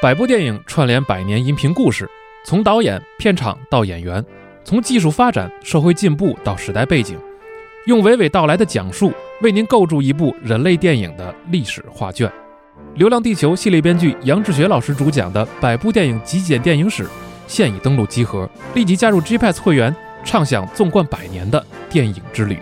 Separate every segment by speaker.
Speaker 1: 百部电影串联百年音频故事，从导演、片场到演员，从技术发展、社会进步到时代背景，用娓娓道来的讲述，为您构筑一部人类电影的历史画卷。《流浪地球》系列编剧杨志学老师主讲的《百部电影极简电影史》现已登录集合，立即加入 GPS 会员，畅享纵贯百年的电影之旅。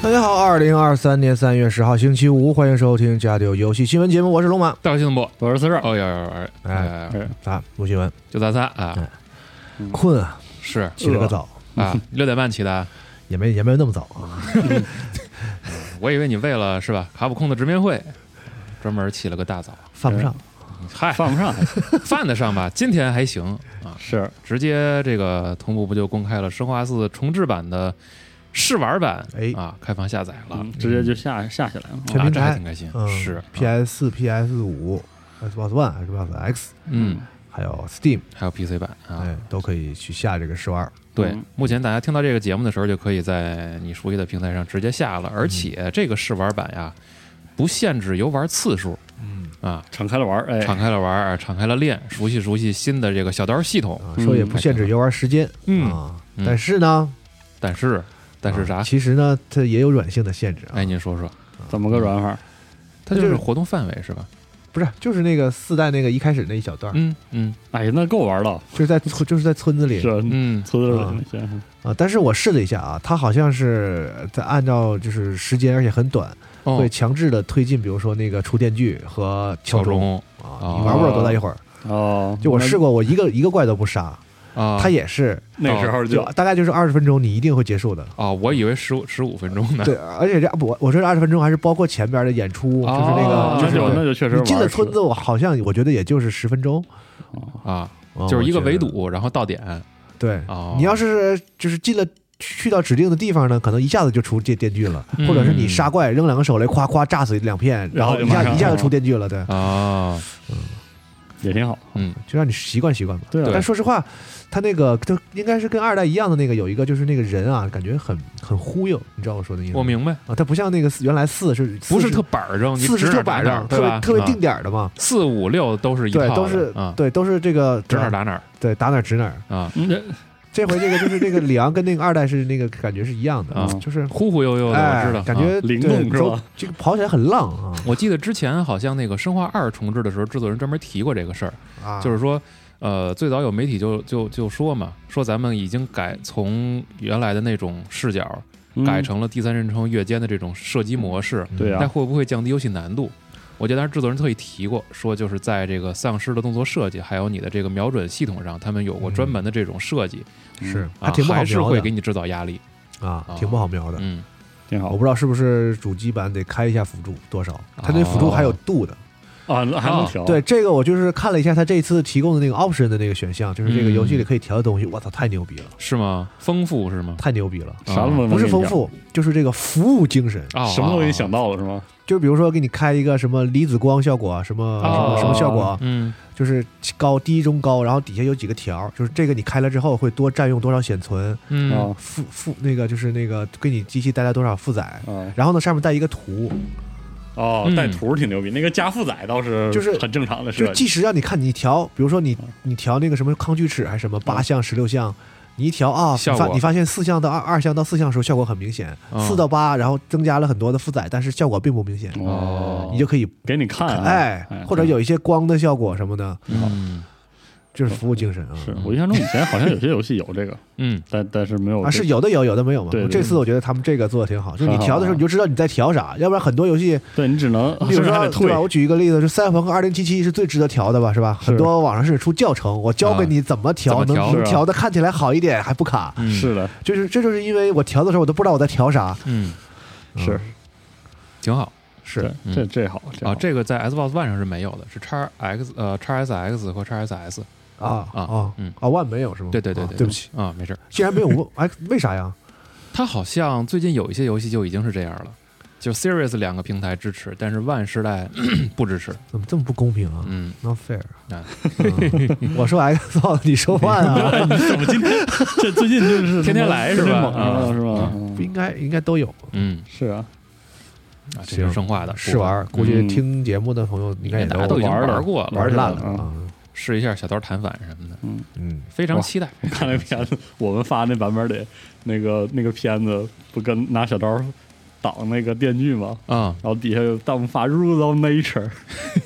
Speaker 2: 大家好，二零二三年三月十号星期五，欢迎收听《加六游戏新闻节目》，我是龙马
Speaker 1: 大兴不？
Speaker 3: 我是四十二，
Speaker 1: 哦呀，
Speaker 2: 哎
Speaker 1: 哎，
Speaker 2: 啊，录新闻，
Speaker 1: 就咱仨啊，
Speaker 3: 嗯
Speaker 2: 困啊，
Speaker 1: 是
Speaker 2: 起了个早，
Speaker 1: 啊， 六点半起的啊。
Speaker 2: 也没也没那么早啊，
Speaker 1: 我以为你为了是吧卡普空的直面会，专门起了个大早。
Speaker 2: 犯不上，
Speaker 1: 嗨，
Speaker 3: 犯不上还行
Speaker 1: 犯得上吧？今天还行啊，
Speaker 3: 是
Speaker 1: 直接这个同步不就公开了《生化四》重置版的试玩版？
Speaker 2: 哎
Speaker 1: 啊，开放下载了，
Speaker 3: 嗯直接就下下起来了。
Speaker 2: 全
Speaker 1: 啊，
Speaker 2: 平
Speaker 1: 这还
Speaker 2: 台
Speaker 1: 挺开心。
Speaker 2: 嗯，
Speaker 1: 是啊
Speaker 2: PS 四、PS 五、Xbox One、Xbox X，
Speaker 1: 嗯，
Speaker 2: 还有 Steam，
Speaker 1: 还有 PC 版啊。
Speaker 2: 哎，都可以去下这个试玩。
Speaker 1: 对
Speaker 3: 嗯，
Speaker 1: 目前大家听到这个节目的时候，就可以在你熟悉的平台上直接下
Speaker 2: 嗯
Speaker 1: 了，而且这个试玩版呀，不限制游玩次数
Speaker 2: 嗯
Speaker 1: 啊，
Speaker 3: 敞开了玩儿，
Speaker 1: 敞
Speaker 3: 哎，
Speaker 1: 开了玩，啊敞开了练，熟悉熟悉新的这个小刀系统。
Speaker 2: 啊，说也不限制游玩时间，
Speaker 1: 嗯
Speaker 2: 啊，
Speaker 1: 嗯
Speaker 2: 但是呢，
Speaker 1: 但是，但是啥
Speaker 2: 啊？其实呢，它也有软性的限制啊
Speaker 1: 哎，，您说说，
Speaker 3: 怎么个软法？
Speaker 1: 它就是活动范围是吧？
Speaker 2: 不是，就是那个四代那个一开始那一小段儿，
Speaker 1: 嗯嗯
Speaker 3: 哎，那够玩了，
Speaker 2: 就是在村就是在村子里
Speaker 3: 是
Speaker 1: 嗯，
Speaker 3: 村子里
Speaker 2: 啊
Speaker 3: 那些，
Speaker 2: 啊，但是我试了一下啊，它好像是在按照就是时间，而且很短，
Speaker 1: 哦
Speaker 2: 会，强制的推进，比如说那个触电锯和敲
Speaker 1: 小
Speaker 2: 钟
Speaker 1: 钟
Speaker 2: 啊，你玩不了多大一会儿。
Speaker 3: 哦，
Speaker 2: 就我试过，我一个一个怪都不杀，
Speaker 1: 啊，
Speaker 2: 它也是
Speaker 3: 那那时候
Speaker 2: 就
Speaker 3: 就
Speaker 2: 大概就是二十分钟，你一定会结束的。
Speaker 1: 啊，我以为十五十五分钟 呢。
Speaker 2: 对，而且这我我说这二十分钟还是包括前边的演出，就是那
Speaker 1: 哦
Speaker 2: 个
Speaker 3: 那
Speaker 2: 就是
Speaker 3: 就
Speaker 2: 对
Speaker 3: 那就确实
Speaker 2: 你进
Speaker 3: 玩
Speaker 2: 了
Speaker 3: 儿
Speaker 2: 村子，我好像我觉得也就是十分钟，
Speaker 1: 啊，
Speaker 2: 啊
Speaker 1: 就是一个围。
Speaker 2: 我觉得
Speaker 1: 堵，然后到点。
Speaker 2: 对，
Speaker 1: 哦，
Speaker 2: 你要是就是进了。去到指定的地方呢，可能一下子就出电电锯了，
Speaker 1: 嗯
Speaker 2: 或者是你杀怪扔两个手雷，夸夸炸死两片，
Speaker 3: 然
Speaker 2: 然
Speaker 3: 后
Speaker 2: 后
Speaker 3: 就
Speaker 2: 一下
Speaker 3: 马上
Speaker 2: 一下就出电锯了，对，
Speaker 1: 啊，
Speaker 3: 也挺好。
Speaker 1: 嗯
Speaker 2: 就让你习惯习惯吧。
Speaker 3: 对啊
Speaker 2: 但说实话，他那个他应该是跟二代一样的那个有一个就是那个人啊，感觉很很忽悠，你知道我说的意思吗？
Speaker 1: 我明白，
Speaker 2: 啊，他不像那个四原来四是
Speaker 1: 不是
Speaker 2: 四
Speaker 1: 特板正，你
Speaker 2: 四是
Speaker 1: 指
Speaker 2: 特
Speaker 1: 哪
Speaker 2: 板
Speaker 1: 打哪，
Speaker 2: 正，特
Speaker 1: 对
Speaker 2: 别
Speaker 1: 吧？
Speaker 2: 特别
Speaker 1: 啊
Speaker 2: 定，点儿的嘛，
Speaker 1: 四五六都是一套
Speaker 2: 对
Speaker 1: 的，，
Speaker 2: 都是
Speaker 1: 啊，
Speaker 2: 对都是这个
Speaker 1: 指哪儿打哪儿
Speaker 2: 对打哪儿指哪儿。
Speaker 1: 啊，
Speaker 3: 嗯，这
Speaker 2: 这回这个就是那个里昂跟那个二代是那个感觉是一样的，
Speaker 1: 啊
Speaker 2: 就是
Speaker 1: 忽忽悠悠的，
Speaker 2: 哎
Speaker 1: 我知道，
Speaker 2: 感
Speaker 1: 啊。
Speaker 2: 觉
Speaker 3: 灵
Speaker 2: 对
Speaker 3: 动是
Speaker 2: 走
Speaker 3: 吧？
Speaker 2: 这个跑起来很浪啊
Speaker 1: 我记得之前好像那个《生化二》重置的时候，制作人专门提过这个事儿，
Speaker 2: 啊，
Speaker 1: 就是说，呃，最早有媒体就就就说嘛，说咱们已经改从原来的那种视角
Speaker 3: 嗯
Speaker 1: 改成了第三人称跃肩的这种射击模式，
Speaker 2: 嗯
Speaker 3: 对
Speaker 1: 那
Speaker 3: 啊，
Speaker 1: 会不会降低游戏难度？我记得当时制作人特意提过，说就是在这个丧尸的动作设计，还有你的这个瞄准系统上，他们有过专门的这种设计，
Speaker 3: 嗯
Speaker 2: 是
Speaker 1: 啊
Speaker 2: 还挺不好
Speaker 1: 还是
Speaker 2: 瞄
Speaker 1: 会给
Speaker 2: 的
Speaker 1: 你制造压力。
Speaker 2: 啊
Speaker 1: 啊，
Speaker 2: 挺不好瞄的。
Speaker 1: 嗯，
Speaker 3: 挺好
Speaker 2: 我不知道是不是主机版得开一下辅助多
Speaker 1: 哦
Speaker 2: 少，它那辅助还有度的。
Speaker 3: 啊，那还能调
Speaker 2: 哦对这个，我就是看了一下它这次提供的那个 option 的那个选项，就是这个
Speaker 1: 嗯
Speaker 2: 游戏里可以调的东西，我操，太牛逼了，
Speaker 1: 是吗？丰富是吗？
Speaker 2: 太牛逼了！
Speaker 3: 啥都能
Speaker 2: 啊不是丰，富，就是这个服务精神。
Speaker 1: 啊，
Speaker 3: 哦什么都给
Speaker 1: 啊
Speaker 3: 你想。到了是吗？
Speaker 2: 就比如说给你开一个什么离子光效果，啊什么什
Speaker 1: 哦
Speaker 2: 么什么效果，啊
Speaker 1: 嗯，
Speaker 2: 就是高低中高，然后底下有几个条，就是这个你开了之后会多占用多少显存，
Speaker 1: 嗯
Speaker 3: 啊
Speaker 2: 负负那个就是那个给你机器带来多少负载。
Speaker 3: 啊
Speaker 2: 然后呢，上面带一个图，
Speaker 3: 哦
Speaker 1: 嗯，
Speaker 3: 带图挺牛逼，那个加负载倒是
Speaker 2: 就是
Speaker 3: 很正常的
Speaker 2: 就
Speaker 3: 设计
Speaker 2: 即使让你看你调，比如说你你调那个什么抗锯齿还是什么八项、十六项，你一调啊，
Speaker 1: 效
Speaker 2: 你
Speaker 1: 果
Speaker 2: 发你发现四项到二二项到四项的时候效果很明显，
Speaker 1: 嗯
Speaker 2: 四到八然后增加了很多的负载，但是效果并不明显，
Speaker 3: 哦
Speaker 2: 你就可以哎
Speaker 3: 给你看啊，
Speaker 2: 哎，或者有一些光的效果什么的，
Speaker 1: 嗯，
Speaker 2: 就是服务精神啊。
Speaker 3: 是哦我印象中以前好像有些游戏有这个，
Speaker 1: 嗯，
Speaker 3: 但但是没有
Speaker 2: 啊，
Speaker 3: 这
Speaker 2: 是有的有，有的没有嘛
Speaker 3: 对。对
Speaker 2: 这次我觉得他们这个做的挺好，就是你调的时候你就知道你在调啥，要不然很多游戏，
Speaker 3: 对你 只能
Speaker 2: 比
Speaker 3: 啊甚
Speaker 2: 如
Speaker 3: 至还
Speaker 2: 说
Speaker 3: 得
Speaker 2: 对
Speaker 3: 退
Speaker 2: 吧？我举一个例子，就《赛博朋克二零七七》是最值得调的吧，是吧？
Speaker 3: 是
Speaker 2: 很多网上是出教程，我教给你怎么调，
Speaker 1: 怎么
Speaker 2: 能
Speaker 1: 调
Speaker 2: 能
Speaker 3: 是吧
Speaker 2: 调的看起来好一点还不卡，
Speaker 1: 嗯，
Speaker 3: 是的，
Speaker 2: 就是这就是因为我调的时候我都不知道我在调啥，
Speaker 1: 嗯，
Speaker 3: 是
Speaker 1: 挺好
Speaker 2: 是
Speaker 3: 对
Speaker 1: 嗯
Speaker 3: 这这好
Speaker 1: 啊。
Speaker 3: 这
Speaker 1: 这个在 Xbox One 上是没有的，是 x X 呃 x SX 和 x SS
Speaker 2: 啊
Speaker 1: 啊
Speaker 2: 啊
Speaker 1: 嗯
Speaker 2: 啊，One 没有是吗？
Speaker 1: 对对对
Speaker 2: 啊
Speaker 1: 对
Speaker 2: 对不起，
Speaker 1: 啊，没事儿。
Speaker 2: 竟然没有 One，哎， 为啥呀？
Speaker 1: 它好像最近有一些游戏就已经是这样了，就 Series 两个平台支持，但是 One 时代 不支持。
Speaker 2: 怎么这么不公平啊
Speaker 1: 嗯，
Speaker 2: ？Not fair！
Speaker 1: 啊
Speaker 2: 嗯我说 Xbox，你说 One 啊？
Speaker 3: 好
Speaker 1: 嗯
Speaker 3: 你怎么今天 这最近就 是
Speaker 1: 天天来是
Speaker 3: 特别
Speaker 1: 吧
Speaker 3: 猛
Speaker 1: 啊
Speaker 3: 啊是吧？
Speaker 2: 不
Speaker 3: 嗯
Speaker 2: 应该，应该都有。
Speaker 1: 嗯，
Speaker 3: 是啊，
Speaker 1: 啊，这是
Speaker 2: 行
Speaker 1: 生化的
Speaker 2: 试玩儿，估计听节目的朋友应该也
Speaker 1: 嗯哎大家都已经
Speaker 3: 玩了
Speaker 1: 玩过了，
Speaker 2: 玩儿烂了
Speaker 3: 嗯
Speaker 2: 啊。
Speaker 1: 试一下小刀弹反什么的，
Speaker 2: 嗯，
Speaker 1: 非常
Speaker 3: 哇
Speaker 1: 期待。
Speaker 3: 我看那片子，我们发那版本得那个那个片子不跟拿小刀挡那个电锯吗？
Speaker 1: 啊，
Speaker 3: 然后底下有弹幕发 “Rules of Nature”，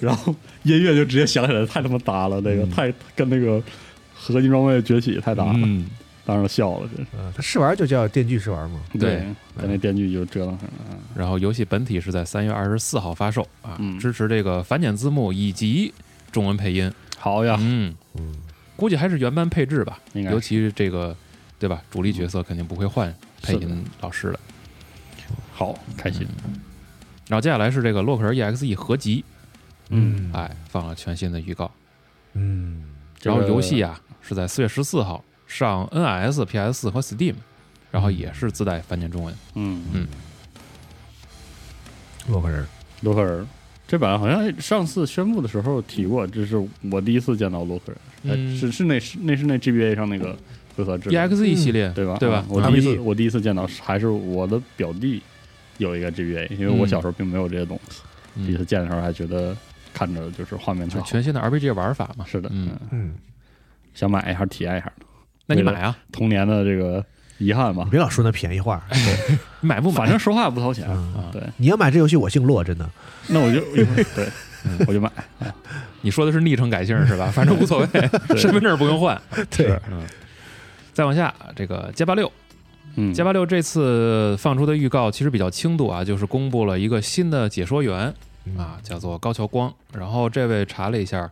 Speaker 3: 然 后音乐就直接响起来，太他妈搭了，这个、
Speaker 1: 嗯
Speaker 3: 太跟那个合金装备崛起太搭了，
Speaker 1: 嗯，
Speaker 3: 当时笑了，真是。
Speaker 2: 呃，它试玩就叫电锯试玩嘛。
Speaker 1: 对，
Speaker 3: 把那电锯就折腾上了。嗯
Speaker 1: 然后游戏本体是在三月二十四号发售啊，
Speaker 3: 嗯
Speaker 1: 支持这个繁简字幕以及中文配音。
Speaker 3: 好呀，
Speaker 1: 嗯，
Speaker 2: 嗯，
Speaker 1: 估计还是原班配置吧，
Speaker 3: 应该是
Speaker 1: 尤其是这个对吧，主力角色肯定不会换配
Speaker 3: 是的
Speaker 1: 音老师的。
Speaker 3: 好开心。
Speaker 1: 然后接下来是这个洛克人 EXE 合集，
Speaker 2: 嗯
Speaker 1: 哎，放了全新的预告。
Speaker 2: 嗯，
Speaker 3: 这
Speaker 1: 然
Speaker 3: 个
Speaker 1: 后游戏啊是在四月十四号上 NS、PS 和 Steam，然后也是自带繁简中文。
Speaker 3: 嗯，
Speaker 2: 洛克人，
Speaker 3: 洛克人这版好像上次宣布的时候提过，这是我第一次见到洛克人，
Speaker 1: 嗯
Speaker 3: 哎是是那是那是那 GBA 上那个回合制的嗯
Speaker 1: EXE E 系列
Speaker 3: 对吧？
Speaker 1: 对吧
Speaker 3: 啊？我第一
Speaker 2: RBE
Speaker 3: 次我第一次见到还是我的表弟有一个 GBA，因为我
Speaker 1: 嗯
Speaker 3: 小时候并没有这些东西，
Speaker 1: 嗯
Speaker 3: 第一次见的时候还觉得看着就是画面太
Speaker 1: 就
Speaker 3: 好。
Speaker 1: 啊全新的 RPG 玩法嘛。
Speaker 3: 是的，
Speaker 1: 嗯，，
Speaker 2: 嗯，
Speaker 3: 想买一下体验一下，
Speaker 1: 那你
Speaker 3: 为了
Speaker 1: 买啊，
Speaker 3: 童年的这个遗憾吧
Speaker 2: 你。别老说那便宜话。
Speaker 1: 你买不买？
Speaker 3: 反正说话不掏钱，
Speaker 2: 嗯，
Speaker 1: 啊，
Speaker 3: 对，
Speaker 2: 你要买这游戏，我姓洛，真的。
Speaker 3: 那我就 对，
Speaker 1: 嗯
Speaker 3: 我就买。
Speaker 1: 你说的是昵称改姓是吧？反正无 所谓，身份证不用换。
Speaker 2: 对，
Speaker 1: 嗯，再往下，这个街霸六，
Speaker 3: 嗯，
Speaker 1: 街霸六这次放出的预告其实比较轻度啊，就是公布了一个新的解说员
Speaker 2: 嗯
Speaker 1: 啊，叫做高桥光。然后这位查了一下，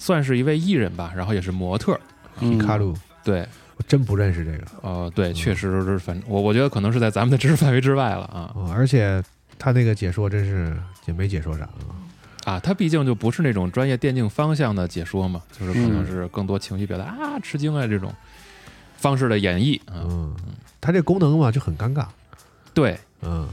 Speaker 1: 算是一位艺人吧，然后也是模特。
Speaker 3: 嗯
Speaker 2: 卡鲁，
Speaker 1: 对，
Speaker 2: 我真不认识这个
Speaker 1: 呃，对，确实是，反我我觉得可能是在咱们的知识范围之外了啊
Speaker 2: 啊，而且他那个解说真是也没解说啥啊。
Speaker 1: 啊，他毕竟就不是那种专业电竞方向的解说嘛，就是可
Speaker 2: 嗯
Speaker 1: 能是更多情绪表达啊、吃惊啊这种方式的演绎啊。
Speaker 2: 嗯，他这功能嘛就很尴尬。
Speaker 1: 对
Speaker 2: 嗯，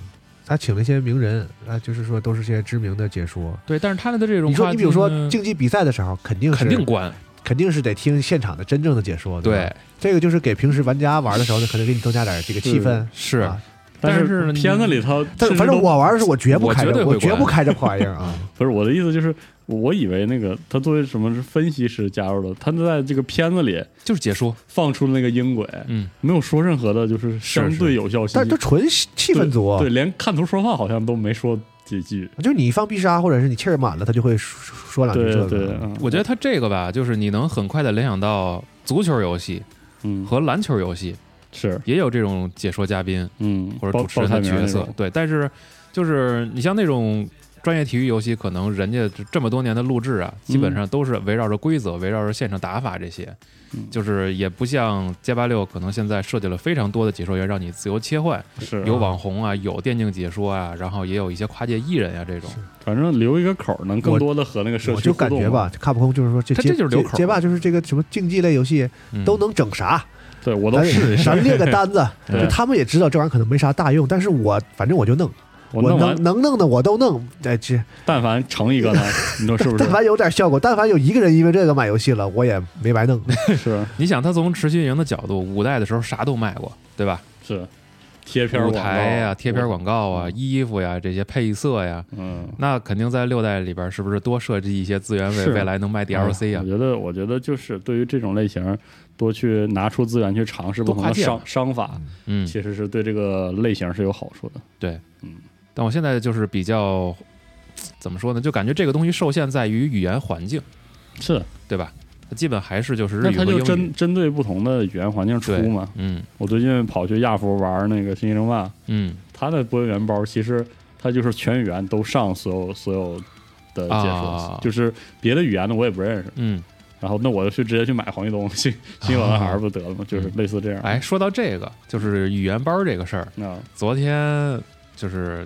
Speaker 2: 他请了一些名人啊，就是说都是些知名的解说。
Speaker 1: 对，但是他的这种
Speaker 2: 你说
Speaker 1: 话
Speaker 2: 你比如说
Speaker 1: 呢
Speaker 2: 竞技比赛的时候，肯定是
Speaker 1: 肯定关，
Speaker 2: 肯定是得听现场的真正的解说。吧
Speaker 1: 对，
Speaker 2: 这个就是给平时玩家玩的时候呢，可能给你增加点这个气氛。
Speaker 1: 是
Speaker 2: 啊，
Speaker 1: 但
Speaker 3: 但
Speaker 1: 是
Speaker 3: 片子里头，
Speaker 2: 但
Speaker 3: 甚至
Speaker 2: 反正
Speaker 3: 都
Speaker 2: 我玩的时候，我绝不
Speaker 1: 我
Speaker 2: 开
Speaker 1: 绝对
Speaker 2: 这，
Speaker 1: 会
Speaker 2: 我绝
Speaker 1: 关
Speaker 2: 不开这破玩意 儿啊！
Speaker 3: 不是我的意思，就是我以为那个他作为什么是分析师加入的，他在这个片子里
Speaker 1: 就是解说，
Speaker 3: 放出了那个音轨，
Speaker 1: 嗯，
Speaker 3: 没有说任何的，就是相对有效信
Speaker 2: 但
Speaker 3: 息
Speaker 2: 是，都纯气氛
Speaker 1: 哦
Speaker 2: 足，
Speaker 3: 对，连看图说话好像都没说几句。
Speaker 2: 就是你一放必杀，或者是你气儿满了，他就会说说两句这
Speaker 3: 对对，
Speaker 2: 个。
Speaker 3: 嗯
Speaker 1: 我觉得他这个吧，就是你能很快的联想到足球游戏
Speaker 3: 嗯
Speaker 1: 和篮球游戏
Speaker 3: 是
Speaker 1: 也有这种解说嘉宾
Speaker 3: 嗯，
Speaker 1: 或者
Speaker 3: 报
Speaker 1: 主持人的角，
Speaker 3: 报菜名那
Speaker 1: 色
Speaker 3: 种，
Speaker 1: 对，但是就是你像那种。专业体育游戏可能人家这么多年的录制啊，基本上都是围绕着规则、围绕着现场打法这些，
Speaker 3: 嗯
Speaker 1: 就是也不像街霸六，可能现在设计了非常多的解说员让你自由切换，
Speaker 3: 是
Speaker 1: 有，网红啊，有电竞解说啊，然后也有一些跨界艺人呀、啊这种。
Speaker 3: 反正留一个口儿，能更
Speaker 2: 我
Speaker 3: 多的和那个社
Speaker 2: 我
Speaker 3: 区
Speaker 2: 就
Speaker 3: 互动
Speaker 2: 感觉吧，卡普空就是说，这
Speaker 1: 他
Speaker 2: 街
Speaker 1: 这就是留
Speaker 2: 街
Speaker 1: 口
Speaker 2: 街霸就是这个什么竞技类游戏
Speaker 1: 嗯
Speaker 2: 都能整啥，
Speaker 3: 嘛，对我都
Speaker 2: 咱
Speaker 3: 试一下
Speaker 2: 咱，列个单子，
Speaker 3: 对
Speaker 2: 就他们也知道这玩意儿可能没啥大用，但是我反正我就弄，
Speaker 3: 我
Speaker 2: 我
Speaker 3: 弄完
Speaker 2: 能，能弄的我都弄，哎这
Speaker 3: 但凡成一个呢，你说是 不
Speaker 2: 但
Speaker 3: 是？
Speaker 2: 凡有点效果，但凡有一个人因为这个买游戏了，我也没白 弄。
Speaker 3: 是
Speaker 1: 你想，他从持续运营的角度，五代的时候啥都卖过，对吧？
Speaker 3: 是，贴片儿
Speaker 1: 舞
Speaker 3: 广告嗯
Speaker 1: 台呀、贴片
Speaker 3: 我
Speaker 1: 广告啊、衣服呀、这些配色呀，
Speaker 3: 嗯，
Speaker 1: 那肯定在六代里边，是不是多设计一些资源为
Speaker 3: 是
Speaker 1: 未来能卖 DLC 啊
Speaker 3: 嗯我？觉得，我觉得就是对于这种类型，多去拿出资源去尝试不同
Speaker 1: 多跨
Speaker 3: 的
Speaker 1: 界
Speaker 3: 商商法，
Speaker 1: 嗯，
Speaker 3: 其实是对这个类型是有好处的。
Speaker 1: 但我现在就是比较怎么说呢？就感觉这个东西受限在于语言环境，
Speaker 3: 是，
Speaker 1: 对吧？它基本还是就是日
Speaker 3: 那
Speaker 1: 语
Speaker 3: 它
Speaker 1: 和
Speaker 3: 就
Speaker 1: 英语
Speaker 3: 针。针对不同的语言环境出
Speaker 1: 对
Speaker 3: 嘛。
Speaker 1: 嗯
Speaker 3: 我最近跑去亚服玩那个《星际争霸》，
Speaker 1: 嗯
Speaker 3: 它的播音员包其实它就是全语言都上所有所有的解说，
Speaker 1: 啊
Speaker 3: 就是别的语言的我也不认识。
Speaker 1: 嗯，
Speaker 3: 然后那我就去直接去买黄一东、新新老男孩不得了吗？就是类似这样。
Speaker 1: 啊
Speaker 3: 啊
Speaker 1: 哎，说到这个，就是语言班这个事儿，
Speaker 3: 那
Speaker 1: 昨天就是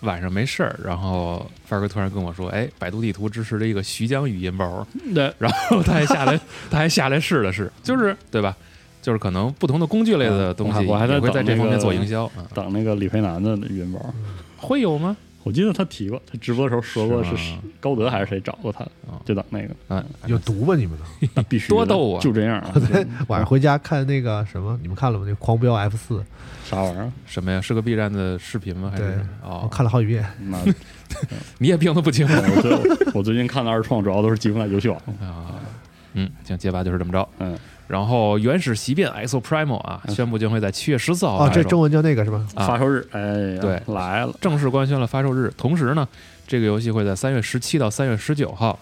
Speaker 1: 晚上没事儿，然后范儿哥突然跟我说，哎，百度地图支持了一个徐江语音包，
Speaker 3: 那
Speaker 1: 然后他还下来，他还下来试了试，就是对吧？就是可能不同的工具类的东西
Speaker 3: 嗯嗯我还在
Speaker 1: 也会
Speaker 3: 等
Speaker 1: 在这
Speaker 3: 那
Speaker 1: 方面
Speaker 3: 个
Speaker 1: 做营销啊，
Speaker 3: 等那个李培南的语音包，
Speaker 1: 会有吗？
Speaker 3: 我记得他提过，他直播的时候说过
Speaker 1: 是吗
Speaker 3: 是高德还是谁找过他
Speaker 1: 啊，
Speaker 3: 就等那个，
Speaker 1: 啊，
Speaker 2: 有毒吧你们？
Speaker 3: 那必须
Speaker 1: 多
Speaker 3: 的
Speaker 1: 逗啊
Speaker 3: 就这 样啊，
Speaker 2: 晚上回家看那个什么，你们看了吗？那个《狂飙 F 四》，
Speaker 3: 啥玩意儿？
Speaker 1: 什么呀？是个 B 站的视频吗？还
Speaker 2: 对
Speaker 1: 是
Speaker 2: 我
Speaker 1: 哦，
Speaker 2: 看了好几遍。
Speaker 3: 那
Speaker 1: 你也病得不轻
Speaker 3: 我最 我最近看的二创主要都是集中在游戏网，
Speaker 1: 啊。嗯，行，结巴就是这么着。
Speaker 3: 嗯，
Speaker 1: 然后《原始袭变 EXO Primo》啊，宣布将会在七月十四号
Speaker 2: 哦，
Speaker 1: 发售
Speaker 2: 这中文叫那个是吧？
Speaker 1: 啊
Speaker 3: 发售日，哎呀，
Speaker 1: 对
Speaker 3: 来了，
Speaker 1: 正式官宣了发售日。同时呢，这个游戏会在三月十七到三月十九号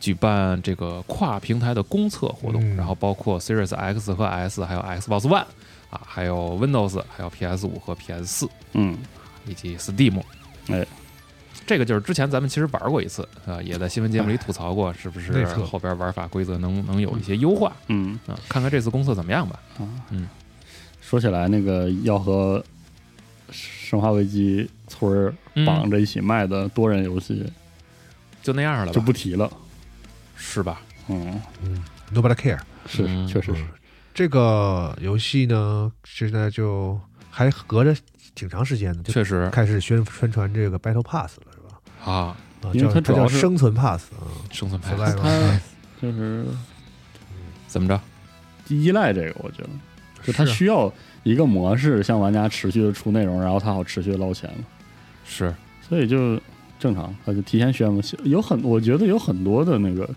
Speaker 1: 举办这个跨平台的公测活动，
Speaker 2: 嗯
Speaker 1: 然后包括 Series X 和 S，还有 Xbox One 啊，还有 Windows，还有 PS 五和 PS 四
Speaker 3: 嗯，
Speaker 1: 以及 Steam。
Speaker 3: 哎，
Speaker 1: 这个就是之前咱们其实玩过一次啊、呃也在新闻节目里吐槽过，是不是
Speaker 2: 没错
Speaker 1: 后边玩法规则能能有一些优化
Speaker 3: 嗯
Speaker 1: 啊、看看这次公测怎么样吧。
Speaker 3: 啊，
Speaker 1: 嗯，
Speaker 3: 说起来那个要和《生化危机》村儿绑
Speaker 1: 嗯，
Speaker 3: 着一起卖的多人游戏
Speaker 1: 就那样了
Speaker 3: 就
Speaker 1: 嗯吧，
Speaker 3: 不提了，
Speaker 1: 是吧？
Speaker 3: 嗯，
Speaker 2: 嗯，Nobody Care。
Speaker 3: 是
Speaker 1: 嗯
Speaker 3: 确实是
Speaker 2: 嗯，这个游戏呢，现在就还隔着挺长时间的，就
Speaker 1: 确实
Speaker 2: 开始宣宣传这个 Battle Pass 了，是吧？
Speaker 1: 啊，
Speaker 2: 啊，
Speaker 3: 因为
Speaker 2: 叫
Speaker 3: 它主要
Speaker 2: 叫
Speaker 3: 是哎
Speaker 2: 生存 Pass 啊
Speaker 1: 生存牌
Speaker 2: ，Survival
Speaker 3: 它
Speaker 2: Pass。
Speaker 3: 就是
Speaker 1: 怎么着？
Speaker 3: 依赖这个，我觉得就它
Speaker 2: 是啊
Speaker 3: 需要一个模式向玩家持续的出内容，然后它好持续的捞钱嘛，
Speaker 1: 是
Speaker 3: 所以就正常，它就提前宣布。有很我觉得有很多的那个，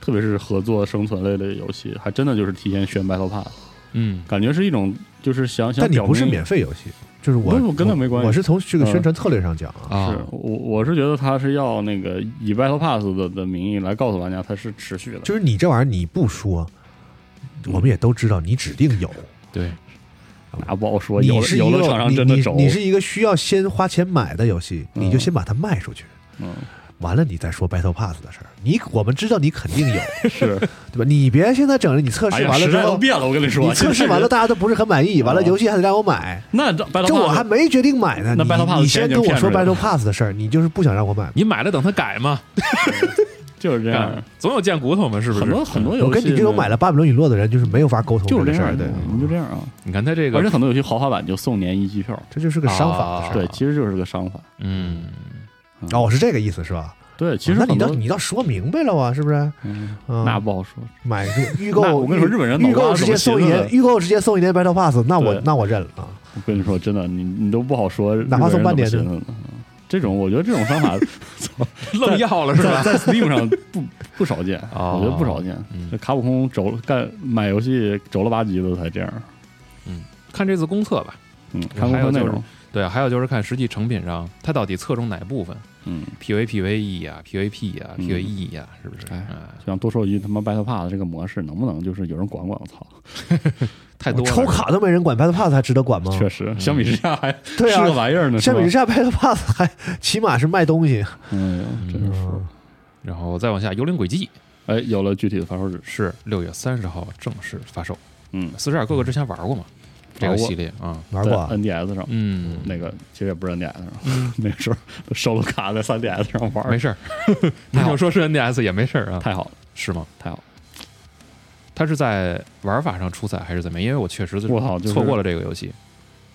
Speaker 3: 特别是合作生存类的游戏，还真的就是提前宣 Battle Pass，
Speaker 1: 嗯，
Speaker 3: 感觉是一种就是想想
Speaker 2: 但你
Speaker 3: 表明。
Speaker 2: 不是免费游戏，就是我
Speaker 3: 不不跟它没关系嗯
Speaker 2: 我是从这个宣传策略上讲啊，
Speaker 1: 啊，
Speaker 3: 是我我是觉得他是要那个以 Battle Pass 的的名义来告诉玩家它是持续的，
Speaker 2: 就是你这玩意儿你不说，我们也都知道你指定有。
Speaker 1: 对，
Speaker 3: 那啊不好说。有
Speaker 2: 你
Speaker 3: 的
Speaker 2: 是一
Speaker 3: 有
Speaker 2: 个
Speaker 3: 的厂商
Speaker 2: 你
Speaker 3: 真的
Speaker 2: 你
Speaker 3: 轴，
Speaker 2: 你是一个需要先花钱买的游戏，
Speaker 3: 嗯
Speaker 2: 你就先把它卖出去，
Speaker 3: 嗯
Speaker 2: 完了你再说 Battle Pass 的事儿。你我们知道你肯定有，
Speaker 3: 是，
Speaker 2: 对吧？你别现在整着你测
Speaker 3: 哎
Speaker 2: 试
Speaker 3: 呀，
Speaker 2: 完了
Speaker 3: 时
Speaker 2: 之
Speaker 3: 代
Speaker 2: 后
Speaker 3: 都，变了，我跟你说，
Speaker 2: 你测试完了，大家都不是很满意，完了
Speaker 3: 哦
Speaker 2: 游戏还得让我买，
Speaker 3: 那这 Battle
Speaker 2: 这我还
Speaker 3: Pass
Speaker 2: 没决定买呢。
Speaker 3: 那
Speaker 2: 你
Speaker 3: Battle Pass
Speaker 2: 你先跟我说
Speaker 3: 骗出来的
Speaker 2: Battle Pass 的事儿，你就是不想让我买。
Speaker 1: 你买了等它改嘛，啊
Speaker 3: 就是这样，
Speaker 1: 总有贱骨头嘛，是不是？
Speaker 3: 很多很多游戏
Speaker 2: 我
Speaker 3: 呢，
Speaker 2: 跟你这种买了《巴比伦陨落》的人，就是没有法沟通
Speaker 3: 就是
Speaker 2: 这个
Speaker 3: 这
Speaker 2: 事儿，
Speaker 3: 样，
Speaker 2: 对，嗯
Speaker 3: 你就这样啊。
Speaker 1: 你看它这
Speaker 3: 而且
Speaker 1: 个，
Speaker 3: 很多游戏豪华版就送年一机票，
Speaker 2: 这就是个商法的事
Speaker 1: 啊
Speaker 2: 儿。
Speaker 3: 对，其实就是个商法。
Speaker 1: 嗯，
Speaker 2: 哦，是这个意思是吧？
Speaker 3: 对，其实
Speaker 2: 哦那
Speaker 3: 很
Speaker 2: 你
Speaker 3: 多
Speaker 2: 倒你倒说明白了啊，是不是？
Speaker 3: 嗯
Speaker 2: 嗯
Speaker 3: 那不好说，
Speaker 2: 买个预
Speaker 3: 那
Speaker 2: 购，
Speaker 3: 我跟你说日本人脑瓜
Speaker 2: 预购直
Speaker 3: 子怎
Speaker 2: 接
Speaker 3: 么
Speaker 2: 送一
Speaker 3: 寻思
Speaker 2: 年，
Speaker 3: 的
Speaker 2: 预购直接送一年 Battle Pass，那我
Speaker 3: 对
Speaker 2: 那我认了啊。
Speaker 3: 我跟你说，真的，你你都不好说，
Speaker 2: 哪怕送半年
Speaker 3: 日
Speaker 2: 呢
Speaker 3: 本人怎么寻思的嗯这种我觉得这种 商法
Speaker 1: 愣要了是
Speaker 3: 在
Speaker 1: 吧？
Speaker 3: 在 Steam 上不不少见，
Speaker 1: 哦
Speaker 3: 我觉得不少见。
Speaker 1: 嗯
Speaker 3: 这卡普空轴干买游戏轴了吧唧的才这样，
Speaker 1: 看这次公测吧，
Speaker 3: 嗯，
Speaker 1: 嗯
Speaker 3: 看公
Speaker 1: 还有
Speaker 3: 司内
Speaker 1: 就是
Speaker 3: 容，
Speaker 1: 对，啊还有就是看实际成品上它到底侧重哪部分
Speaker 3: 嗯，
Speaker 1: ，PVPVE 呀，PVP 呀
Speaker 3: 嗯
Speaker 1: ，PVE 呀，是不是？
Speaker 3: 哎
Speaker 1: E 啊，
Speaker 3: 就想多说一句，他妈 Battle Pass 这个模式能不能就是有人管管？我操，
Speaker 1: 太多了
Speaker 2: 抽卡都没人管，Battle Pass 还值得
Speaker 1: 哦
Speaker 2: 管吗？
Speaker 3: 确实，
Speaker 1: 嗯
Speaker 3: 相比之下还
Speaker 2: 对
Speaker 3: 是
Speaker 2: 啊
Speaker 3: 个，玩意儿呢，
Speaker 2: 相比之
Speaker 3: 是吧，
Speaker 2: 下，Battle Pass 还起码是卖东西。
Speaker 3: 嗯，真是服。
Speaker 2: 嗯
Speaker 1: 然后再往下，《幽灵轨迹》
Speaker 3: 哎，有了具体的发售日，
Speaker 1: 是六月三十号正式发售。
Speaker 3: 嗯，
Speaker 1: 四十二哥哥之前玩过吗？这个系列啊，
Speaker 2: 玩
Speaker 3: 在
Speaker 2: 过啊，
Speaker 3: NDS 上。
Speaker 1: 嗯，
Speaker 3: 那个其实也不是 NDS 上， 那个时候收了卡在 3DS 上玩
Speaker 1: 没
Speaker 3: 儿，
Speaker 1: 事儿，你就说是 NDS 也没事儿啊，
Speaker 3: 太好了，
Speaker 1: 是吗？
Speaker 3: 太好了！
Speaker 1: 它是在玩法上出彩还是怎么样？因为我确实
Speaker 3: 我操，就是
Speaker 1: 错过了这个游戏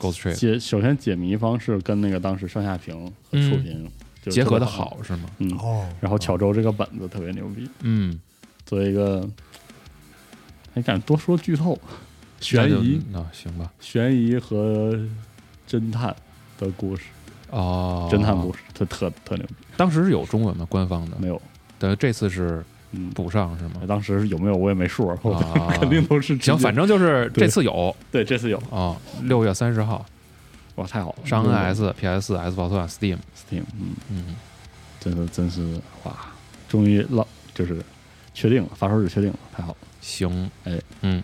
Speaker 1: ，Ghost Trick
Speaker 3: 解首先解谜方式跟那个当时上下屏和触屏就
Speaker 1: 嗯结合的
Speaker 3: 特别，
Speaker 1: 好是吗？
Speaker 3: 嗯，
Speaker 2: 哦，
Speaker 3: 然后巧周这个本子特别牛逼，
Speaker 1: 嗯，
Speaker 3: 作为一个，还敢多说剧透，悬疑
Speaker 1: 那就啊，行吧，
Speaker 3: 悬疑和侦探的故事，
Speaker 1: 哦，
Speaker 3: 侦探故事，特特特牛逼，
Speaker 1: 当时是有中文吗？官方的，
Speaker 3: 没有，
Speaker 1: 等于这次是
Speaker 3: 嗯，
Speaker 1: 补上是吗？
Speaker 3: 当时是有没有我也没数，我
Speaker 1: 哦啊
Speaker 3: 肯定都是直接
Speaker 1: 行，反正就是
Speaker 3: 对
Speaker 1: 这次有
Speaker 3: 对这次有，
Speaker 1: 啊，六月三十号
Speaker 3: 哇，太好了，
Speaker 1: 上
Speaker 3: 嗯
Speaker 1: NS、PS、Xbox One、Steam，
Speaker 3: Steam，嗯，
Speaker 1: 嗯，
Speaker 3: 真是真是哇，终于老就是确定了，发售日确定了，太好了。
Speaker 1: 行，
Speaker 3: 哎，
Speaker 1: 嗯，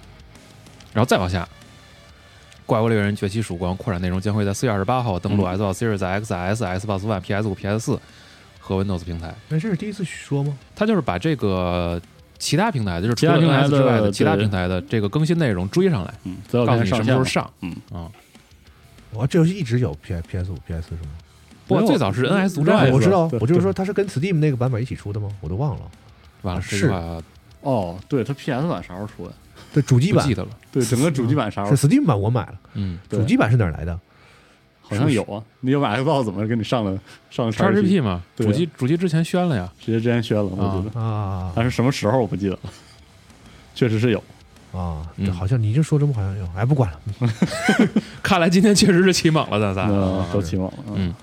Speaker 1: 然后再往下，《怪物猎人：崛起曙光》扩展内容将会在四月二十八号登陆
Speaker 3: 嗯
Speaker 1: Xbox Series X、S、Xbox One、PS 五、PS 四和 Windows 平台。
Speaker 2: 那这是第一次说吗？
Speaker 1: 它就是把这个其他平台，就是除
Speaker 3: 其他
Speaker 1: 了
Speaker 3: 平台
Speaker 1: NS 之外的
Speaker 3: 的
Speaker 1: 其他
Speaker 3: 对
Speaker 1: 平台的这个更新内容追上来，
Speaker 3: 嗯，再要
Speaker 1: 告诉
Speaker 3: 看
Speaker 1: 你什
Speaker 3: 上
Speaker 1: 么时
Speaker 3: 线
Speaker 1: 候
Speaker 3: 了。
Speaker 1: 上。
Speaker 3: 嗯
Speaker 1: 啊，
Speaker 2: 我这游戏一直有 P PS 五 PS 是吗？
Speaker 1: 不过
Speaker 3: 没有
Speaker 1: 最早是 NS 独
Speaker 3: 对
Speaker 1: 占
Speaker 3: 没，有
Speaker 2: 我知道，
Speaker 3: 对
Speaker 2: 我就是
Speaker 3: 对
Speaker 2: 说它是跟 Steam 那个版本一起出的吗？我都忘了。
Speaker 1: 完了这句
Speaker 2: 是
Speaker 1: 话
Speaker 3: 哦，对，它 PS 版啥时候出呀？
Speaker 2: 对，主机
Speaker 1: 不
Speaker 2: 版
Speaker 1: 记得了。
Speaker 3: 对，整个主机版啥时候
Speaker 2: 是？Steam 版，我买了。
Speaker 1: 嗯
Speaker 3: 对
Speaker 2: 主机版是哪儿来的？
Speaker 3: 好像有啊，你有买 Xbox 怎么给你上了上了 XGP？
Speaker 1: ，XGP 嘛，
Speaker 3: 对
Speaker 1: 主机主机之前宣了呀，
Speaker 3: 直接之前宣了，我觉得，
Speaker 2: 啊
Speaker 3: 但是什么时候我不记得了， 确实是有。
Speaker 2: 啊，
Speaker 1: 嗯
Speaker 2: 这好像你这说这么好像有，哎，不管了，
Speaker 1: 看来今天确实是起猛了，咱仨。
Speaker 3: 那
Speaker 1: 啊
Speaker 3: 都期望了，
Speaker 1: 嗯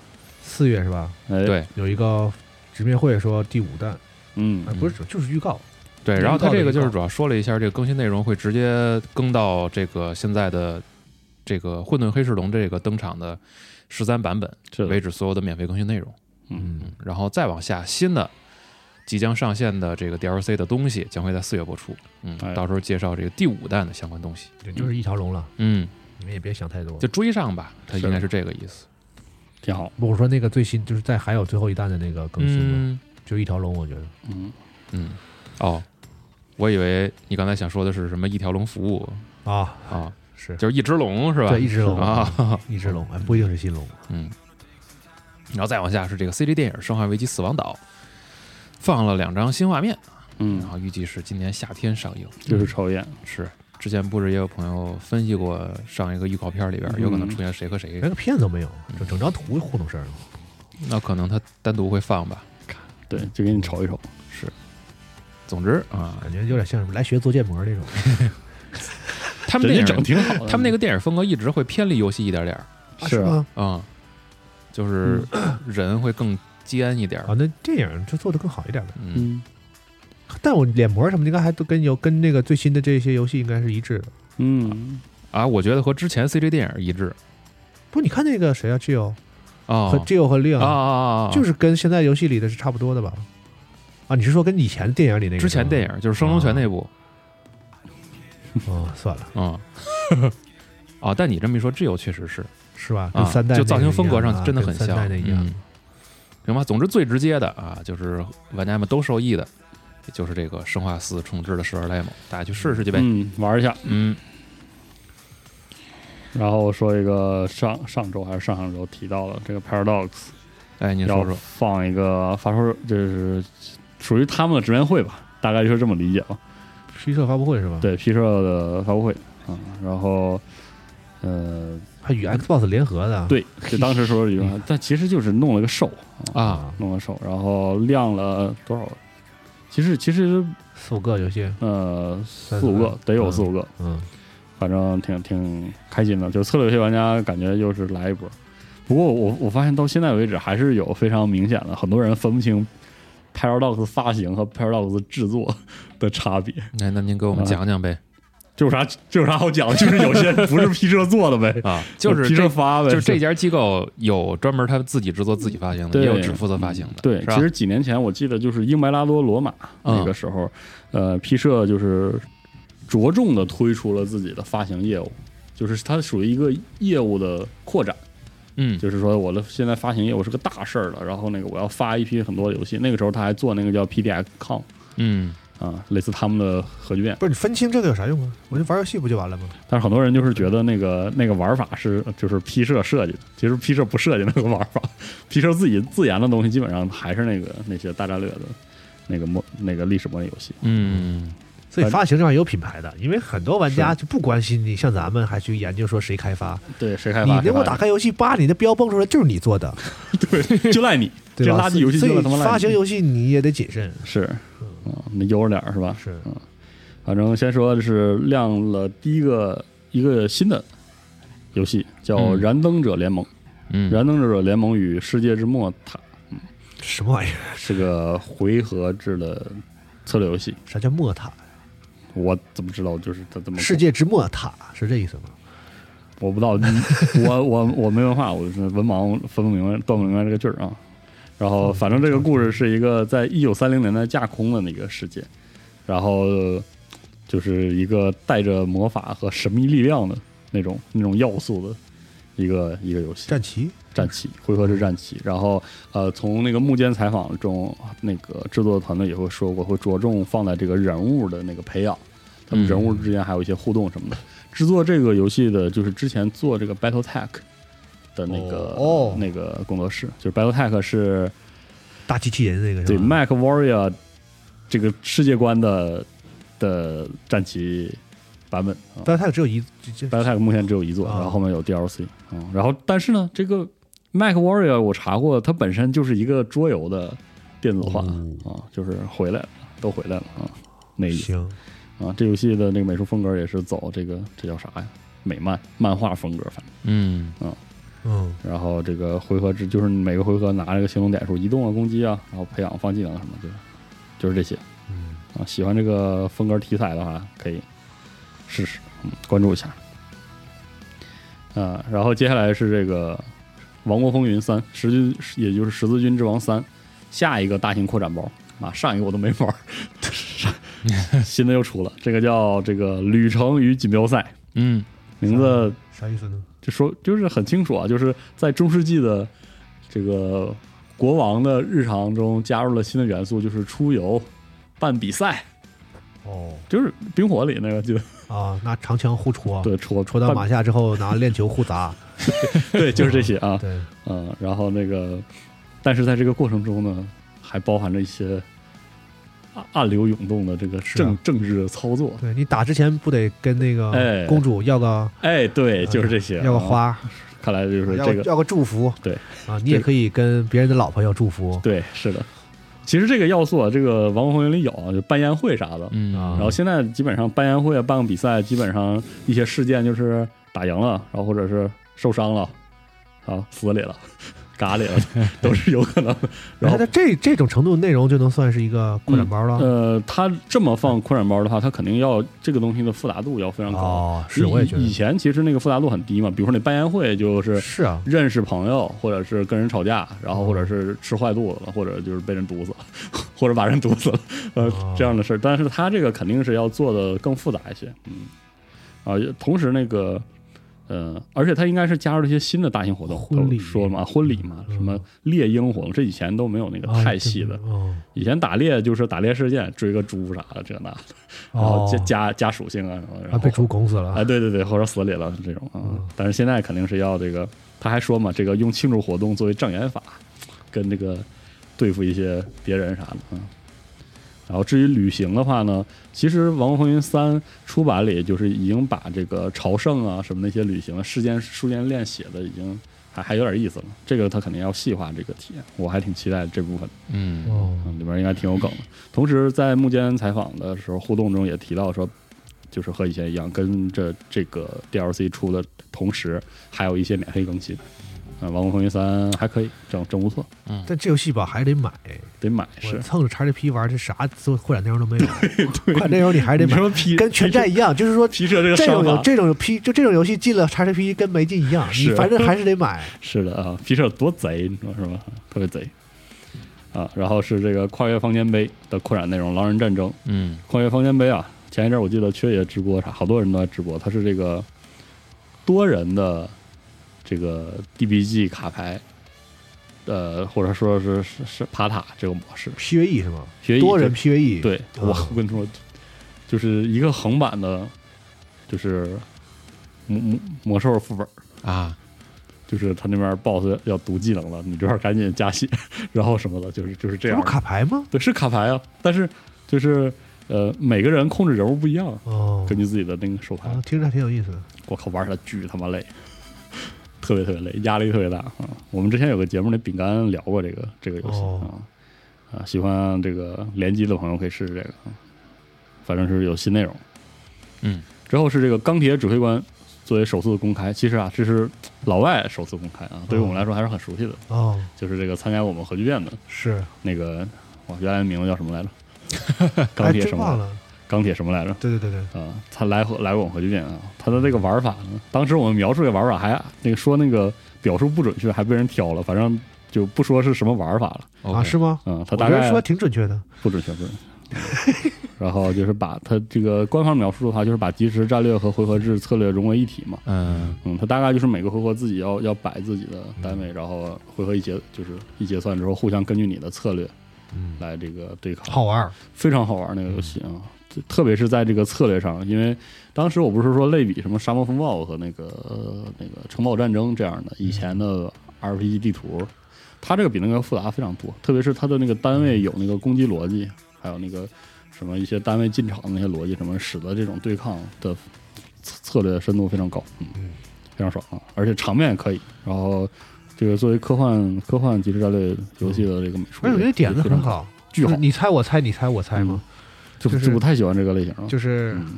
Speaker 2: 四月是吧？
Speaker 3: 哎，
Speaker 1: 对
Speaker 2: 有一个直面会说第五弹，
Speaker 3: 嗯
Speaker 2: 哎，，不是，就是预告，
Speaker 1: 对，
Speaker 2: 预
Speaker 1: 然后它
Speaker 2: 告
Speaker 1: 这
Speaker 2: 的
Speaker 1: 个
Speaker 2: 预
Speaker 1: 就是
Speaker 2: 告
Speaker 1: 主要说了一下，这个更新内容会直接更到这个现在的这个混沌黑市龙这个登场的十三版本
Speaker 3: 是的
Speaker 1: 为止所有的免费更新内容。
Speaker 3: 嗯，
Speaker 1: 嗯，然后再往下，新的即将上线的这个 DLC 的东西将会在四月播出。嗯
Speaker 3: 哎，
Speaker 1: 到时候介绍这个第五弹的相关东西。
Speaker 2: 也就是一条龙了，
Speaker 1: 嗯，
Speaker 2: 你们也别想太多
Speaker 1: 就。追上吧，它
Speaker 3: 是
Speaker 1: 应该是这个意思。
Speaker 3: 挺好。
Speaker 2: 我说那个最新就是在还有最后一弹的那个更新嘛，
Speaker 1: 嗯
Speaker 2: 就一条龙，我觉得
Speaker 3: 嗯，
Speaker 1: 嗯，哦，我以为你刚才想说的是什么一条龙服务
Speaker 2: 啊
Speaker 1: 啊，
Speaker 2: 是
Speaker 1: 就是一只龙是吧？
Speaker 2: 对一只龙
Speaker 1: 啊。
Speaker 2: 一只龙，哎，不一定是新龙，
Speaker 1: 嗯，然后再往下是这个 CG 电影《生化危机：死亡岛》，放了两张新画面，然
Speaker 3: 嗯，
Speaker 1: 后预计是今年夏天上映。
Speaker 3: 就是抽烟，
Speaker 1: 是之前不是也有朋友分析过，上一个预告片里边
Speaker 3: 嗯
Speaker 1: 有可能出现谁和谁，
Speaker 2: 连个片子都没有，
Speaker 1: 嗯
Speaker 2: 整整张图糊弄事儿了。
Speaker 1: 那可能他单独会放吧。
Speaker 3: 对，就给你瞅一瞅。
Speaker 1: 总之啊，
Speaker 2: 感觉有点像什么来学做建模那种。
Speaker 1: 他们
Speaker 3: 人
Speaker 1: 电
Speaker 3: 家整
Speaker 1: 影
Speaker 3: 挺好的，
Speaker 1: 他们那个电影风格一直会偏离游戏一点点儿
Speaker 3: 是啊
Speaker 2: 吗？
Speaker 1: 啊、就是
Speaker 3: 嗯
Speaker 1: 人会更尖一点儿
Speaker 2: 啊，。那电影就做的更好一点呗。
Speaker 1: 嗯，
Speaker 3: 嗯
Speaker 2: 但我脸模什么的应该还都跟有跟那个最新的这些游戏应该是一致的。
Speaker 3: 嗯，
Speaker 1: 啊，我觉得和之前 CG 电影一致
Speaker 2: 不，你看那个谁啊，Gio
Speaker 1: 啊
Speaker 2: 和 Gio 和 Leon，、
Speaker 1: 啊啊啊啊！
Speaker 2: 就是是跟现在游戏里的是差不多的吧？啊，你是说跟以前电影里那个？
Speaker 1: 之前电
Speaker 2: 影
Speaker 1: 影就是《升龙拳》那部，
Speaker 2: 哦，算了，
Speaker 1: 嗯，啊，但你这么一说，这有确实是
Speaker 2: 是吧？
Speaker 1: 啊
Speaker 2: 跟三代、
Speaker 1: 就造型风格上真的
Speaker 2: 的
Speaker 1: 很
Speaker 2: 啊跟三
Speaker 1: 像，
Speaker 2: 代那一样。
Speaker 1: 嗯行吧，总之最直接的啊，就是玩家们都受益的，也就是这个《生化四重置》的十二 demo，大家去试试去呗。
Speaker 3: 嗯，玩一下。
Speaker 1: 嗯
Speaker 3: 然后说一个上上周还是上上周提到了这个 Paradox
Speaker 1: 哎，您
Speaker 3: 要
Speaker 1: 说说，
Speaker 3: 放一个发售日，就是属于他们的直面会吧，大概就是这么理解吧。
Speaker 2: 虚设发布会是吧？，
Speaker 3: 对 P 社的发布会啊、然后呃，
Speaker 2: 它与 Xbox 联合的。
Speaker 3: 对，就当时说了一句话，
Speaker 1: 嗯
Speaker 3: 但其实就是弄了个 show
Speaker 1: 啊，
Speaker 3: 弄了 show，然后亮了多少？其实其实
Speaker 2: 四五个游戏，
Speaker 3: 呃
Speaker 2: 三
Speaker 3: 四五个
Speaker 2: 个
Speaker 3: 得有
Speaker 2: 嗯
Speaker 3: 四五个，
Speaker 2: 嗯，
Speaker 3: 反正挺挺开心的。就策略游戏玩家感觉又是来一波。不过我我发现到现在为止还是有非常明显的，很多人分不清 Paradox 发行和 Paradox 制作的差别。
Speaker 1: 那那您给我们
Speaker 3: 啊
Speaker 1: 讲讲呗
Speaker 3: 这有啥这有啥好讲的？就是有些不 是 P 社做的呗，
Speaker 1: 啊，就是
Speaker 3: 皮
Speaker 1: 这
Speaker 3: 社发呗，
Speaker 1: 就是这家机构有专门他自己制作、自己发行的，
Speaker 3: 对
Speaker 1: 也有只负责发行的，
Speaker 3: 对
Speaker 1: 是，吧嗯
Speaker 3: 其实几年前我记得就是英白拉多罗马那个时候，呃，P 社就是着重的推出了自己的发行业务，就是它属于一个业务的扩展，
Speaker 1: 嗯
Speaker 3: 就是说我的现在发行业务是个大事儿了，然后那个我要发一批很多游戏，那个时候他还做那个叫 PDXCOM
Speaker 1: 嗯，
Speaker 3: 啊，类似他们的核聚变，
Speaker 2: 不是你分清这个有啥用啊？我就玩游戏不就完了吗？
Speaker 3: 但是很多人就是觉得那个那个玩法是就是 P 社设计的，其实 P 社不设计那个玩法，P 社自己自研的东西基本上还是那个那些大战略的那个模那个历史模拟游戏。
Speaker 1: 嗯，
Speaker 2: 所以
Speaker 3: 反
Speaker 2: 发行这玩意儿有品牌的，因为很多玩家就不关心你，像咱们还去研究说谁开发，
Speaker 3: 对，谁开
Speaker 2: 你
Speaker 3: 发？
Speaker 2: 给我打开游戏吧，你的标蹦出来就是你做的，
Speaker 3: 开就赖你，
Speaker 2: 对
Speaker 3: 这
Speaker 2: 吧？
Speaker 3: 垃圾游戏
Speaker 2: 所
Speaker 3: 就
Speaker 2: 以
Speaker 3: 是他妈
Speaker 2: 发
Speaker 3: 垃
Speaker 2: 行
Speaker 3: 圾。
Speaker 2: 游戏你也得谨慎，
Speaker 3: 是，嗯，那悠着点儿是吧？
Speaker 2: 是
Speaker 3: 反正先说的是亮了第一个一个新的游戏叫《
Speaker 1: 嗯
Speaker 3: 燃灯者联盟》，
Speaker 1: 嗯
Speaker 3: 燃灯者联盟与世界之末》，它
Speaker 2: 什么玩意儿？
Speaker 3: 是个回合制的策略游戏。
Speaker 2: 啥叫莫塔？
Speaker 3: 我怎么知道？就是它这么
Speaker 2: 世界之莫塔是这意思吗？
Speaker 3: 我不知道，你我我我没文化，我是文盲，分不明白，断不明白这个劲儿啊。然后，反正这个故事是一个在一九三零年代架空的那个世界，然后呃就是一个带着魔法和神秘力量的那种那种要素的一个一个游戏。
Speaker 2: 战旗
Speaker 3: 战旗，回合制战旗。然后呃，从那个幕间采访中，那个制作团队也会说过，会着重放在这个人物的那个培养，他
Speaker 1: 嗯
Speaker 3: 们人物之间还有一些互动什么的。制作这个游戏的，就是之前做这个 Battle Tech 的那个、
Speaker 2: 哦哦
Speaker 3: 那个工作室，就是 Battle Tech 是
Speaker 2: 大机器人那个是
Speaker 3: 对
Speaker 2: 吧
Speaker 3: Mac Warrior 这个世界观的的战旗版本啊。
Speaker 2: 但是它也只有一这这
Speaker 3: Battle Tech 目前只有一座，
Speaker 2: 啊
Speaker 3: 然后后面有 DLC 嗯。然后但是呢，这个 Mac Warrior 我查过，它本身就是一个桌游的电子化啊、就是回来了，都回来了啊、那一
Speaker 2: 行，
Speaker 3: 啊，这游戏的那个美术风格也是走这个这叫啥呀？美漫漫画风格，反正。
Speaker 1: 嗯
Speaker 2: 嗯，
Speaker 3: 然后这个回合制就是每个回合拿这个行动点数移动啊、攻击啊，然后培养放技能什么的，就是就是这些。
Speaker 2: 嗯，
Speaker 3: 啊，喜欢这个风格题材的话，可以试试，嗯，关注一下。啊，然后接下来是这个《王国风云三》十军，也就是《十字军之王三》下一个大型扩展包啊，上一个我都没玩儿，新的又出了，这个叫这个《旅程与锦标赛》，
Speaker 1: 嗯
Speaker 3: 名字
Speaker 2: 啥意思呢？
Speaker 3: 就说就是很清楚啊，就是在中世纪的这个国王的日常中加入了新的元素，就是出游、办比赛。
Speaker 2: 哦
Speaker 3: 就是冰火里那个，记得
Speaker 2: 啊，拿长枪互戳，
Speaker 3: 对，哦戳
Speaker 2: 戳到马下之后拿链球互砸，
Speaker 3: 对，就是这些啊，
Speaker 2: 对，
Speaker 3: 嗯，然后那个，但是在这个过程中呢，还包含着一些暗暗流涌动的这个
Speaker 2: 啊
Speaker 3: 政政治操作，
Speaker 2: 对你打之前不得跟那个
Speaker 3: 哎
Speaker 2: 公主要个
Speaker 3: 哎，对，就是这些，
Speaker 2: 要个
Speaker 3: 啊，
Speaker 2: 花，
Speaker 3: 看来就是
Speaker 2: 要
Speaker 3: 这
Speaker 2: 个
Speaker 3: 个，
Speaker 2: 要个祝福，
Speaker 3: 对
Speaker 2: 啊，你也可以跟别人的老婆要祝福，
Speaker 3: 对，是的，其实这个要素啊，这个《王国风云》里有啊，就办宴会啥的，
Speaker 1: 嗯
Speaker 2: 啊
Speaker 3: 然后现在基本上办宴会啊，办个比赛，基本上一些事件就是打赢了，然后或者是受伤了，啊，死里了， 嘎里了，都是有可能的，
Speaker 2: 然
Speaker 3: 然后
Speaker 2: 后它这这种程度内容就能算是一个扩展包了。
Speaker 3: 呃，它这么放扩展包的话，它肯定要这个东西的复杂度要非常高。
Speaker 2: 哦，是，我也觉
Speaker 3: 嗯以以
Speaker 2: 得
Speaker 3: 前其实那个复杂度很低嘛，比如说你办宴会就是
Speaker 2: 是啊，
Speaker 3: 认识朋友，或者是跟人吵架，然后或者是吃坏肚子了，或者就是被人毒死 了，或者把人毒死了，呃，
Speaker 2: 哦
Speaker 3: 这样的事儿。但是它这个肯定是要做的更复杂一些，嗯，啊，同时那个。呃，而且它应该是加入了一些新的大型活动，
Speaker 2: 婚礼
Speaker 3: 都说了嘛，婚礼嘛，
Speaker 2: 嗯
Speaker 3: 什么猎鹰活动，这以前都没有那个
Speaker 2: 啊
Speaker 3: 太细嗯的，，
Speaker 2: 哦，
Speaker 3: 以前打猎就是打猎事件，追个猪啥的这那的，然后加加加属性啊什么的，
Speaker 2: 哦啊
Speaker 3: 然后
Speaker 2: 被猪拱死
Speaker 3: 啊
Speaker 2: 了，
Speaker 3: 对对对，或者死里了这种啊、
Speaker 2: 嗯
Speaker 3: 但是现在肯定是要这个，他还说嘛，这个用庆祝活动作为障眼法，跟这个对付一些别人啥的啊、嗯然后至于旅行的话呢，其实《王国风云三》出版里就是已经把这个朝圣啊什么那些旅行的事件书间链写的已经还还有点意思了，这个他肯定要细化这个体验，我还挺期待这部分的。
Speaker 1: 嗯
Speaker 2: 哦，
Speaker 3: 嗯，里面应该挺有梗的。同时，在幕间采访的时候，互动中也提到说，就是和以前一样，跟着这个 DLC 出的同时，还有一些免费更新。啊、王国风云三》还可以，整整不错，
Speaker 2: 但这游戏吧还得买，
Speaker 3: 得买
Speaker 2: 我
Speaker 3: 是。
Speaker 2: 蹭着 XGP 玩，这啥做扩展内容都没有，扩展内容你还得买，
Speaker 3: 么皮
Speaker 2: 跟全站一样，就是说
Speaker 3: 皮车这个
Speaker 2: 这
Speaker 3: 商
Speaker 2: 种游
Speaker 3: 法
Speaker 2: 这种游 P 就这种游戏进了 XGP 跟没进一样，你
Speaker 3: 是嗯
Speaker 2: 反正还是得买。
Speaker 3: 是的啊，皮车多贼，你说是吧？特别贼啊。然后是这个跨越方尖碑的扩展内容，狼人战争。
Speaker 1: 嗯
Speaker 3: 跨越方尖碑啊，前一阵儿我记得缺爷直播啥，好多人都在直播，它是这个多人的这个 DBG 卡牌，呃，或者说是是是爬塔这个模式，
Speaker 2: PVE E 是吗？
Speaker 3: 学艺
Speaker 2: 多人
Speaker 3: 就
Speaker 2: PVE，
Speaker 3: E，对，我
Speaker 2: 啊
Speaker 3: 我跟你说，就是一个横版的，就是魔魔魔兽副本儿。
Speaker 1: 啊
Speaker 3: 就是他那边 BOSS 要读技能了，你这边赶紧加血， 然后什么的，就是就是
Speaker 2: 这
Speaker 3: 这样
Speaker 2: 不
Speaker 3: 的。
Speaker 2: 卡牌吗？
Speaker 3: 对，是卡牌啊，但是就是呃，每个人控制人物不一样，啊
Speaker 2: 哦，
Speaker 3: 根据自己的那个手牌
Speaker 2: 啊，听着还挺有意思的。
Speaker 3: 我靠，玩起来巨他妈累，特别特别累，压力特别大啊！我们之前有个节目，那饼干聊过这个这个游戏、
Speaker 2: 哦
Speaker 3: 啊啊，喜欢这个联机的朋友可以试试这个，啊反正是有新内容。
Speaker 1: 嗯，
Speaker 3: 之后是这个钢铁指挥官作为首次公开，其实啊，这是老外首次公开啊，对于我们来说还是很熟悉的，
Speaker 2: 哦，
Speaker 3: 就是这个参加我们核聚变的
Speaker 2: 是，
Speaker 3: 那个，哇，原来名字叫什么来着？
Speaker 2: 哎，
Speaker 3: 钢铁
Speaker 2: 真
Speaker 3: 什
Speaker 2: 忘
Speaker 3: 么？
Speaker 2: 了。
Speaker 3: 钢铁什么来着？
Speaker 2: 对对对对，
Speaker 3: 啊，他来回来过我们核聚变啊，他的这个玩法呢，当时我们描述这个玩法还那个说那个表述不准确，还被人挑了，反正就不说是什么玩法了。
Speaker 2: 啊，
Speaker 1: ，OK
Speaker 2: 是吗？
Speaker 3: 嗯，他
Speaker 2: 我
Speaker 3: 大
Speaker 2: 觉得
Speaker 3: 概
Speaker 2: 说挺准确的。
Speaker 3: 不准确，不准确。然后就是把它这个官方描述的话，就是把即时战略和回合制策略融为一体嘛。
Speaker 1: 嗯，
Speaker 3: 嗯，它大概就是每个回合自己要要摆自己的单位，然后回合一结就是一结算之后，互相根据你的策略
Speaker 2: 嗯，
Speaker 3: 来这个对抗。
Speaker 2: 好玩儿，
Speaker 3: 非常好玩那个游戏啊，
Speaker 2: 嗯
Speaker 3: 特特别是在这个策略上，因为当时我不是说类比什么《沙漠风暴》和那个、呃那个《城堡战争》这样的
Speaker 2: 嗯
Speaker 3: 以前的 RPG 地图，它这个比那个复杂非常多，特别是它的那个单位有那个攻击逻辑，还有那个什么一些单位进场的那些逻辑，什么使得这种对抗的策策略深度非常高，嗯
Speaker 2: 嗯，
Speaker 3: 非常爽啊，而且场面也可以，然后。这个作为科幻科幻即时战略游戏的这个美术，
Speaker 2: 而且我觉得点子很，好，
Speaker 3: 巨
Speaker 2: 就是
Speaker 3: 好，
Speaker 2: 你猜我猜，你猜我猜吗？
Speaker 3: 就
Speaker 2: 就是
Speaker 3: 就不太喜欢这个类型了。
Speaker 2: 就是
Speaker 3: 嗯，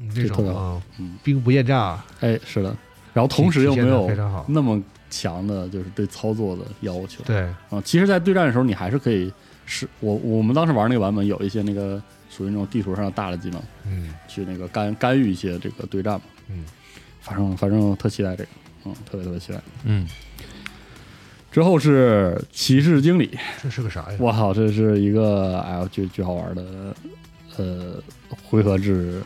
Speaker 2: 嗯这
Speaker 3: 就特别
Speaker 2: 种
Speaker 3: 好
Speaker 2: 啊
Speaker 3: 嗯，
Speaker 2: 兵不厌诈，
Speaker 3: 哎，是的。然后同时又
Speaker 2: 体现
Speaker 3: 没
Speaker 2: 得
Speaker 3: 有嗯
Speaker 2: 非常好，
Speaker 3: 那么强的，就是对操作的要求
Speaker 2: 对，
Speaker 3: 啊。其实，在对战的时候，你还是可以是我我们当时玩那个版本有一些那个属于那种地图上的大的技能，
Speaker 2: 嗯
Speaker 3: 去那个干干预一些这个对战嘛。
Speaker 2: 嗯，
Speaker 3: 反正反正特期待这个，嗯，特别特别期待。
Speaker 1: 嗯，
Speaker 3: 之后是骑士经理，
Speaker 2: 这是个啥呀？
Speaker 3: 我靠，这是一个哎呀，巨巨好玩的，呃，回合制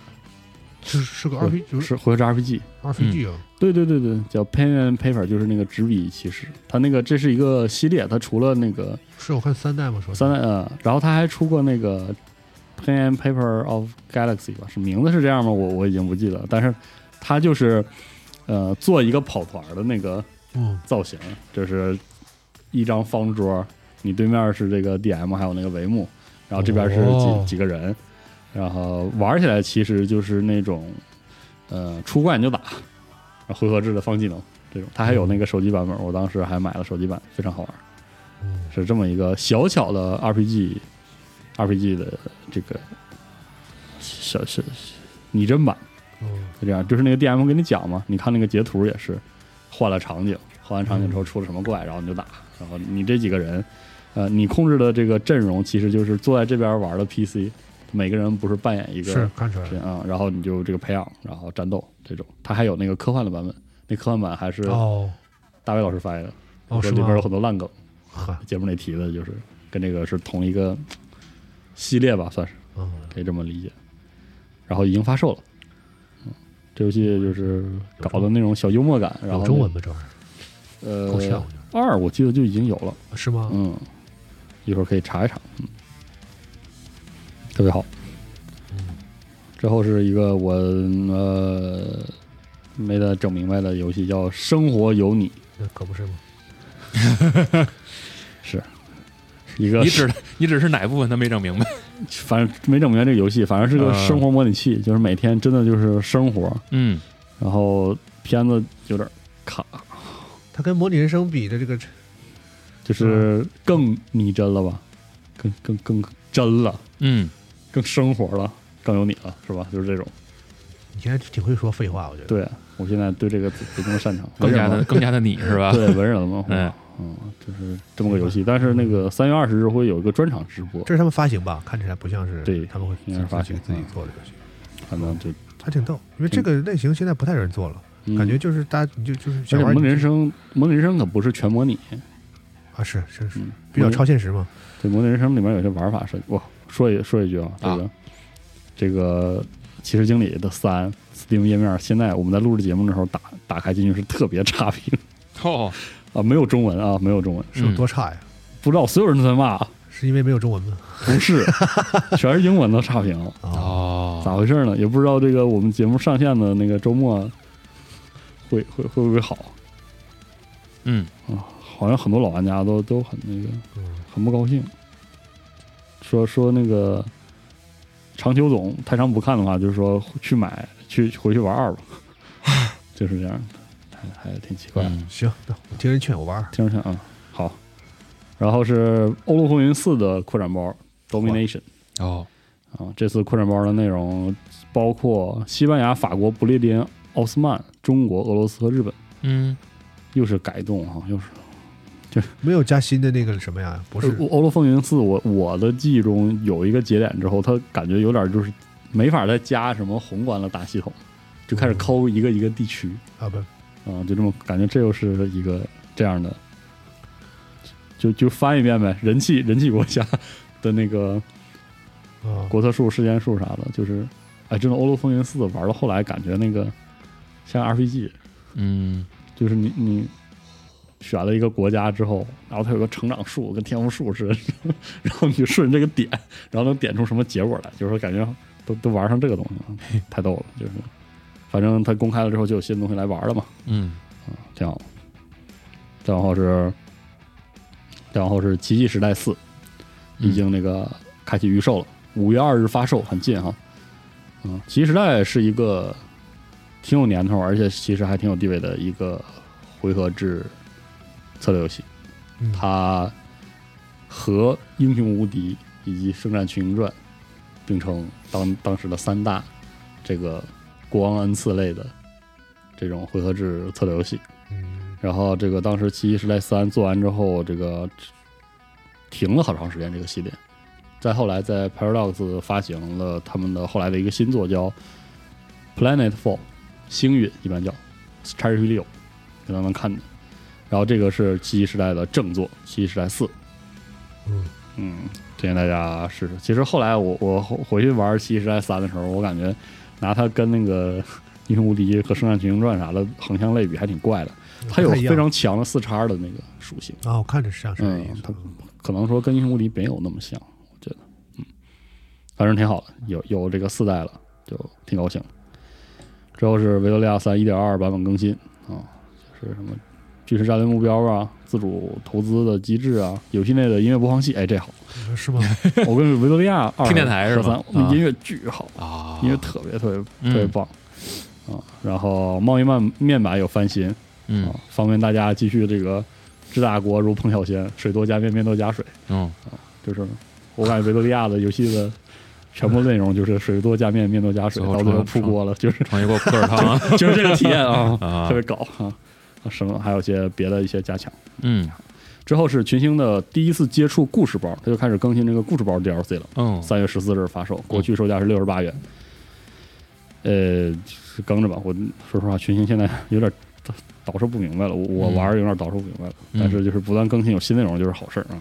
Speaker 2: 这是个 RPG，就是
Speaker 3: 是嗯回合制 RPG，
Speaker 2: RPG 啊，
Speaker 3: 对对对对，叫 Pen and Paper，就是那个纸笔骑士。它那个这是一个系列，它除了那个
Speaker 2: 是我看三代吗？说是
Speaker 3: 三代，呃，然后它还出过那个 Pen and Paper of Galaxy 吧，是名字是这样吗？我我已经不记得了。但是它就是呃，做一个跑团的那个
Speaker 2: 嗯
Speaker 3: 造型，就是一张方桌，你对面是这个 DM，还有那个帷幕，然后这边是几、
Speaker 2: 哦
Speaker 3: 几个人，然后玩起来其实就是那种，呃，出怪你就打，然后回合制的放技能这种。它还有那个手机版本，我当时还买了手机版，非常好玩，
Speaker 2: 嗯
Speaker 3: 是这么一个小巧的 RPG，RPG 的这个小小拟真版。
Speaker 2: 嗯，
Speaker 3: 就这样，就是那个 DM 跟你讲嘛，你看那个截图也是，换了场景，换完场景之
Speaker 2: 嗯
Speaker 3: 后出了什么怪，然后你就打，然后你这几个人，呃，你控制的这个阵容其实就是坐在这边玩的 PC，每个人不是扮演一个
Speaker 2: 是看出来
Speaker 3: 这
Speaker 2: 了
Speaker 3: 样啊，然后你就这个培养，然后战斗这种，它还有那个科幻的版本，那科幻版还是
Speaker 2: 哦
Speaker 3: 大卫老师翻译的，
Speaker 2: 哦
Speaker 3: 说
Speaker 2: 是
Speaker 3: 里
Speaker 2: 吗
Speaker 3: 边有？很多烂梗，
Speaker 2: 呵
Speaker 3: 节目里提的就是跟这个是同一个系列吧，算是。
Speaker 2: 嗯，
Speaker 3: 可以这么理解。然后已经发售了，嗯，这游戏就是搞的那种小幽默感，然后
Speaker 2: 有中文吗？这玩意儿够像我
Speaker 3: 呃
Speaker 2: 觉得
Speaker 3: 二我记得就已经有了，
Speaker 2: 是吗？
Speaker 3: 嗯，一会儿可以查一查，嗯，特别好。
Speaker 2: 嗯
Speaker 3: 之后是一个我呃没太整明白的游戏，叫《生活有你》，
Speaker 2: 那可不是吗？
Speaker 3: 一个
Speaker 1: 你指的你只是哪部分他没整明白？
Speaker 3: 反正没整明白这个游戏，反正是个
Speaker 1: 嗯
Speaker 3: 生活模拟器，就是每天真的就是生活，
Speaker 1: 嗯，
Speaker 3: 然后片子有点卡，
Speaker 2: 它跟模拟人生比的这个
Speaker 3: 就是更拟真了吧，更更更真了，
Speaker 1: 嗯，
Speaker 3: 更生活了，更有你了，是吧？就是这种。
Speaker 2: 你现在挺会说废话，我觉得。，
Speaker 3: 对我现在对这个不不这么擅长，
Speaker 1: 更加
Speaker 3: 文
Speaker 1: 的
Speaker 3: 人
Speaker 1: 更加的你是吧
Speaker 3: 嘛？对文人 了嘛，
Speaker 1: 嗯
Speaker 3: 嗯，就是这么个游戏。但是那个三月二十日会有一个专场直播，
Speaker 2: 这是他们发行吧？看起来不像是
Speaker 3: 对
Speaker 2: 他们会
Speaker 3: 应该是发行嗯
Speaker 2: 自己自己做的游戏，
Speaker 3: 反正就
Speaker 2: 还挺逗。因为这个类型现在不太有人做了，
Speaker 3: 嗯
Speaker 2: 感觉就是大家你就就是
Speaker 3: 而
Speaker 2: 想
Speaker 3: 且
Speaker 2: 玩
Speaker 3: 模拟人生，模拟人生可不是全模拟，
Speaker 2: 啊，是是是
Speaker 3: 嗯，
Speaker 2: 比较超现实嘛。
Speaker 3: 对《模拟人生》里面有些玩法是，我说一说一句啊，这个、这
Speaker 1: 啊
Speaker 3: 个骑士经理的三 Steam 页面，现在我们在录制节目的时候打打开进去是特别差评
Speaker 1: 哦，
Speaker 3: 啊，没有中文啊，没有中文，
Speaker 2: 是有多差呀？
Speaker 3: 不知道所有人都在骂，
Speaker 2: 是因为没有中文吗？
Speaker 3: 不是， 全是英文的差评，
Speaker 2: 啊，
Speaker 1: 哦，
Speaker 3: 咋回事呢？也不知道这个我们节目上线的那个周末会会会不会好
Speaker 1: 嗯，
Speaker 3: 啊？好像很多老玩家都都很那个。
Speaker 2: 嗯
Speaker 3: 很不高兴，说说那个长秋总太长不看的话，就是说去买去回去玩二吧， 就是这样的，还还挺奇怪的。
Speaker 1: 嗯
Speaker 2: 行，那我听人劝我玩儿。
Speaker 3: 听着像啊，好。然后是《欧陆风云四》的扩展包《Domination
Speaker 1: 哦，》
Speaker 3: 啊，这次扩展包的内容包括西班牙、法国、不列颠、奥斯曼、中国、俄罗斯和日本，
Speaker 1: 嗯，
Speaker 3: 又是改动啊，又是
Speaker 2: 没有加新的那个什么呀？不是
Speaker 3: 呃欧欧罗风云四，我我的记忆中有一个节点之后，它感觉有点就是没法再加什么宏观的大系统，就
Speaker 2: 嗯
Speaker 3: 开始抠一个一个地区
Speaker 2: 啊，不，
Speaker 3: 啊、就这么感觉这又是一个这样的，就就翻一遍呗，人气人气国家的那个
Speaker 2: 啊，
Speaker 3: 国策树、事件树啥的，就是哎，真的《欧陆风云四》玩到后来感觉那个像 RPG，
Speaker 1: 嗯，
Speaker 3: 就是你你选了一个国家之后，然后它有个成长树，跟天赋树似的， 然后你就顺着这个点，然后能点出什么结果来，就是说感觉都都玩上这个东西了，太逗了，就是反正它公开了之后就有新的东西来玩了嘛，
Speaker 1: 嗯，
Speaker 3: 啊，挺好。再往后是，再往后是《奇迹时代四》，已经那个开启预售了，五月二日发售，很近哈。嗯，《奇迹时代》是一个挺有年头，而且其实还挺有地位的一个回合制策略游戏。
Speaker 2: 嗯
Speaker 3: 它和《英雄无敌》以及《圣战群英传》并称当当时的三大这个国王恩赐类的这种回合制策略游戏。
Speaker 2: 嗯
Speaker 3: 然后这个当时《奇异时代三》做完之后，这个停了好长时间这个系列。再后来，在 Paradox 发行了他们的后来的一个新作，叫《Planet Fall》，星陨一般叫，Cherry 里有，可能能看见。然后这个是《奇异时代》的正作，《奇异时代四》。
Speaker 2: 嗯
Speaker 3: 嗯，推荐大家试试。其实后来我我回去玩《奇异时代三》的时候，我感觉拿它跟那个《英雄无敌》和《圣战群英传》啥的横向类比还挺怪的。它有
Speaker 2: 不太一样
Speaker 3: 非常强的四叉的那个属性，
Speaker 2: 啊，我看着像是这意思
Speaker 3: 嗯，可能说跟英雄无敌没有那么像，我觉得，嗯，反正挺好的，有有这个四代了，就挺高兴的。之后是维多利亚三一点二版本更新啊，就是什么军事战略目标啊、自主投资的机制啊、游戏内的音乐播放器，哎，这好，
Speaker 2: 你哦说是吗？
Speaker 3: 我跟维多利亚二
Speaker 1: 听电台是
Speaker 3: 吧？
Speaker 1: 吧
Speaker 3: 13那
Speaker 1: 啊
Speaker 3: 音乐巨好，
Speaker 1: 啊，
Speaker 3: 音乐特别特别
Speaker 1: 嗯
Speaker 3: 特别棒啊。然后贸易漫面板有翻新，
Speaker 1: 嗯
Speaker 3: 啊，方便大家继续这个治大国如烹小鲜，水多加面，面多加水。
Speaker 1: 嗯，
Speaker 3: 就是我感觉维多利亚的游戏的全部内容就是水多加面，面多加水，
Speaker 1: 最后
Speaker 3: 到最后
Speaker 1: 成
Speaker 3: 铺锅了，就是
Speaker 1: 成一锅普洱 汤
Speaker 3: 就是这个体验 啊，
Speaker 1: 啊
Speaker 3: 特，别搞啊。什么还有一些别的一些加强。
Speaker 1: 嗯
Speaker 3: 之后是群星的第一次接触故事包，他就开始更新这个故事包 DLC 了。
Speaker 1: 嗯
Speaker 3: 三月十四日发售，过去售价是六十八元。呃，是更着吧，我说实话，群星现在有点倒倒饬不明白了，我我
Speaker 1: 嗯
Speaker 3: 玩儿有点倒饬不明白了。
Speaker 1: 嗯
Speaker 3: 但是就是不断更新有新内容就是好事儿啊。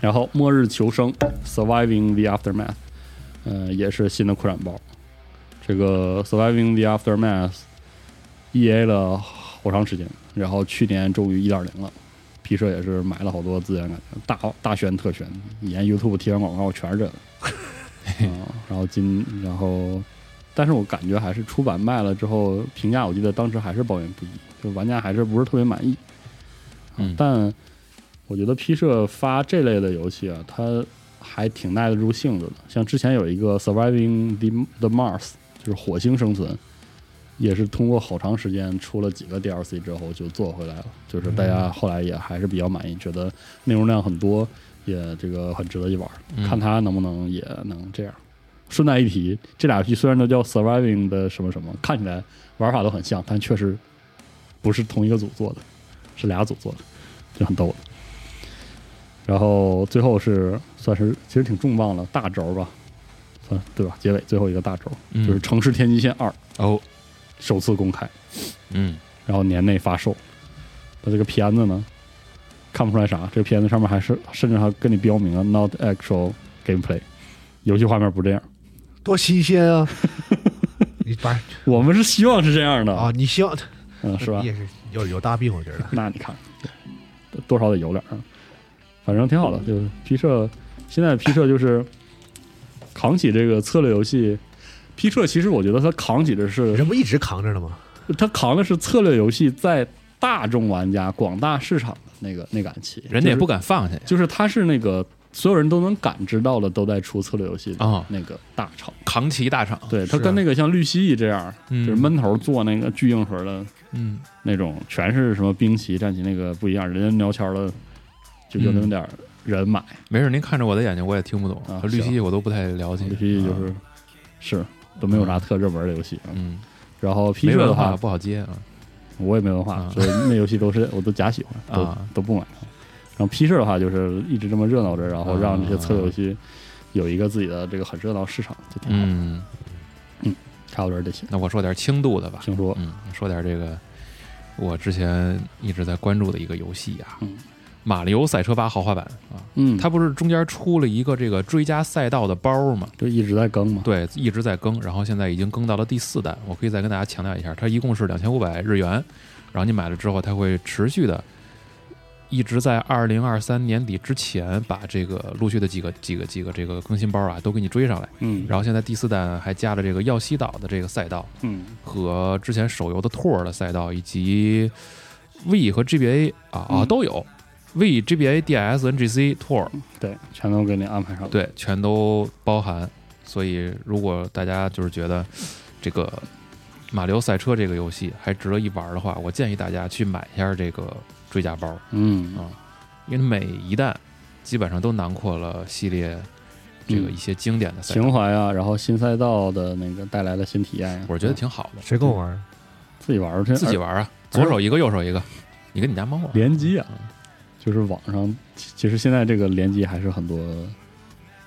Speaker 3: 然后《末日求生》（Surviving the Aftermath），呃，也是新的扩展包。这个《Surviving the Aftermath》EA 了好长时间，然后去年终于一点零了。P 社也是买了好多资源，感觉大大宣特宣，以前 YouTube 贴上广告全是这个。 嗯，然后今然后，但是我感觉还是出版卖了之后，评价我记得当时还是褒扬不一，就玩家还是不是特别满意。啊
Speaker 1: 嗯
Speaker 3: 但我觉得 P 社发这类的游戏啊，它还挺耐得住性子的。像之前有一个《Surviving the the Mars》，就是火星生存，也是通过好长时间出了几个 DLC 之后就做回来了，就是大家后来也还是比较满意，觉得内容量很多，也这个很值得一玩。
Speaker 1: 嗯
Speaker 3: 看它能不能也能这样。顺带一提，这俩游戏虽然都叫 Surviving 的什么什么，看起来玩法都很像，但确实不是同一个组做的，是俩组做的，就很逗了。然后最后是算是其实挺重磅的大轴吧，算对吧？结尾最后一个大轴、
Speaker 1: 嗯
Speaker 3: 就是《城市天际线二》
Speaker 1: 哦，
Speaker 3: 首次公开，
Speaker 1: 嗯
Speaker 3: 然后年内发售。它这个片子呢，看不出来啥。这个片子上面还是甚至还跟你标明了 “not actual gameplay”，游戏画面不这样。
Speaker 2: 多新鲜 啊！你把
Speaker 3: 我们是希望是这样的
Speaker 2: 啊，，你希望
Speaker 3: 嗯，啊是吧
Speaker 2: 你？也是有有大病，我觉得。
Speaker 3: 那你看，多少得有点儿，反正挺好的。就是 P 社现在 P 社就是扛起这个策略游戏。P 社其实我觉得他扛起的是
Speaker 2: 人不一直扛着呢吗？
Speaker 3: 他扛的是策略游戏在大众玩家、广大市场的那个那杆旗，
Speaker 1: 人家也
Speaker 3: 就是
Speaker 1: 不敢放下呀，
Speaker 3: 就是他是那个所有人都能感知到的，都在出策略游戏的
Speaker 1: 啊
Speaker 3: 那个大厂。
Speaker 1: 扛旗大厂，
Speaker 3: 对他
Speaker 2: 是啊
Speaker 3: 跟那个像绿蜥蜴这样，
Speaker 1: 嗯
Speaker 3: 就是闷头做那个巨硬核的
Speaker 1: 嗯
Speaker 3: 那种，全是什么兵棋战棋那个不一样，人家鸟悄的就有那么点儿人买，
Speaker 1: 没事，您看着我的眼睛，我也听不懂
Speaker 3: 啊，
Speaker 1: 和绿蜥蜴我都不太了解，
Speaker 3: 绿蜥蜴就
Speaker 1: 啊
Speaker 3: 是是都没有啥特热门的游戏。
Speaker 1: 嗯，
Speaker 3: 然后 P
Speaker 1: 没
Speaker 3: 社的
Speaker 1: 文化
Speaker 3: 话，
Speaker 1: 不好接啊，
Speaker 3: 我也没文化
Speaker 1: 啊，
Speaker 3: 所以那游戏都是我都假喜欢，都
Speaker 1: 啊
Speaker 3: 都不买。然后 P 社的话，就是一直这么热闹着，然后让这些策略游戏有一个自己的这个很热闹市场，就挺好的。
Speaker 1: 嗯，
Speaker 3: 差不多这些，
Speaker 1: 那我说点轻度的吧，
Speaker 3: 听说
Speaker 1: 嗯，说点这个我之前一直在关注的一个游戏啊，
Speaker 3: 嗯
Speaker 1: 马里欧赛车八豪华版啊，
Speaker 3: 嗯，
Speaker 1: 它不是中间出了一个这个追加赛道的包吗？
Speaker 3: 就一直在更嘛，
Speaker 1: 对，一直在更，然后现在已经更到了第四代。我可以再跟大家强调一下，它一共是两千五百日元，然后你买了之后，它会持续的，一直在二零二三年底之前把这个陆续的几个几个几个这个更新包啊都给你追上来。
Speaker 3: 嗯，
Speaker 1: 然后现在第四代还加了这个耀西岛的这个赛道
Speaker 3: 嗯
Speaker 1: 和之前手游的拓尔的赛道以及 V 和 GBA 啊啊
Speaker 3: 嗯
Speaker 1: 都有，V、GBA、DS、NGC、拓尔
Speaker 3: 对，全都给你安排上了。
Speaker 1: 对，全都包含。所以，如果大家就是觉得这个《马里奥赛车》这个游戏还值得一玩的话，我建议大家去买一下这个追加包，
Speaker 3: 嗯
Speaker 1: 啊因为每一代基本上都囊括了系列这个一些经典的赛道，
Speaker 3: 嗯情怀啊，然后新赛道的那个带来的新体验啊，
Speaker 1: 我觉得
Speaker 3: 啊
Speaker 1: 挺好的。
Speaker 2: 谁跟我玩儿？
Speaker 3: 自己玩儿去，
Speaker 1: 自己玩啊，左手一个，右手一个，你跟你家猫玩。
Speaker 3: 联机啊，就是网上其其实现在这个联机还是很多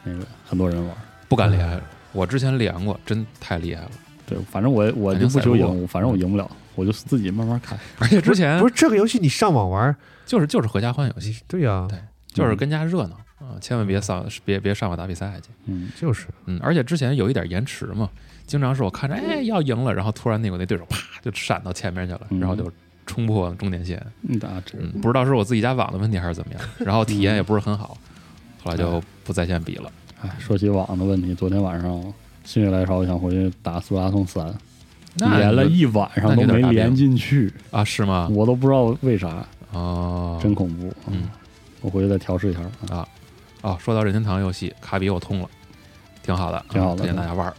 Speaker 3: 那个很多人玩儿。
Speaker 1: 不敢连，我之前连过，真太厉害了。
Speaker 3: 对，反正我我
Speaker 1: 肯定
Speaker 3: 就不
Speaker 1: 赛
Speaker 3: 求
Speaker 1: 不
Speaker 3: 赢，
Speaker 1: 过
Speaker 3: 我反正我赢不了，我就自己慢慢开。
Speaker 1: 而且之前
Speaker 2: 不是这个游戏，你上网玩儿，
Speaker 1: 就是就是合家欢游
Speaker 3: 嗯
Speaker 1: 戏，
Speaker 2: 对呀、
Speaker 1: 对就是跟家热闹啊，千万别上别别上网打比赛去。
Speaker 3: 嗯，
Speaker 2: 就是
Speaker 1: 嗯，而且之前有一点延迟嘛，经常是我看着哎要赢了，然后突然那个那对手啪就闪到前面去了，
Speaker 3: 嗯
Speaker 1: 然后就冲破终点线。
Speaker 3: 嗯啊，这
Speaker 1: 嗯，不知道是我自己家网的问题还是怎么样， 然后体验也不是很好，
Speaker 3: 嗯
Speaker 1: 后来就不在线比了。
Speaker 3: 哎，说起网的问题，昨天晚上心血来潮，我想回去打斯巴达通三，
Speaker 1: 那
Speaker 3: 连了一晚上
Speaker 1: 那有
Speaker 3: 都
Speaker 1: 点
Speaker 3: 没
Speaker 1: 大
Speaker 3: 连
Speaker 1: 病
Speaker 3: 进去，
Speaker 1: 啊，是吗？
Speaker 3: 我都不知道为啥，
Speaker 1: 哦，
Speaker 3: 真恐怖。啊
Speaker 1: 嗯，
Speaker 3: 我回去再调试一下。啊
Speaker 1: 哦，说到任天堂游戏，卡比我通了，挺好的，
Speaker 3: 挺好的嗯
Speaker 1: 啊推荐大家玩儿，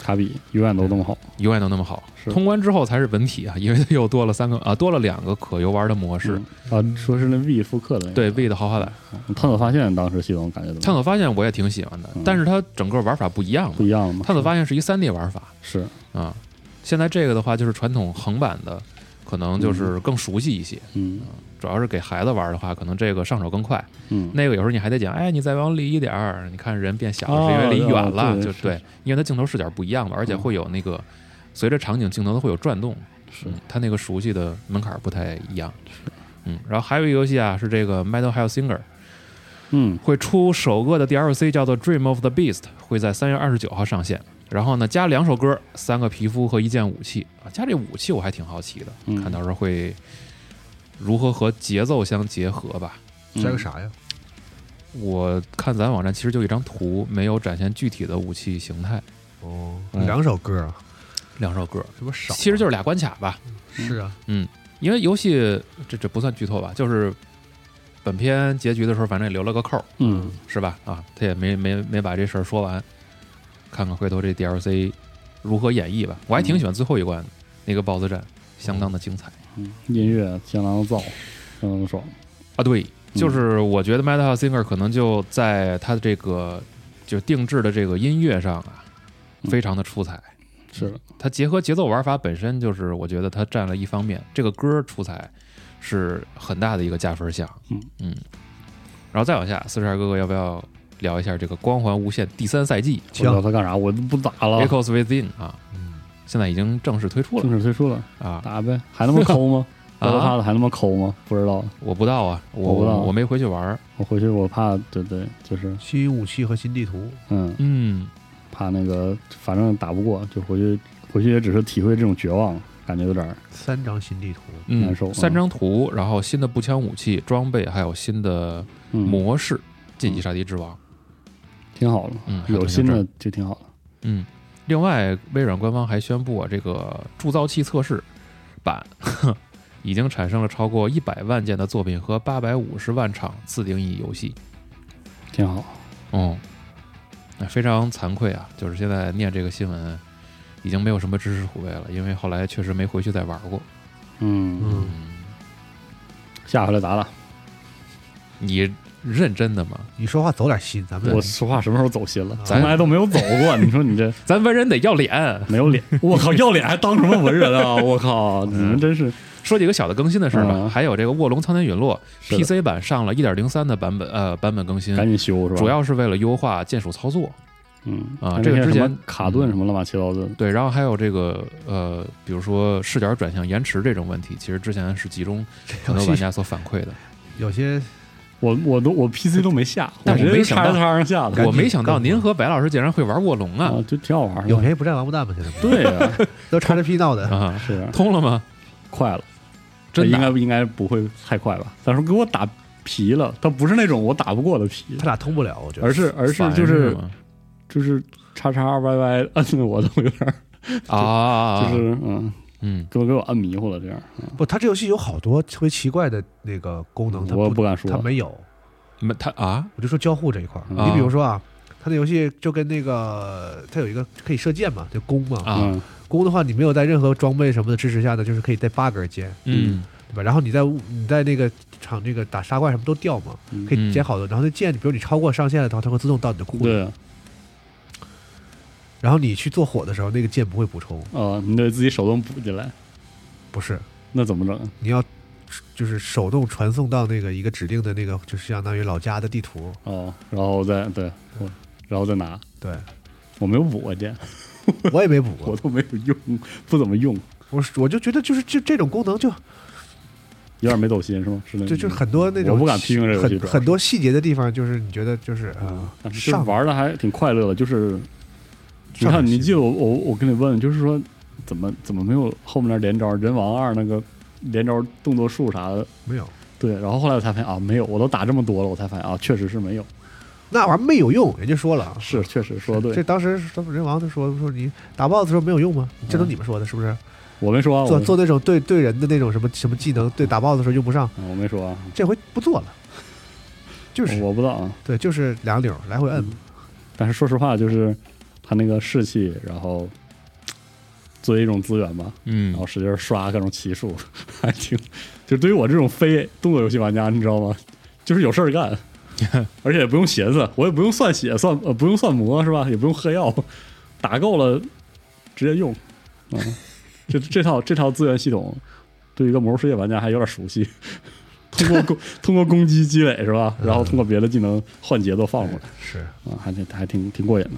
Speaker 3: 卡比永远都那么好。
Speaker 1: 永远都那么好。
Speaker 3: 是
Speaker 1: 通关之后才是本体啊， 因为又多了三个啊，多了两个可游玩的模式。
Speaker 3: 嗯啊，说是那 V 复刻的那个。
Speaker 1: 对 V 的豪华版，
Speaker 3: 嗯，探索发现当时系统感觉怎
Speaker 1: 探
Speaker 3: 么样？
Speaker 1: 索发现我也挺喜欢的
Speaker 3: 嗯，
Speaker 1: 但是它整个玩法不一样嘛
Speaker 3: 不。一样了吗？
Speaker 1: 探索发现是一三 D 玩法
Speaker 3: 是
Speaker 1: 啊，现在这个的话就是传统横版的，可能就是更熟悉一些。
Speaker 3: 嗯
Speaker 1: 主要是给孩子玩的话，可能这个上手更快。
Speaker 3: 嗯，
Speaker 1: 那个有时候你还得讲，哎，你再往里一点儿，你看人变小
Speaker 3: 哦
Speaker 1: 是因为离远了，
Speaker 3: 对
Speaker 1: 就
Speaker 3: 对
Speaker 1: 对
Speaker 3: 是，嗯
Speaker 1: 因为它镜头视角不一样嘛，而且会有那个随着场景镜头它会有转动，
Speaker 3: 是
Speaker 1: 嗯它那个熟悉的门槛不太一样。嗯，然后还有一个游戏啊，是这个 Metal Hell Singer，
Speaker 3: 嗯
Speaker 1: 会出首个的 DLC，叫做《Dream of the Beast》，会在三月二十九号上线。然后呢，加两首歌、三个皮肤和一件武器啊。加这武器我还挺好奇的，
Speaker 3: 嗯
Speaker 1: 看到时候会如何和节奏相结合吧。
Speaker 3: 嗯
Speaker 2: 加个？啥呀？
Speaker 1: 我看咱网站其实就一张图，没有展现具体的武器形态。
Speaker 2: 哦，
Speaker 1: 嗯
Speaker 2: 两首歌啊，
Speaker 1: 两首歌，
Speaker 2: 这不少啊、
Speaker 1: 其实就是俩关卡吧。
Speaker 2: 是啊，
Speaker 1: 因为游戏这这不算剧透吧，就是本片结局的时候，反正也留了个扣儿，
Speaker 3: 嗯
Speaker 1: 是吧？啊，他也没没没把这事儿说完，看看回头这 DLC 如何演绎吧。我还挺喜欢最后一关、那个 BOSS 战，相当的精彩
Speaker 3: 嗯，音乐相当的燥，相当的爽。
Speaker 1: 啊！对，
Speaker 3: 嗯
Speaker 1: 就是我觉得 Metal Singer 可能就在他这个就定制的这个音乐上啊，
Speaker 3: 嗯
Speaker 1: 非常的出彩。
Speaker 3: 是的，
Speaker 1: 它结合节奏玩法本身就是，我觉得它占了一方面，这个歌出彩是很大的一个加分项。
Speaker 3: 嗯
Speaker 1: 然后再往下，四十二哥哥要不要聊一下这个《光环无限》第三赛季
Speaker 3: 我知道他干啥，我都不打了，
Speaker 1: Echoes Within》啊？
Speaker 2: 嗯，
Speaker 1: 现在已经正式推出了
Speaker 3: 正式推出了，
Speaker 1: 啊
Speaker 3: 打呗，还那么抠吗？我都怕
Speaker 1: 啊！
Speaker 3: 的还那么抠吗？不知道，
Speaker 1: 我不到啊，我
Speaker 3: 我不到
Speaker 1: 我没回去玩儿。
Speaker 3: 我回去我怕，对对，就是
Speaker 2: 新武器和新地图，
Speaker 3: 嗯，
Speaker 1: 嗯，
Speaker 3: 怕那个，反正打不过，就回去回去也只是体会这种绝望，感觉有点儿
Speaker 2: 三张新地图，
Speaker 1: 嗯
Speaker 3: 难受，
Speaker 1: 三张图，然后新的步枪武器、装备，还有新的
Speaker 3: 嗯，
Speaker 1: 模式，《晋级杀敌之王》。
Speaker 3: 挺好的，
Speaker 1: 嗯还
Speaker 3: 有
Speaker 1: 挺
Speaker 3: 新
Speaker 1: 有
Speaker 3: 的就挺好的。
Speaker 1: 嗯，另外，微软官方还宣布啊，这个铸造器测试版 已经产生了超过一百万件的作品和八百五十万场自定义游戏。
Speaker 3: 挺好。
Speaker 1: 哦、那非常惭愧啊，就是现在念这个新闻，已经没有什么知识储备了，因为后来确实没回去再玩过。
Speaker 3: 嗯，
Speaker 2: 嗯，
Speaker 1: 嗯，
Speaker 3: 下回来打打。
Speaker 1: 你认真的吗？
Speaker 2: 你说话走点心，咱们
Speaker 3: 我说话什么时候走心了？
Speaker 1: 咱
Speaker 3: 从来都没有走 过。你说你这
Speaker 1: 咱文人得要脸。
Speaker 3: 没有脸， 我靠，要脸还当什么文人 啊？我靠，你们真是
Speaker 1: 说几个小的更新的事儿吧，
Speaker 3: 嗯
Speaker 1: 还有这个《卧龙苍天陨落
Speaker 3: 是》的嗯
Speaker 1: PC 版上了一点零三的版本，呃，版本更新。
Speaker 3: 赶紧修是吧？
Speaker 1: 主要是为了优化键鼠操作，
Speaker 3: 嗯
Speaker 1: 啊
Speaker 3: 那
Speaker 1: 这个
Speaker 3: 些
Speaker 1: 之
Speaker 3: 什么
Speaker 1: 前
Speaker 3: 卡顿什么乱七八糟的，
Speaker 1: 对，然后还有这个呃，比如说视角转向延迟这种问题，其实之前是集中
Speaker 2: 这
Speaker 1: 很
Speaker 2: 游
Speaker 3: 啊
Speaker 1: 多玩
Speaker 2: 戏
Speaker 1: 家所反馈的。
Speaker 2: 有些
Speaker 3: 我我都我 PC 都没下，
Speaker 1: 但
Speaker 3: 我
Speaker 1: 我
Speaker 3: 直接
Speaker 1: 没想到
Speaker 3: 叉叉上下的
Speaker 1: 我没想到
Speaker 2: 赶紧
Speaker 1: 您和白老师竟然会玩卧龙啊
Speaker 3: 啊，就挺好玩的。
Speaker 2: 有谁不占王八蛋吗？现在
Speaker 3: 对呀，
Speaker 2: 都叉着 P 闹
Speaker 3: 嗯
Speaker 2: 的，
Speaker 1: 啊！
Speaker 3: 是
Speaker 1: 通了吗？
Speaker 3: 快了，
Speaker 1: 真
Speaker 3: 应
Speaker 1: 的
Speaker 3: 该应该不会太快吧？但是给我打皮了，他不是那种我打不过的皮
Speaker 2: 他，俩通不了，我觉得。
Speaker 3: 而是而是
Speaker 1: 烦
Speaker 3: 就是
Speaker 1: 吗
Speaker 3: 就是叉叉 Y Y 摁的我都有点儿，
Speaker 1: 啊，
Speaker 3: 就是嗯，
Speaker 1: 嗯，
Speaker 3: 给我给我摁迷糊了这样。
Speaker 2: 不，他这游戏有好多特别奇怪的那个功嗯能，他
Speaker 3: 我
Speaker 2: 不
Speaker 3: 不敢说
Speaker 2: 他，没有。
Speaker 1: 没他啊
Speaker 2: 我就说交互这一块儿，
Speaker 3: 啊
Speaker 2: 你比如说啊，他那游戏就跟那个他有一个可以射箭嘛，就弓嘛，
Speaker 1: 啊，
Speaker 3: 嗯
Speaker 2: 弓的话你没有在任何装备什么的支持下呢，就是可以带八根箭，
Speaker 1: 嗯
Speaker 2: 对吧？然后你在你在那个场那个打杀怪什么都掉嘛，
Speaker 3: 嗯
Speaker 2: 可以捡好多。然后那箭，比如你超过上限了的话，它会自动到你的库里。
Speaker 3: 对啊，
Speaker 2: 然后你去做火的时候，那个箭不会补充，
Speaker 3: 哦你得自己手动补进来，
Speaker 2: 不是，
Speaker 3: 那怎么整？
Speaker 2: 你要就是手动传送到那个一个指定的那个，就是相当于老家的地图。
Speaker 3: 哦，然后再对，我然后再拿。
Speaker 2: 对
Speaker 3: 我没有补过剑，
Speaker 2: 我也没补
Speaker 3: 我
Speaker 2: 过，
Speaker 3: 都没有用，不怎么用，
Speaker 2: 我我就觉得就是这这种功能就
Speaker 3: 有点没走心是吗？是那
Speaker 2: 就就是很多那种
Speaker 3: 嗯我不敢批评这游
Speaker 2: 很
Speaker 3: 戏主要是
Speaker 2: 很多细节的地方，就是你觉得就是啊
Speaker 3: 但是
Speaker 2: 上
Speaker 3: 玩的还挺快乐的，就是你
Speaker 2: 上
Speaker 3: 看，
Speaker 2: 手
Speaker 3: 你
Speaker 2: 心
Speaker 3: 记得我我我跟你问，就是说怎么怎么没有后面那连招《人王二》那个连招动作术啥的？
Speaker 2: 没有
Speaker 3: 对，然后后来我才发现啊，没有，我都打这么多了，我才发现啊，确实是没有，
Speaker 2: 那玩意儿没有用，人家说了啊。
Speaker 3: 是确实说的
Speaker 2: 这
Speaker 3: 对，
Speaker 2: 当时当时人王就说说你打 BOSS 的时候没有用吗？这都你们说的，是不是？
Speaker 3: 我没说啊，
Speaker 2: 做
Speaker 3: 嗯我
Speaker 2: 做那种对对人的那种什么什么技能，对打 BOSS 的时候用不上，
Speaker 3: 啊我没说啊，
Speaker 2: 这回不做了。就是
Speaker 3: 我不知道啊，
Speaker 2: 对，就是两溜儿来回摁
Speaker 3: 嗯。但是说实话，就是他那个士气，然后作为一种资源吧，然
Speaker 1: 嗯
Speaker 3: 后使劲刷各种奇数， 还挺，就对于我这种非动作游戏玩家，你知道吗？就是有事儿干，而且也不用寻思，我也不用算血，算呃不用算魔是吧？也不用喝药，打够了直接用。啊、这这套这套资源系统，对于一个魔兽世界玩家还有点熟悉。通过攻通过攻击积累是吧？然后通过别的技能换节奏放过来。
Speaker 2: 是
Speaker 3: 啊，还挺还挺挺过瘾的，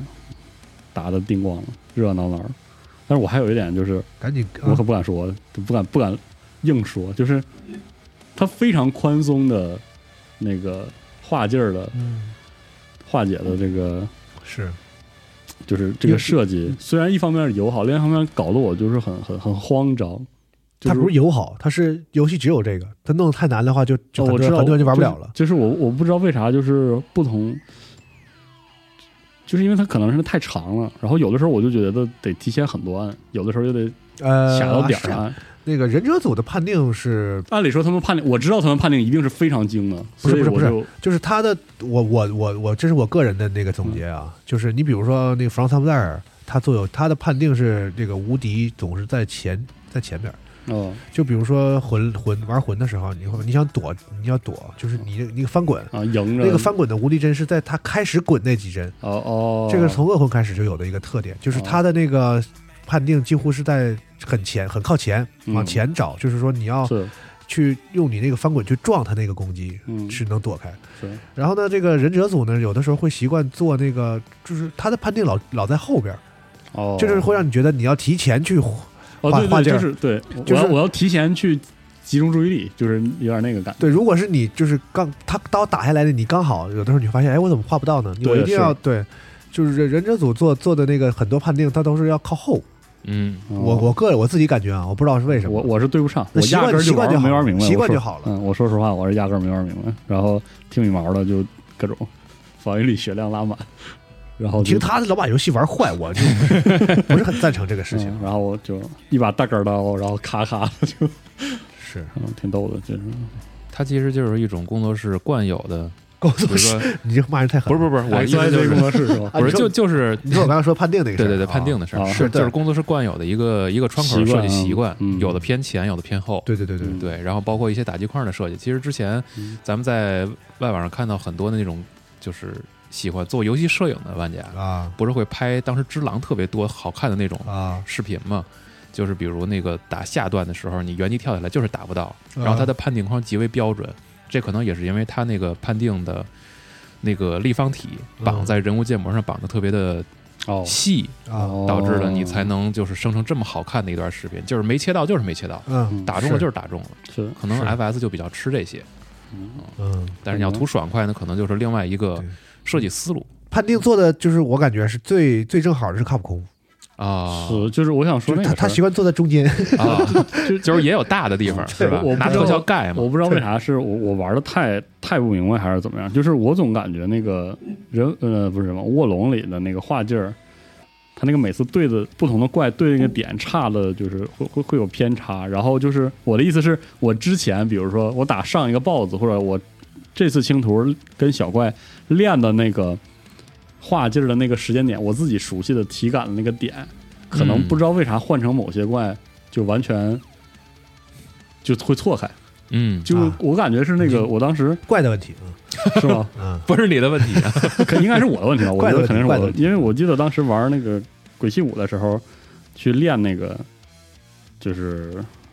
Speaker 3: 打的叮咣了，热热闹闹的。但是我还有一点就是，
Speaker 2: 赶紧
Speaker 3: 我
Speaker 2: 啊
Speaker 3: 可不敢说，就不敢不敢硬说，就是它非常宽松的那个化劲儿的
Speaker 2: 嗯，
Speaker 3: 化解的这个
Speaker 2: 是
Speaker 3: 就是这个设计，虽然一方面友好，另一方面搞得我就是很很很慌张。就
Speaker 2: 它不是友好，它是游戏只有这个，它弄得太难的话就就很
Speaker 3: 哦
Speaker 2: 多
Speaker 3: 我知
Speaker 2: 人
Speaker 3: 道，
Speaker 2: 很多人就玩不了
Speaker 3: 是
Speaker 2: 了。
Speaker 3: 就是我我不知道为啥，就是不同，就是因为它可能是太长了，然后有的时候我就觉得得提前很多按，有的时候又得
Speaker 2: 呃，
Speaker 3: 卡到点儿啊
Speaker 2: 是
Speaker 3: 上按。
Speaker 2: 那个忍者组的判定是，
Speaker 3: 按理说他们判定，我知道他们判定一定是非常精的，
Speaker 2: 不是不是不是
Speaker 3: 所以我就
Speaker 2: 就是他的，我我我我，这是我个人的那个总结啊，
Speaker 3: 嗯
Speaker 2: 就是你比如说那个弗朗萨姆戴尔，他做有他的判定是这个无敌总是在前在前边儿。
Speaker 3: 哦
Speaker 2: 就比如说魂魂玩魂的时候，你会你想躲，你要躲，就是你你翻滚，
Speaker 3: 啊，迎着
Speaker 2: 那个翻滚的无敌帧是在他开始滚那几帧，
Speaker 3: 哦哦，
Speaker 2: 这个是从恶魂开始就有的一个特点，就是它的那个判定几乎是在很前、很靠前
Speaker 3: 嗯
Speaker 2: 往前找，就是说你要
Speaker 3: 是
Speaker 2: 去用你那个翻滚去撞它那个攻击，
Speaker 3: 嗯
Speaker 2: 是能躲开。
Speaker 3: 是
Speaker 2: 然后呢，这个忍者组呢，有的时候会习惯做那个，就是它的判定老老在后边，
Speaker 3: 哦，
Speaker 2: 这就是会让你觉得你要提前去
Speaker 3: 哦
Speaker 2: 画
Speaker 3: 对
Speaker 2: 画
Speaker 3: 对，
Speaker 2: 劲
Speaker 3: 就
Speaker 2: 儿
Speaker 3: 是对，我
Speaker 2: 就是
Speaker 3: 我要我要提前去集中注意力，就是有点那个感觉。
Speaker 2: 对，如果是你就是刚他刀打下来的，你刚好有的时候你发现，哎，我怎么画不到呢？我
Speaker 3: 对
Speaker 2: 一定要对，就是忍忍者组做做的那个很多判定，它都是要靠后。
Speaker 1: 嗯
Speaker 3: 哦
Speaker 2: 我我个人我自己感觉啊，我不知道是为什么。
Speaker 3: 我我是对不上，
Speaker 2: 那
Speaker 3: 我
Speaker 2: 习
Speaker 3: 压
Speaker 2: 惯
Speaker 3: 根儿
Speaker 2: 习惯
Speaker 3: 玩
Speaker 2: 就
Speaker 3: 没
Speaker 2: 好
Speaker 3: 玩明白，
Speaker 2: 习
Speaker 3: 我
Speaker 2: 惯
Speaker 3: 说
Speaker 2: 就好了。
Speaker 3: 嗯，我说实话，我是压根儿没玩明白，然后听米毛的就各种防御力血量拉满，然后
Speaker 2: 听
Speaker 3: 就
Speaker 2: 他老把游戏玩坏，我 就不是很赞成这个事情。
Speaker 3: 嗯然后我就一把大杆儿刀，然后咔咔就，
Speaker 2: 是
Speaker 3: 嗯，挺逗的，就是
Speaker 1: 它其实就是一种工作室惯有 的，
Speaker 2: 工
Speaker 1: 比
Speaker 2: 作
Speaker 1: 如
Speaker 2: 室，
Speaker 1: 说
Speaker 2: 你这骂人太狠
Speaker 1: 不是
Speaker 2: 了。
Speaker 1: 不是不是，我意思就
Speaker 3: 对
Speaker 1: 是
Speaker 3: 工作室是吧？
Speaker 2: 啊
Speaker 1: 不是
Speaker 2: 你说
Speaker 1: 就就是
Speaker 2: 你说我刚才说判定那个事
Speaker 1: 对
Speaker 2: 儿，
Speaker 1: 对对
Speaker 2: 啊
Speaker 1: 判定。的事儿，
Speaker 3: 啊
Speaker 1: 是
Speaker 2: 是对
Speaker 1: 就是工作室惯有的一个一个窗口
Speaker 3: 习
Speaker 1: 设
Speaker 3: 惯
Speaker 1: 计习惯
Speaker 3: 嗯，
Speaker 1: 有的偏前，有的偏后。
Speaker 2: 对对对对，
Speaker 3: 嗯
Speaker 1: 对，然后包括一些打击框的设计。其实之前
Speaker 3: 嗯
Speaker 1: 咱们在外网上看到很多那种就是喜欢做游戏摄影的玩家，
Speaker 2: 啊
Speaker 1: 不是会拍当时《只狼》特别多好看的那种
Speaker 2: 啊，
Speaker 1: 视频嘛？就是比如那个打下段的时候，你原地跳下来就是打不到，然后
Speaker 2: 啊
Speaker 1: 它的判定框极为标准，这可能也是因为它那个判定的。那个立方体绑
Speaker 2: 嗯
Speaker 1: 在人物建模上绑的特别的
Speaker 3: 哦，
Speaker 1: 细，
Speaker 2: 啊
Speaker 1: 导致了你才能就是生成这么好看的一段视频，就是没切到就是没切到，
Speaker 2: 嗯
Speaker 1: 打中了
Speaker 2: 是
Speaker 1: 就是打中了，
Speaker 3: 是
Speaker 1: 可能
Speaker 2: 是
Speaker 1: FS 就比较吃这些，
Speaker 3: 嗯
Speaker 2: 嗯，
Speaker 1: 但是你要图爽快呢，可能就是另外一个
Speaker 2: 对
Speaker 1: 设计思路
Speaker 2: 判定做的就是我感觉是最最正好的是卡普空，
Speaker 1: 啊。
Speaker 3: 是，就是我想
Speaker 2: 就
Speaker 3: 说
Speaker 2: 是
Speaker 3: 那
Speaker 2: 他
Speaker 3: 个
Speaker 2: 他习
Speaker 3: 事
Speaker 2: 惯坐在中间，
Speaker 1: 啊， 就是也有大的地方是吧
Speaker 3: 我？不
Speaker 1: 拿
Speaker 3: 知道
Speaker 1: 特效盖
Speaker 3: 儿，
Speaker 1: 嘛
Speaker 3: 我不知道为啥是我我玩的太太不明白还是怎么样，就是我总感觉那个人呃不是什么卧龙里的那个画劲儿，他那个每次对的不同的怪对那个点差的，就是会会会有偏差。然后就是我的意思是我之前比如说我打上一个 BOSS 或者我这次清图跟小怪练的那个画劲儿的那个时间点，我自己熟悉的体感的那个点，可能
Speaker 1: 嗯
Speaker 3: 不知道为啥换成某些怪就完全就会错开。
Speaker 1: 嗯，
Speaker 3: 就是
Speaker 2: 啊
Speaker 3: 我感觉是那个，我当时
Speaker 2: 怪的问题啊
Speaker 3: 是吗？
Speaker 2: 啊
Speaker 1: 不是你的问题啊。
Speaker 3: 肯应该是我的问题吧？我觉得肯定是我
Speaker 2: 怪的
Speaker 3: 的
Speaker 2: 问，题
Speaker 3: 因为我记得当时玩那个《鬼泣五》的时候，去练那个就是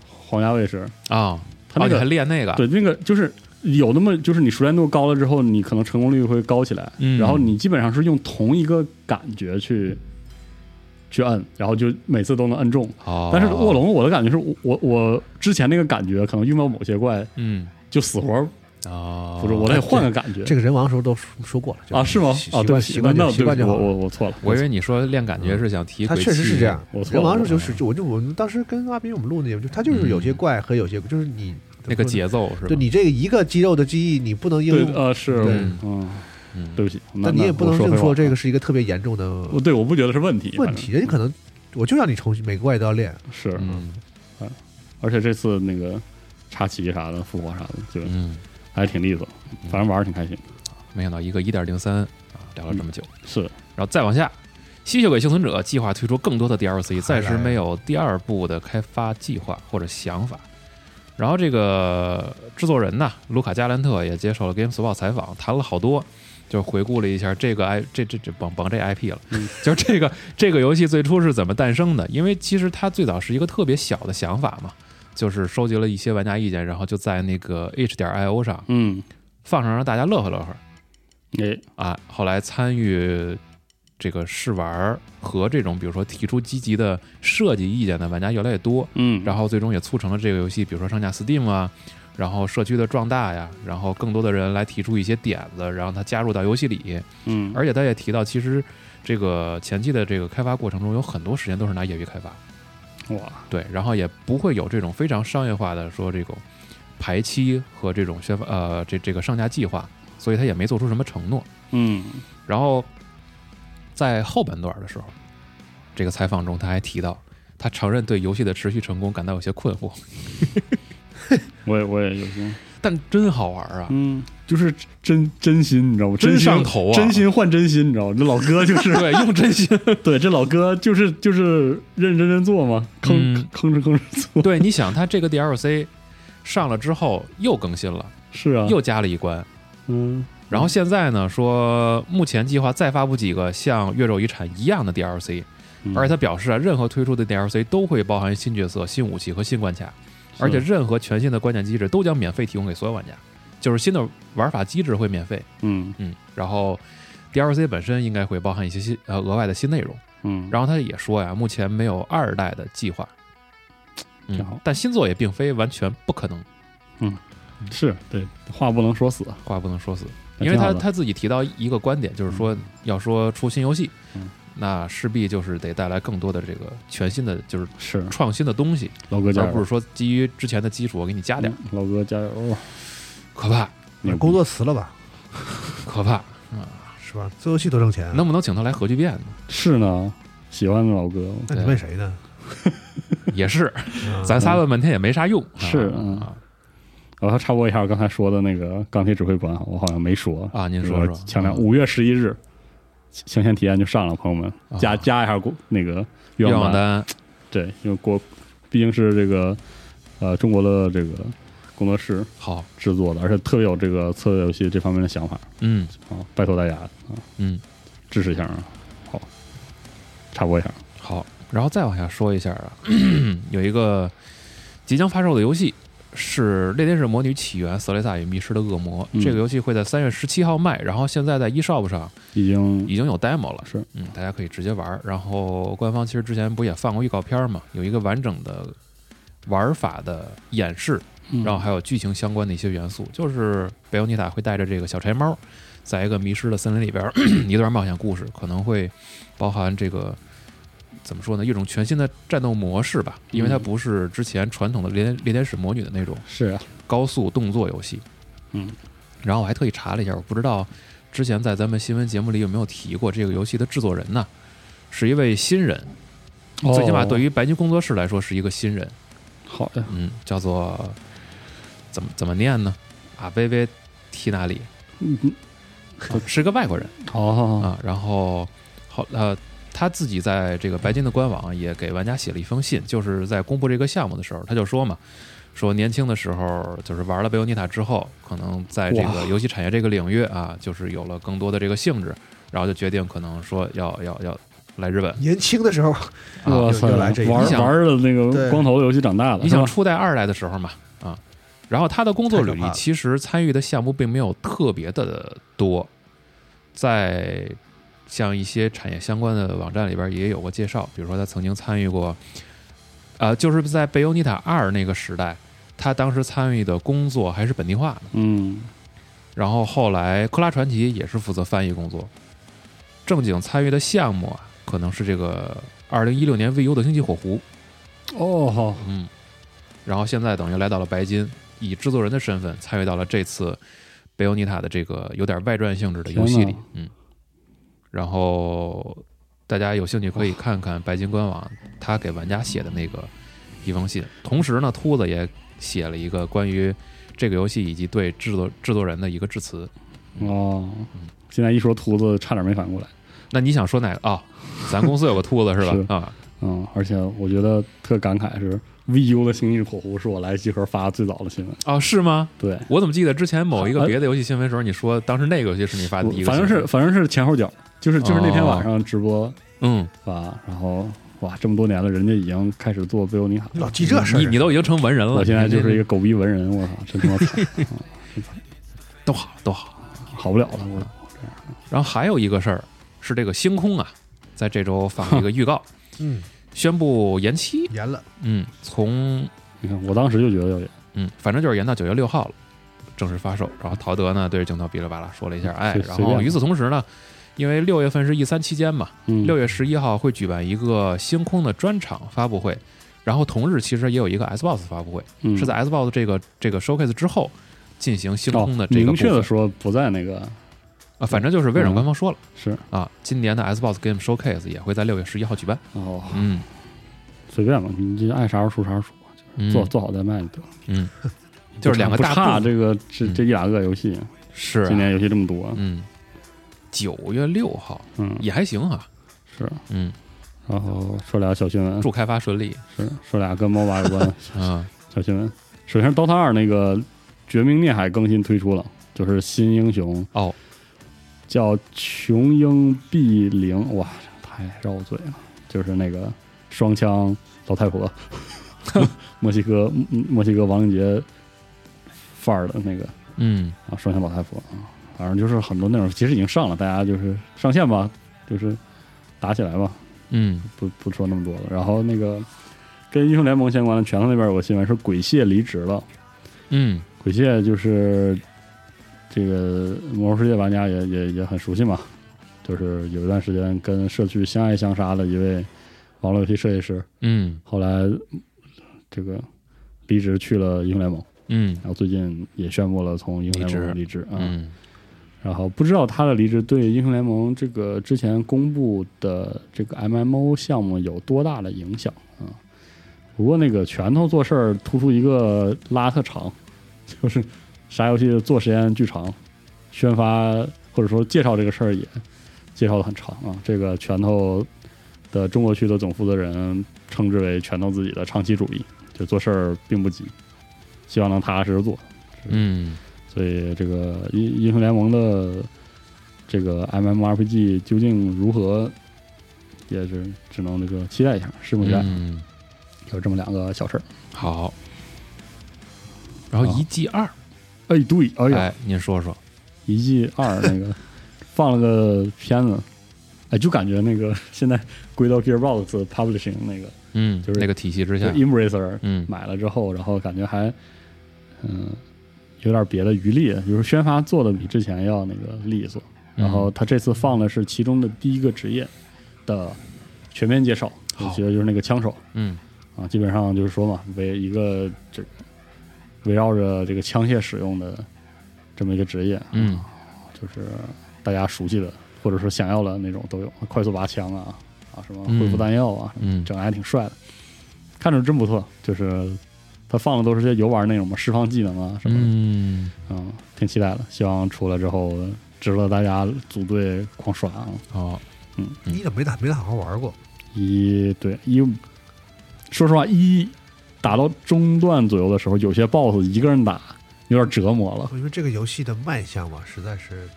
Speaker 3: 皇家卫士，
Speaker 1: 啊，
Speaker 3: 他那
Speaker 1: 哦你还
Speaker 3: 个
Speaker 1: 练那个，
Speaker 3: 对那个就是有那么就是你熟练度高了之后，你可能成功率会高起来，
Speaker 1: 嗯
Speaker 3: 然后你基本上是用同一个感觉去去摁，然后就每次都能摁中。
Speaker 1: 哦，
Speaker 3: 但是卧，龙，我的感觉是我我我之前那个感觉，可能遇到某些怪
Speaker 1: 嗯，
Speaker 3: 就死活
Speaker 1: 哦，
Speaker 3: 不是，我得换个感觉。
Speaker 2: 这个人王的时候都说说过了就
Speaker 3: 啊，是吗
Speaker 2: 习？
Speaker 3: 啊，
Speaker 2: 习
Speaker 3: 对不
Speaker 2: 惯
Speaker 3: 起，
Speaker 2: 习
Speaker 3: 那
Speaker 2: 惯
Speaker 3: 那
Speaker 2: 就习惯就
Speaker 3: 我
Speaker 2: 好
Speaker 3: 我我错了，
Speaker 1: 我以
Speaker 3: 错了
Speaker 1: 为你说练感
Speaker 3: 嗯
Speaker 1: 觉是想提，
Speaker 2: 他确实是这样，
Speaker 3: 我错了
Speaker 2: 人王
Speaker 3: 我
Speaker 2: 的时候就
Speaker 3: 错
Speaker 2: 是就我就我们当时跟阿斌我们录那节目，就他就是有些
Speaker 1: 嗯
Speaker 2: 怪和有些就是你
Speaker 1: 那个，节奏是吧？
Speaker 2: 怎么说呢就你这个一个肌肉的记忆你不能应
Speaker 3: 对
Speaker 2: 用，
Speaker 3: 呃是
Speaker 2: 对
Speaker 3: 嗯，
Speaker 1: 嗯，
Speaker 3: 对不起，那
Speaker 2: 但你也不能
Speaker 3: 那我
Speaker 2: 硬
Speaker 3: 回
Speaker 2: 说
Speaker 3: 我
Speaker 2: 这个是一个特别严重的
Speaker 3: 啊我对我不觉得是问题，
Speaker 2: 问题，人家可能我就让你重新每个怪都要练，
Speaker 3: 反正是，
Speaker 1: 嗯
Speaker 3: 而且这次那个插旗啥的、复活啥的，就
Speaker 1: 嗯，
Speaker 3: 还挺利索，反正玩的挺开心。
Speaker 1: 没想到一个一点零三啊，聊了这么久，
Speaker 3: 是
Speaker 1: 然后再往下。吸血鬼幸存者计划推出更多的 DLC，
Speaker 2: 还
Speaker 1: 暂
Speaker 2: 来
Speaker 1: 时没有第二部的开发计划或者想法。然后这个制作人呢，卢卡·加兰特也接受了 GameSpot 采访，谈了好多，就回顾了一下这个 I 这这这甭甭这 IP 了，
Speaker 3: 嗯
Speaker 1: 就是这个这个游戏最初是怎么诞生的？因为其实它最早是一个特别小的想法嘛，就是收集了一些玩家意见，然后就在那个 h 点 io 上
Speaker 3: 嗯，
Speaker 1: 放上让大家乐呵乐呵
Speaker 3: 哎
Speaker 1: 啊。后来参与这个试玩儿和这种比如说提出积极的设计意见的玩家越来越多，
Speaker 3: 嗯，
Speaker 1: 然后最终也促成了这个游戏，比如说上架 Steam 啊，然后社区的壮大呀，然后更多的人来提出一些点子，然后它加入到游戏里。
Speaker 3: 嗯
Speaker 1: 而且他也提到，其实这个前期的这个开发过程中，有很多时间都是拿业余开发，
Speaker 3: 哇
Speaker 1: 对，然后也不会有这种非常商业化的说这种排期和这种宣发呃这这个上架计划，所以他也没做出什么承诺。
Speaker 3: 嗯
Speaker 1: 然后在后半段的时候，这个采访中他还提到，他承认对游戏的持续成功感到有些困惑，
Speaker 3: 我也我也有心，
Speaker 1: 但真好玩啊！
Speaker 3: 嗯，啊就是真真心，你知道吗？
Speaker 1: 真
Speaker 3: 心
Speaker 1: 上头啊
Speaker 3: 真心换真心，你知道吗？这老哥就是
Speaker 1: 对，用真心。
Speaker 3: 对，这老哥就是就是认认真真做嘛，吭
Speaker 1: 嗯
Speaker 3: 吭哧吭哧 做，
Speaker 1: 对，你想，他这个 DLC 上了之后又更新了，
Speaker 3: 是啊，
Speaker 1: 又加了一关，
Speaker 3: 嗯
Speaker 1: 然后现在呢，说目前计划再发布几个像《月肉遗产》一样的 DLC，
Speaker 3: 嗯
Speaker 1: 而且他表示啊，任何推出的 DLC 都会包含新角色、新武器和新关卡，
Speaker 3: 是
Speaker 1: 而且任何全新的关键机制都将免费提供给所有玩家，就是新的玩法机制会免费。
Speaker 3: 嗯
Speaker 1: 嗯，然后 DLC 本身应该会包含一些新呃额外的新内容。
Speaker 3: 嗯，
Speaker 1: 然后他也说呀，目前没有二代的计划，嗯
Speaker 3: 挺好，
Speaker 1: 但新作也并非完全不可能，
Speaker 3: 是对，话不能说死，
Speaker 1: 话不能说死。
Speaker 3: 那
Speaker 1: 因为
Speaker 3: 挺好
Speaker 1: 他
Speaker 3: 的
Speaker 1: 他自己提到一个观点，就是说要说出新游戏
Speaker 3: 嗯，
Speaker 1: 那势必就是得带来更多的这个全新的，就是
Speaker 3: 是
Speaker 1: 创新的东西，
Speaker 3: 老哥加
Speaker 1: 而
Speaker 3: 油，
Speaker 1: 不是说基于之前的基础我给你加点儿，
Speaker 3: 嗯老哥加油，
Speaker 1: 可怕
Speaker 3: 牛逼
Speaker 2: 工作辞了吧，
Speaker 1: 可怕。
Speaker 2: 是吧？做游戏多挣钱啊，
Speaker 3: 嗯
Speaker 1: 能不能请他来核聚变呢？
Speaker 3: 是呢，喜欢老哥
Speaker 2: 那你问谁呢？
Speaker 1: 也是，
Speaker 2: 啊
Speaker 1: 咱仨问半天也没啥用。啊
Speaker 3: 是嗯
Speaker 1: 啊
Speaker 3: 然后插播一下我刚才说的那个钢铁指挥官，我好像没说，
Speaker 1: 啊，您
Speaker 3: 就是
Speaker 1: 说
Speaker 3: 我
Speaker 1: 说，
Speaker 3: 强调
Speaker 1: 嗯
Speaker 3: 五月十一日，镶嵌体验就上了，朋友们
Speaker 1: 啊
Speaker 3: 加加一下过那个愿
Speaker 1: 愿
Speaker 3: 望
Speaker 1: 望单，
Speaker 3: 对，因为国毕竟是这个呃中国的这个工作室
Speaker 1: 好，
Speaker 3: 制作的，而且特别有这个策略游戏这方面的想法
Speaker 1: 嗯
Speaker 3: 啊，拜托大家啊
Speaker 1: 嗯，
Speaker 3: 支持一下啊，好，插播一下，
Speaker 1: 好，然后再往下说一下啊， 有一个即将发售的游戏是《猎天使魔女起源：色雷萨与迷失的恶魔》
Speaker 3: 嗯
Speaker 1: 这个游戏会在三月十七号卖，然后现在在 eShop 上
Speaker 3: 已经
Speaker 1: 已经有 demo 了，
Speaker 3: 是
Speaker 1: 嗯，大家可以直接玩儿。然后官方其实之前不也放过预告片儿嘛，有一个完整的玩法的演示，
Speaker 3: 嗯
Speaker 1: 然后还有剧情相关的一些元素，就是贝欧尼塔会带着这个小柴猫，在一个迷失的森林里边儿 一段冒险故事，可能会包含这个怎么说呢，一种全新的战斗模式吧，因为它
Speaker 3: 嗯
Speaker 1: 不是之前传统的猎猎天使魔女的那种
Speaker 3: 是啊，
Speaker 1: 高速动作游戏。
Speaker 3: 嗯，
Speaker 1: 然后我还特意查了一下，我不知道之前在咱们新闻节目里有没有提过这个游戏的制作人呢，是一位新人，
Speaker 3: 哦
Speaker 1: 最起码对
Speaker 3: 于
Speaker 1: 于白金工作室来说是一个新人。
Speaker 3: 好呀，
Speaker 1: 嗯，叫做怎么怎么念呢？啊，薇薇提哪里？
Speaker 3: 嗯，嗯
Speaker 1: 是个外国人
Speaker 3: 哦，
Speaker 1: 啊。然后好呃，他自己在这个白金的官网也给玩家写了一封信，就是在公布这个项目的时候，他就说嘛，说年轻的时候就是玩了贝欧尼塔之后，可能在这
Speaker 3: 哇
Speaker 1: 个游戏产业这个领域啊，就是有了更多的这个兴致，然后就决定可能说要要要来日本。
Speaker 2: 年轻的时 候，
Speaker 1: 啊
Speaker 3: 我
Speaker 2: 又
Speaker 3: 操，
Speaker 2: 又来这一
Speaker 3: 玩
Speaker 1: 你想
Speaker 3: 玩了那个
Speaker 2: 对
Speaker 3: 光头游戏长大
Speaker 1: 你
Speaker 3: 的，是
Speaker 1: 想
Speaker 3: 吧
Speaker 1: 初代、二代的时候嘛，啊，然后他的工作履
Speaker 2: 太可
Speaker 1: 历
Speaker 2: 怕了
Speaker 1: 其实参与的项目并没有特别的多，在像一些产业相关的网站里边也有过介绍，比如说他曾经参与过，呃，就是在《贝欧尼塔二》那个时代，他当时参与的工作还是本地化呢，
Speaker 3: 嗯，
Speaker 1: 然后后来《科拉传奇》也是负责翻译工作，正经参与的项目啊，可能是这个二零一六年 VU 的《星际火狐》。
Speaker 3: 哦，好
Speaker 1: 嗯，然后现在等于来到了白金，以制作人的身份参与到了这次贝欧尼塔的这个有点外传性质的游戏
Speaker 3: 天
Speaker 1: 里
Speaker 3: 哪。
Speaker 1: 嗯，然后大家有兴趣可以看看白金官网他给玩家写的那个一封信。同时呢，秃子也写了一个关于这个游戏以及对制作制作人的一个致辞。
Speaker 3: 哦，现在一说秃子，差点没反应过来。
Speaker 1: 那你想说哪个啊、咱公司有个秃子是
Speaker 3: 是
Speaker 1: 吧？啊，
Speaker 3: 嗯，而且我觉得特感慨是，VU 的《星际火狐》是我来集合发最早的新闻。
Speaker 1: 哦，是吗？
Speaker 3: 对，
Speaker 1: 我怎么记得之前某一个
Speaker 3: 呃
Speaker 1: 别的游戏新闻时候，你说当时那个游戏是你发的第一个新闻？哦
Speaker 3: 反正是反正是前后脚，就是就是那天晚上直播
Speaker 1: 嗯，
Speaker 3: 发，然后哇，这么多年了，人家已经开始做贝欧尼卡了。
Speaker 2: 老记这事儿
Speaker 1: 你你都已经成文人了，
Speaker 3: 我现在
Speaker 1: 哦你这
Speaker 3: 就是一个狗逼文人，我操，真他 妈惨，
Speaker 1: 都好都好。
Speaker 3: 好不了了，我
Speaker 1: 然后还有一个事儿是这个星空啊，在这周发了一个预告，
Speaker 2: 嗯，
Speaker 1: 宣布延期，
Speaker 2: 严了，
Speaker 1: 嗯，从
Speaker 3: 你看，我当时就觉得要演，
Speaker 1: 嗯，反正就是延到九月六号了，正式发售。然后陶德呢对着镜头哔哩吧啦说了一下，哎，
Speaker 3: 随
Speaker 1: 然
Speaker 3: 随便
Speaker 1: 后
Speaker 3: 吧
Speaker 1: 与此同时呢，因为六月份是 E 三期间嘛，
Speaker 3: 嗯，
Speaker 1: 六月十一号会举办一个星空的专场发布会，然后同日其实也有一个 Xbox 发布会，
Speaker 3: 嗯
Speaker 1: 是在 Xbox 这个这个 showcase 之后进行星空的
Speaker 3: 哦
Speaker 1: 这个
Speaker 3: 明
Speaker 1: 部
Speaker 3: 确
Speaker 1: 分、
Speaker 3: 的说不在那个
Speaker 1: 啊，反正就是微软官方说了。
Speaker 3: 嗯是
Speaker 1: 啊，今年的 Xbox Game Showcase 也会在六月十一号举办。
Speaker 3: 哦，
Speaker 1: 嗯，
Speaker 3: 随便吧，你就爱啥时候出啥时候出，做做好再卖就得了。
Speaker 1: 嗯，就是两个
Speaker 3: 不
Speaker 1: 大部
Speaker 3: 差
Speaker 1: 嗯
Speaker 3: 这个这这一两个游戏，
Speaker 1: 是啊
Speaker 3: 今年游戏这么多，
Speaker 1: 嗯，九月六号
Speaker 3: 嗯，
Speaker 1: 也还行啊。
Speaker 3: 是。
Speaker 1: 嗯，
Speaker 3: 然后说俩小新闻，
Speaker 1: 祝开发顺利。
Speaker 3: 是说俩跟 MOBA 有关的
Speaker 1: 嗯
Speaker 3: 小新闻。首先是《DOTA 二》那个《绝命孽海》更新推出了，就是新英雄
Speaker 1: 哦，
Speaker 3: 叫琼英 B 零，哇，太绕嘴了，就是那个双枪老太婆，墨西哥墨西哥亡灵节范儿的那个
Speaker 1: 嗯，
Speaker 3: 啊，双枪老太婆啊，反正就是很多内容，其实已经上了，大家就是上线吧，就是打起来吧，
Speaker 1: 嗯，
Speaker 3: 不不说那么多了。然后那个跟英雄联盟相关的，拳头那边有个新闻是鬼蟹离职了，
Speaker 1: 嗯，
Speaker 3: 鬼蟹就是这个魔兽世界玩家也也也很熟悉嘛，就是有一段时间跟社区相爱相杀的一位网络游戏设计师，
Speaker 1: 嗯，
Speaker 3: 后来嗯这个离职去了英雄联盟，
Speaker 1: 嗯，
Speaker 3: 然后最近也宣布了从英雄联盟离
Speaker 1: 离
Speaker 3: 职啊。
Speaker 1: 嗯，
Speaker 3: 然后不知道他的离职对英雄联盟这个之前公布的这个 MMO 项目有多大的影响啊？不过那个拳头做事儿突出一个拉特长，就是啥游戏做时间巨长，宣发或者说介绍这个事儿也介绍的很长啊。这个拳头的中国区的总负责人称之为拳头自己的长期主义，就做事儿并不急，希望能踏踏实实做。
Speaker 1: 嗯，
Speaker 3: 所以这个英英雄联盟的这个 MMORPG 究竟如何，也是只能这个期待一下，拭目以待。
Speaker 1: 嗯，
Speaker 3: 有这么两个小事儿。
Speaker 1: 好。然后
Speaker 3: 好
Speaker 1: 一季二，
Speaker 3: 哎，对，哎呀，
Speaker 1: 哎，您说说，
Speaker 3: 一季二那 个放了个片子，哎，就感觉那个 现在归到 Gearbox Publishing 那个
Speaker 1: 嗯，
Speaker 3: 就是
Speaker 1: 那个体系之
Speaker 3: 就
Speaker 1: 下，
Speaker 3: Embracer
Speaker 1: 嗯
Speaker 3: 买了之后，然后感觉还嗯，有点别的余力，就是宣发做的比之前要那个利索。然
Speaker 1: 嗯
Speaker 3: 后他这次放的是其中的第一个职业的全面介绍，我
Speaker 1: 好
Speaker 3: 觉得就是那个枪手
Speaker 1: 嗯
Speaker 3: 啊，基本上就是说嘛，为一个这围绕着这个枪械使用的这么一个职业，
Speaker 1: 嗯
Speaker 3: 就是大家熟悉的或者说想要的那种都有，快速拔枪啊啊什么恢复弹药啊，
Speaker 1: 嗯
Speaker 3: 整的还挺帅的，看着真不错。就是他放的都是些游玩那种嘛，释放技能啊什么的，
Speaker 1: 嗯，
Speaker 3: 嗯挺期待的。希望出来之后值得大家组队狂刷啊！
Speaker 1: 好，
Speaker 3: 嗯
Speaker 2: 一怎么没打没咋好好玩过？
Speaker 3: 一对一，说实话，一打到中段左右的时候，有些 BOSS 一个人打有点折磨了。
Speaker 2: 因为这个游戏的卖相嘛，实在是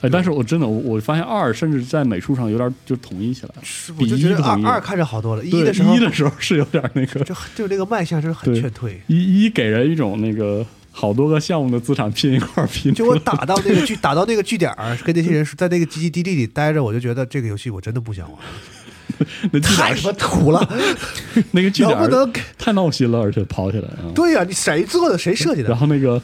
Speaker 3: 哎，但是我真的我我发现二甚至在美术上有点就统一起来了。
Speaker 2: 是
Speaker 3: 比
Speaker 2: 我就觉
Speaker 3: 一
Speaker 2: 得
Speaker 3: 容易
Speaker 2: 二二看着好多了，一
Speaker 3: 对
Speaker 2: 的时候
Speaker 3: 一的时候是有点那个
Speaker 2: 就就这个卖相真是很
Speaker 3: 对
Speaker 2: 劝退。
Speaker 3: 一一给人一种那个好多个项目的资产拼一块儿拼
Speaker 2: 就
Speaker 3: 出来，
Speaker 2: 我打到那个据打到那个据点儿，跟那些人说在那个基地基地里待着，我就觉得这个游戏我真的不想玩，
Speaker 3: 那据点
Speaker 2: 太
Speaker 3: 儿
Speaker 2: 他妈土了，
Speaker 3: 那个据点
Speaker 2: 能
Speaker 3: 儿
Speaker 2: 不能给？
Speaker 3: 太闹心了，而且跑起来啊，
Speaker 2: 对呀、你谁做的？谁设计
Speaker 3: 然
Speaker 2: 的？
Speaker 3: 后那个，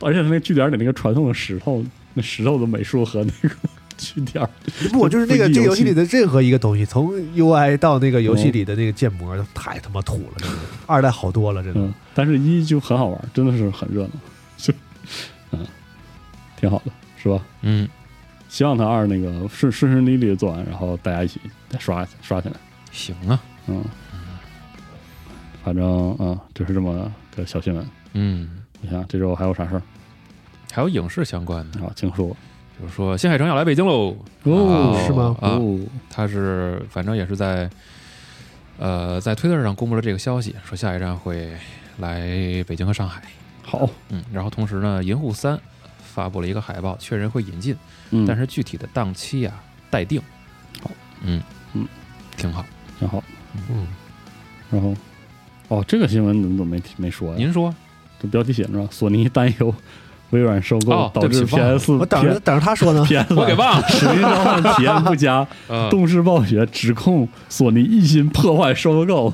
Speaker 3: 而且他那个据点里那个传统的石头，那石头的美术和那个 据点儿，
Speaker 2: 不，就是那个
Speaker 3: 不一
Speaker 2: 这
Speaker 3: 游戏
Speaker 2: 个游戏
Speaker 3: 哦
Speaker 2: 里的任何一个东西，从 UI 到那个游戏里的那个建模，都太他妈土了，真的。二代好多了，真的。
Speaker 3: 嗯，但是一就很好玩，真的是很热闹， 就嗯，挺好的，是吧？
Speaker 1: 嗯，
Speaker 3: 希望他二那个顺顺顺利利地做完，然后大家一起再刷一下刷起来，
Speaker 1: 行啊，
Speaker 3: 嗯，反正啊、嗯，就是这么个小新闻。
Speaker 1: 嗯，
Speaker 3: 我想这周还有啥事儿？
Speaker 1: 还有影视相关的，
Speaker 3: 好，请说。
Speaker 1: 比如说新海诚要来北京喽，
Speaker 2: 哦
Speaker 1: 啊
Speaker 2: 是吗
Speaker 1: 啊，
Speaker 3: 哦，
Speaker 1: 他是反正也是在呃在推特上公布了这个消息，说下一站会来北京和上海。
Speaker 3: 好，
Speaker 1: 嗯，然后同时呢，《银护三》发布了一个海报，确认会引进，
Speaker 3: 嗯，
Speaker 1: 但是具体的档期啊待定。
Speaker 3: 好，
Speaker 1: 嗯
Speaker 3: 嗯，
Speaker 1: 挺好。
Speaker 3: 挺好。
Speaker 2: 嗯，
Speaker 3: 然后，哦，这个新闻怎么怎么没提没说呀？
Speaker 1: 您说
Speaker 3: 这标题写着呢索尼担忧微软收购、
Speaker 1: 哦
Speaker 3: 导
Speaker 1: 对
Speaker 3: 致
Speaker 1: 不起忘了
Speaker 3: PS
Speaker 2: 我等着
Speaker 3: PS
Speaker 2: 等着他说呢。
Speaker 3: PS
Speaker 1: 我给忘了。
Speaker 3: 使命召唤体验不佳，
Speaker 1: 呃，
Speaker 3: 动视暴雪指控索尼一心破坏收购。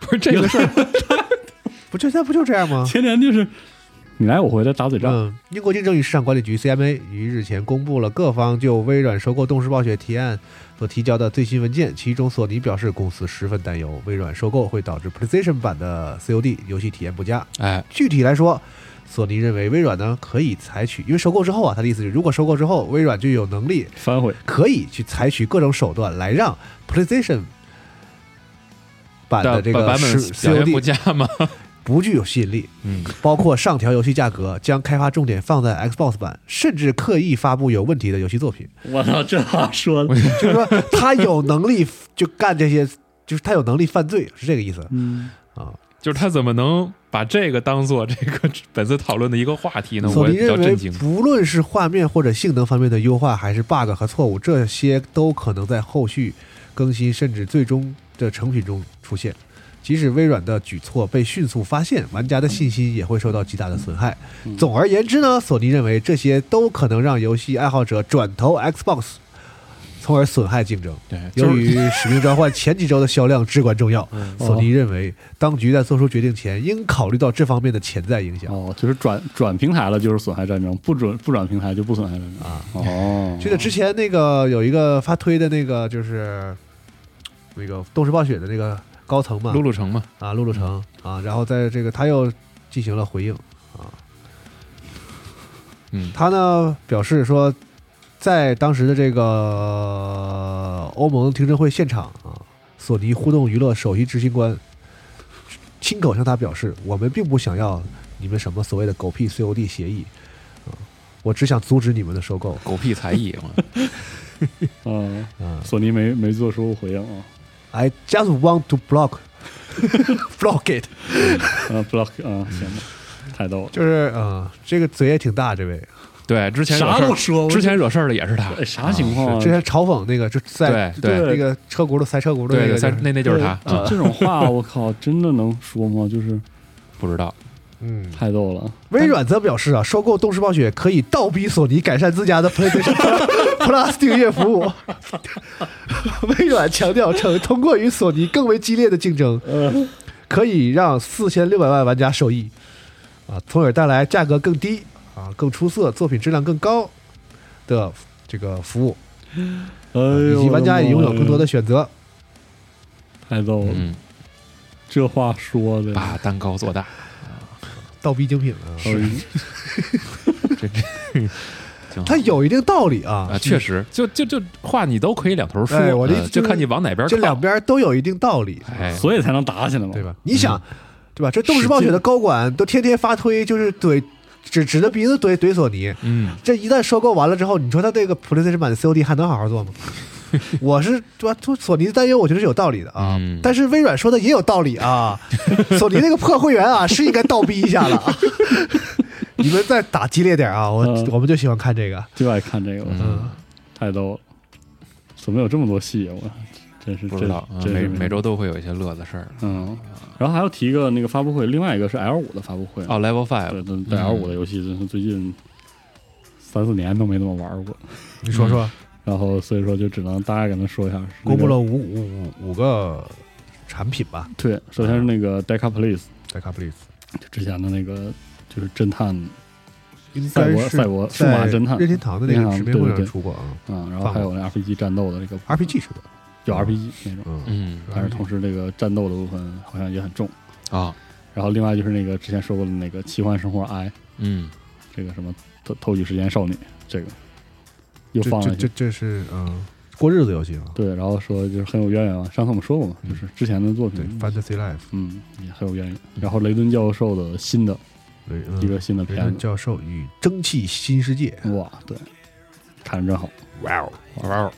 Speaker 1: 不是这个 事儿，
Speaker 2: 不就现在不就这样吗？
Speaker 3: 前年就是你来我回的打嘴仗，
Speaker 2: 嗯，英国竞争与市场管理局 （CMA） 于日前公布了各方就微软收购动视暴雪提案所提交的最新文件，其中索尼表示公司十分担忧微软收购会导致 PlayStation 版的 COD 游戏体验不佳。
Speaker 1: 哎，
Speaker 2: 具体来说，索尼认为微软呢可以采取，因为收购之后啊，他的意思是，如果收购之后，微软就有能力
Speaker 3: 反悔。
Speaker 2: 可以去采取各种手段来让 PlayStation 版的
Speaker 1: 但
Speaker 2: 这
Speaker 1: 版
Speaker 2: 个
Speaker 1: 版本
Speaker 2: 10
Speaker 1: 表现不
Speaker 2: COD
Speaker 1: 佳嘛。
Speaker 2: 不具有吸引力。
Speaker 1: 嗯，
Speaker 2: 包括上调游戏价格，将开发重点放在 Xbox 版，甚至刻意发布有问题的游戏作品。
Speaker 3: 我操，这话说的，
Speaker 2: 就是说，他有能力 就干这些，就是他有能力犯罪，是这个意思
Speaker 3: 嗯，
Speaker 2: 啊。
Speaker 1: 就是他怎么能把这个当做这个本次讨论的一个话题呢？
Speaker 2: 索
Speaker 1: 我
Speaker 2: 尼
Speaker 1: 也比较
Speaker 2: 认为
Speaker 1: 震惊，。
Speaker 2: 不论是画面或者性能方面的优化，还是 bug 和错误，这些都可能在后续更新甚至最终的成品中出现。即使微软的举措被迅速发现，玩家的信心也会受到极大的损害。
Speaker 3: 嗯
Speaker 2: 总而言之呢，索尼认为这些都可能让游戏爱好者转投 Xbox，从而损害竞争。
Speaker 1: 对，就
Speaker 2: 由
Speaker 1: 是嗯
Speaker 2: 于《使命召唤》前几周的销量至关重要，索
Speaker 1: 哦
Speaker 2: 尼认为当局在做出决定前应考虑到这方面的潜在影响。
Speaker 3: 哦，就是转转平台了，就是损害战争；不准不转平台就不损害战争
Speaker 2: 啊。
Speaker 3: 哦，
Speaker 2: 记得之前那个有一个发推的那个就是那个动视暴雪的那个高层嘛
Speaker 1: 露，露城嘛，
Speaker 2: 啊，陆路成啊，然后在这个他又进行了回应啊，
Speaker 1: 嗯
Speaker 2: 他呢表示说，在当时的这个呃欧盟听证会现场啊，索尼互动娱乐首席执行官亲口向他表示，我们并不想要你们什么所谓的狗屁 COD 协议啊，我只想阻止你们的收购
Speaker 1: 狗屁才艺，我
Speaker 3: 嗯，
Speaker 2: 啊。
Speaker 3: 索尼没没做出回应啊，
Speaker 2: I just want to block block it，
Speaker 3: 啊 block 啊，行吧，太逗了，
Speaker 2: 就是呃，这个嘴也挺大，这位
Speaker 1: 对之前惹事儿
Speaker 3: 说
Speaker 1: 之前惹事儿的也是他，
Speaker 3: 哎啥情况啊？
Speaker 2: 之前嘲讽那个就在
Speaker 1: 对对
Speaker 2: 那个车轱辘塞车轱辘
Speaker 1: 对
Speaker 2: 那个
Speaker 1: 三
Speaker 2: 就是
Speaker 1: 那那就是他，啊
Speaker 3: 这这种话我靠，真的能说吗？就是
Speaker 1: 不知道。
Speaker 2: 嗯，
Speaker 3: 太逗了，
Speaker 2: 微软则表示啊，收购动视暴雪可以倒逼索尼改善自家的 PlayStation Plus 订阅服务。微软强调称，通过与索尼更为激烈的竞争，可以让四千六百万玩家受益。啊，从而带来价格更低啊、更出色、作品质量更高的这个服务，
Speaker 3: 哎
Speaker 2: 以
Speaker 3: 呦，
Speaker 2: 及玩家也拥有更多
Speaker 3: 的
Speaker 2: 的选择。
Speaker 3: 太逗了，
Speaker 1: 嗯，
Speaker 3: 这话说的
Speaker 1: 把蛋糕做大，啊
Speaker 2: 倒逼精品啊，
Speaker 3: 哎呦
Speaker 1: 这这挺好
Speaker 2: 它有一定道理啊
Speaker 1: 啊，，确实，就就就话你都可以两头说，
Speaker 2: 哎我的意思
Speaker 1: 呃
Speaker 2: 就
Speaker 1: 就是看你往哪边
Speaker 2: 这
Speaker 1: 靠
Speaker 2: 两边都有一定道理，
Speaker 1: 哎，
Speaker 3: 所以才能打起来嘛，
Speaker 2: 对？吧？哦嗯你想，对吧？这动视暴雪
Speaker 3: 使
Speaker 2: 的
Speaker 3: 劲
Speaker 2: 高管都天天发推，就是怼，指指着鼻子怼怼索尼。
Speaker 1: 嗯，
Speaker 2: 这一旦收购完了之后，你说他这个 PlayStation 版的 COD 还能好好做 吗？我是对吧？索尼的担忧，我觉得是有道理的啊。
Speaker 1: 嗯
Speaker 2: 但是微软说的也有道理 啊。索尼那个破会员啊，是应该倒逼一下了、 啊。你们再打激烈点啊！我、
Speaker 3: 嗯
Speaker 2: 我们就喜欢看这个。
Speaker 3: 就爱看这个，
Speaker 1: 嗯
Speaker 2: 嗯，
Speaker 3: 太逗了，怎么有这么多戏啊？我真是
Speaker 1: 不知道，啊
Speaker 3: 真真
Speaker 1: 每
Speaker 3: 是
Speaker 1: 每周都会有一些乐子事儿。
Speaker 3: 嗯，然后还要提一个那个发布会，另外一个是 L 五的发布会，
Speaker 1: 哦，Level
Speaker 3: 对
Speaker 1: Five，
Speaker 3: 对对 L 五的游戏真是最近三四年都没怎么玩过，
Speaker 2: 你说说，
Speaker 3: 然后所以说就只能大概跟他说一下。是那
Speaker 2: 嗯公
Speaker 3: 个
Speaker 2: 布了五五五五个产品吧，
Speaker 3: 对，首
Speaker 1: 啊
Speaker 3: 先是那个 Deca Police
Speaker 2: 在 c a p l i s
Speaker 3: 就之前的那个就是侦探
Speaker 2: 应
Speaker 3: 赛
Speaker 2: 该
Speaker 3: 博
Speaker 2: 是
Speaker 3: 赛博数码
Speaker 2: 在
Speaker 3: 侦探
Speaker 2: 任天堂的那个
Speaker 3: 任天堂
Speaker 2: 直面会
Speaker 3: 对
Speaker 2: 上
Speaker 3: 对
Speaker 2: 出过啊
Speaker 3: 嗯，然后还有那 RPG 战斗的那个
Speaker 2: ，RPG 是吧？
Speaker 3: 就 RPG 那种，
Speaker 2: 嗯，
Speaker 1: 嗯
Speaker 3: 但是同时这个战斗的部分好像也很重。
Speaker 1: 啊，
Speaker 3: 然后另外就是那个之前说过的那个奇幻生活 I
Speaker 1: 嗯，
Speaker 3: 这个什么偷偷取时间少女这个又
Speaker 2: 这
Speaker 3: 放了
Speaker 2: 这
Speaker 3: 一下
Speaker 2: 这这是嗯过日子游戏啊，
Speaker 3: 对，然后说就是很有渊源嘛，上次我们说过嘛，就是之前的作
Speaker 2: 对
Speaker 3: 品，
Speaker 2: ，Fantasy Life
Speaker 3: 嗯，也很有渊源。然后雷顿教授的新的
Speaker 2: 雷嗯
Speaker 3: 一个新的
Speaker 2: 雷
Speaker 3: 片
Speaker 2: 顿
Speaker 3: 子，
Speaker 2: 教授与蒸汽新世界，
Speaker 3: 哇，对，看着真好。
Speaker 1: 哇哦，哇哦，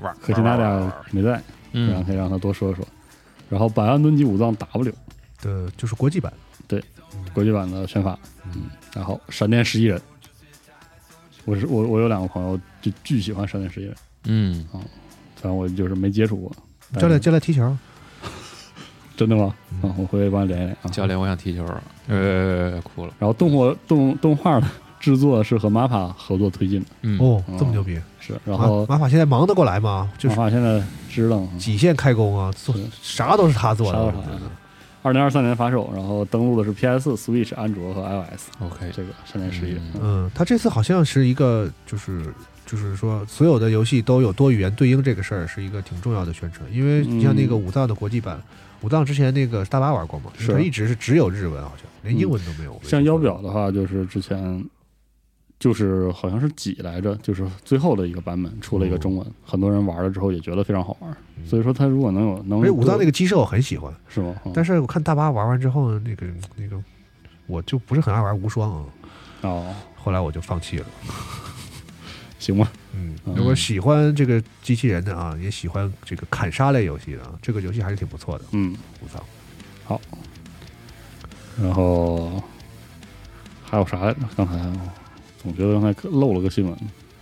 Speaker 1: 哇哦，
Speaker 3: 可惜娜俩没在，让
Speaker 1: 嗯，
Speaker 3: 他让他多说说。然后百万吨级武藏 W
Speaker 2: 的就是国际版，
Speaker 3: 国际版的宣发，嗯，然后闪电十一人，我是我我有两个朋友就巨喜欢闪电十一人，
Speaker 1: 嗯，
Speaker 3: 虽然我就是没接触过。但
Speaker 2: 叫来叫来踢球，
Speaker 3: 真的吗？
Speaker 2: 嗯
Speaker 3: 啊，我回去帮你联系联系啊。
Speaker 1: 教练，我想踢球，呃，哭了，
Speaker 3: 然后动画动动画的制作是和 MAPPA 合作推进的，
Speaker 1: 嗯，
Speaker 2: 哦
Speaker 3: 嗯，
Speaker 2: 这么牛逼，
Speaker 3: 是。然后
Speaker 2: 马马法现在忙得过来吗？就
Speaker 3: MAPPA
Speaker 2: 是
Speaker 3: 现在知道啊，
Speaker 2: 几线开工啊，做
Speaker 3: 是
Speaker 2: 啥都是他做的，
Speaker 3: 啥
Speaker 2: 我
Speaker 3: 都是他
Speaker 2: 觉得
Speaker 3: 啊二零二三年发售，然后登录的是 PS、Switch、安卓和 iOS，
Speaker 1: OK，
Speaker 3: 这个三年十一。
Speaker 1: 嗯
Speaker 3: 嗯
Speaker 2: 嗯，他这次好像是一个就是。就是说，所有的游戏都有多语言对应这个事儿，是一个挺重要的宣传。因为你像那个
Speaker 3: 嗯
Speaker 2: 武藏的国际版，武藏之前那个大巴玩过嘛，
Speaker 3: 是
Speaker 2: 他一直是只有日文，好像连英文都没有。
Speaker 3: 像腰表的话，就是之前就是好像是几来着，就是最后的一个版本出了一个中文，很多人玩了之后也觉得非常好玩。
Speaker 2: 哦嗯
Speaker 3: 所以说，它如果能有能
Speaker 2: 而且武藏那
Speaker 3: 个
Speaker 2: 个机设我很喜欢，
Speaker 3: 是吗？嗯
Speaker 2: 但是我看大巴玩完之后呢，那个那个，我就不是很爱玩无双啊，
Speaker 3: 哦，
Speaker 2: 后来我就放弃了。
Speaker 3: 行吧，
Speaker 2: 嗯，
Speaker 3: 嗯
Speaker 2: 如果喜欢这个机器人的啊，也喜欢这个砍杀类游戏的啊，这个游戏还是挺不错的。
Speaker 3: 嗯，
Speaker 2: 武藏
Speaker 3: 然后还有啥来着？刚才我总觉得刚才漏了个新闻。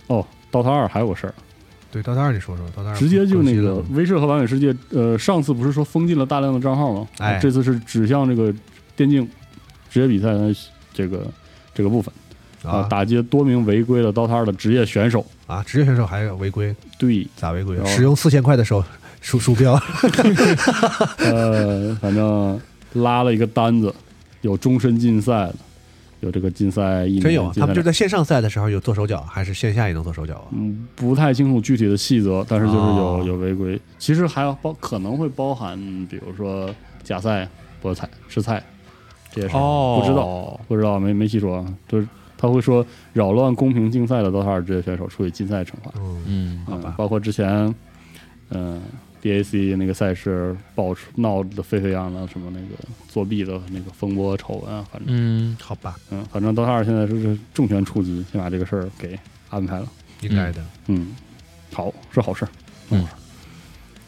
Speaker 3: 哦，《DOTA 二》还有个事儿，
Speaker 2: 对，到大二你说说，到大二
Speaker 3: 直接就那
Speaker 2: 更
Speaker 3: 个
Speaker 2: 啊新了
Speaker 3: 威慑和完美世界。呃，上次不是说封禁了大量的账号吗？
Speaker 2: 哎
Speaker 3: 这次是指向这个电竞职业比赛的这个这个部分
Speaker 2: 啊
Speaker 3: 打击多名违规了 DOTA 二的职业选手。
Speaker 2: 啊，职业选手还违规，
Speaker 3: 对，
Speaker 2: 咋违规
Speaker 3: 然？后
Speaker 2: 使用四千块的手鼠鼠标，
Speaker 3: 呃， 反正拉了一个单子，有终身禁赛的，有这个禁赛一年，
Speaker 2: 真有啊！
Speaker 3: 禁赛
Speaker 2: 他们就
Speaker 3: 两
Speaker 2: 在线上赛的时候有做手脚，还是线下也能做手脚啊？
Speaker 3: 嗯，不太清楚具体的细则，但是就是有、
Speaker 2: 哦
Speaker 3: 有违规。其实还要包可能会包含，比如说假赛、博彩、吃菜这些事儿，
Speaker 1: 哦，
Speaker 3: 不知道，不知道，没没细说啊。就是他会说扰乱公平竞赛的德塔尔职业选手处以禁赛惩罚，
Speaker 2: 嗯，
Speaker 1: 嗯，
Speaker 2: 好吧
Speaker 3: 嗯包括之前，嗯、BAC 那个赛事爆出闹得沸沸扬扬，什么那个作弊的那个风波丑闻啊，反正
Speaker 1: 嗯，
Speaker 2: 好吧，
Speaker 3: 嗯，反正德塔尔现在是重拳出击，先把这个事儿给安排了。
Speaker 2: 应该的。
Speaker 3: 嗯，好是好事儿。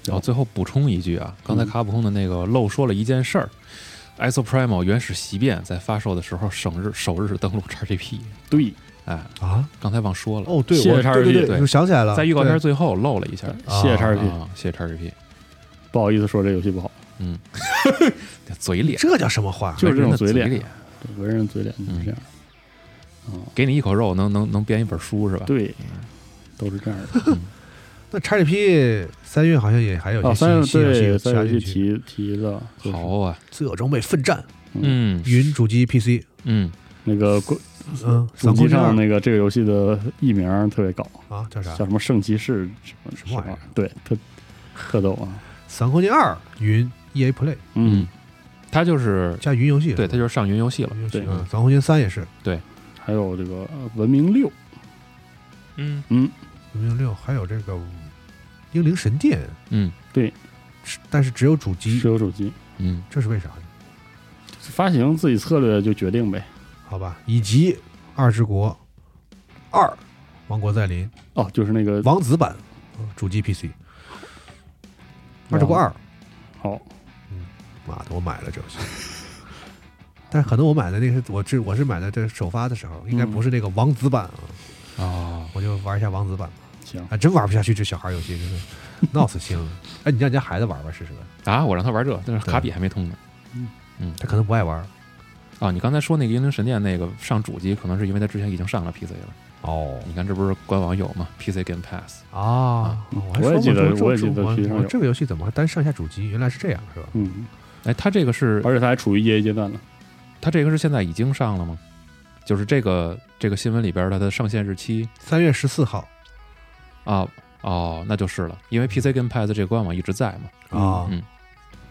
Speaker 1: 然后最后补充一句啊，刚才
Speaker 3: 嗯
Speaker 1: 卡普空的那个漏说了一件事儿。Isoprimo 原始习变在发售的时候，省日首日登陆 XGP，
Speaker 3: 对，
Speaker 1: 哎，
Speaker 3: 嗯
Speaker 2: 啊，
Speaker 1: 刚才忘说了，
Speaker 2: 哦，对，
Speaker 3: 谢
Speaker 2: 我
Speaker 3: 谢叉
Speaker 2: 对
Speaker 3: RPG，
Speaker 2: 对对，
Speaker 1: 对
Speaker 2: 我想起来了，
Speaker 1: 在预告
Speaker 2: 对
Speaker 1: 片最后漏了一下，
Speaker 3: 谢谢叉 r p
Speaker 1: 啊，谢谢 XGP，
Speaker 3: 不好意思说这游戏不好，
Speaker 1: 嘴脸，
Speaker 2: 这叫什么话？
Speaker 3: 就是这
Speaker 1: 文
Speaker 3: 种
Speaker 1: 人的嘴
Speaker 3: 嘴脸，对文人嘴脸
Speaker 2: 嗯
Speaker 3: 就是这样。
Speaker 1: 给你一口肉能能能编一本书是吧？，嗯
Speaker 3: 对，都是这样的。
Speaker 2: 那 XGP 三月好像也还 有
Speaker 3: 啊，
Speaker 2: 一些
Speaker 3: 三
Speaker 2: 新新游戏
Speaker 3: 对三
Speaker 2: 加
Speaker 3: 游戏
Speaker 2: 进去，
Speaker 3: 提提的，就是
Speaker 1: 好啊，
Speaker 2: 自有装备奋战，
Speaker 1: 嗯，
Speaker 2: 云主机 PC
Speaker 1: 嗯，
Speaker 3: 那个国
Speaker 2: 嗯，
Speaker 3: 主
Speaker 2: 三
Speaker 3: 机
Speaker 2: 国志
Speaker 3: 上
Speaker 2: 二
Speaker 3: 那个这个游戏的译名儿特别搞，
Speaker 2: 啊叫啥
Speaker 3: 叫？什么圣骑士什么
Speaker 2: 什么玩意儿？
Speaker 3: 对，特特逗啊。
Speaker 2: 三国志二云 EA Play
Speaker 1: 嗯，它就是
Speaker 2: 加云游戏，
Speaker 1: 对，它就是上云游戏了。
Speaker 2: 云游戏
Speaker 3: 对
Speaker 2: 嗯，三国志三也是，
Speaker 3: 还有这个呃文明六，
Speaker 1: 嗯
Speaker 3: 嗯，
Speaker 2: 零零六，还有这个英灵神殿，
Speaker 1: 嗯
Speaker 2: 是但是只有主机
Speaker 3: 是，有主机
Speaker 1: 嗯，
Speaker 2: 这是为啥呢？
Speaker 3: 发行自己策略就决定呗。
Speaker 2: 好吧，以及二之国二王国再临
Speaker 3: 哦，就是那个
Speaker 2: 王子版，嗯主机 PC。二之国二，
Speaker 3: 好，
Speaker 2: 妈的，我买了这游戏。但是可能我买的那个是我是我是买的这首发的时候，应该不是那个王子版啊，
Speaker 1: 哦，
Speaker 2: 我就玩一下王子版吧。
Speaker 3: 行，
Speaker 2: 啊，真玩不下去这小孩游戏，真是闹死心了。哎，你让人家孩子玩玩试试吧，
Speaker 1: 啊，我让他玩这，但是卡比还没通呢。
Speaker 2: 他可能不爱玩。
Speaker 1: 啊，你刚才说那个《英灵神殿》那个上主机，可能是因为它之前已经上了 PC 了。
Speaker 2: 哦
Speaker 1: 你看，这不是官网有吗？PC Game Pass。
Speaker 2: 啊，还
Speaker 3: 我
Speaker 2: 说
Speaker 3: 也记
Speaker 2: 嘛
Speaker 3: 得
Speaker 2: 这这
Speaker 3: 我也记得
Speaker 2: 这
Speaker 3: 其实有
Speaker 2: 哦这个游戏怎么还单上下主机？原来是这样，是吧？
Speaker 3: 嗯，
Speaker 1: 哎，它这个是
Speaker 3: 而且它还处于 EA 阶段呢。
Speaker 1: 它这个是现在已经上了吗？就是这个这个新闻里边它的上线日期
Speaker 2: 三月十四号
Speaker 1: 啊，哦，那就是了，因为 PC Game Pass 这个官网一直在嘛。
Speaker 2: 啊，
Speaker 1: 嗯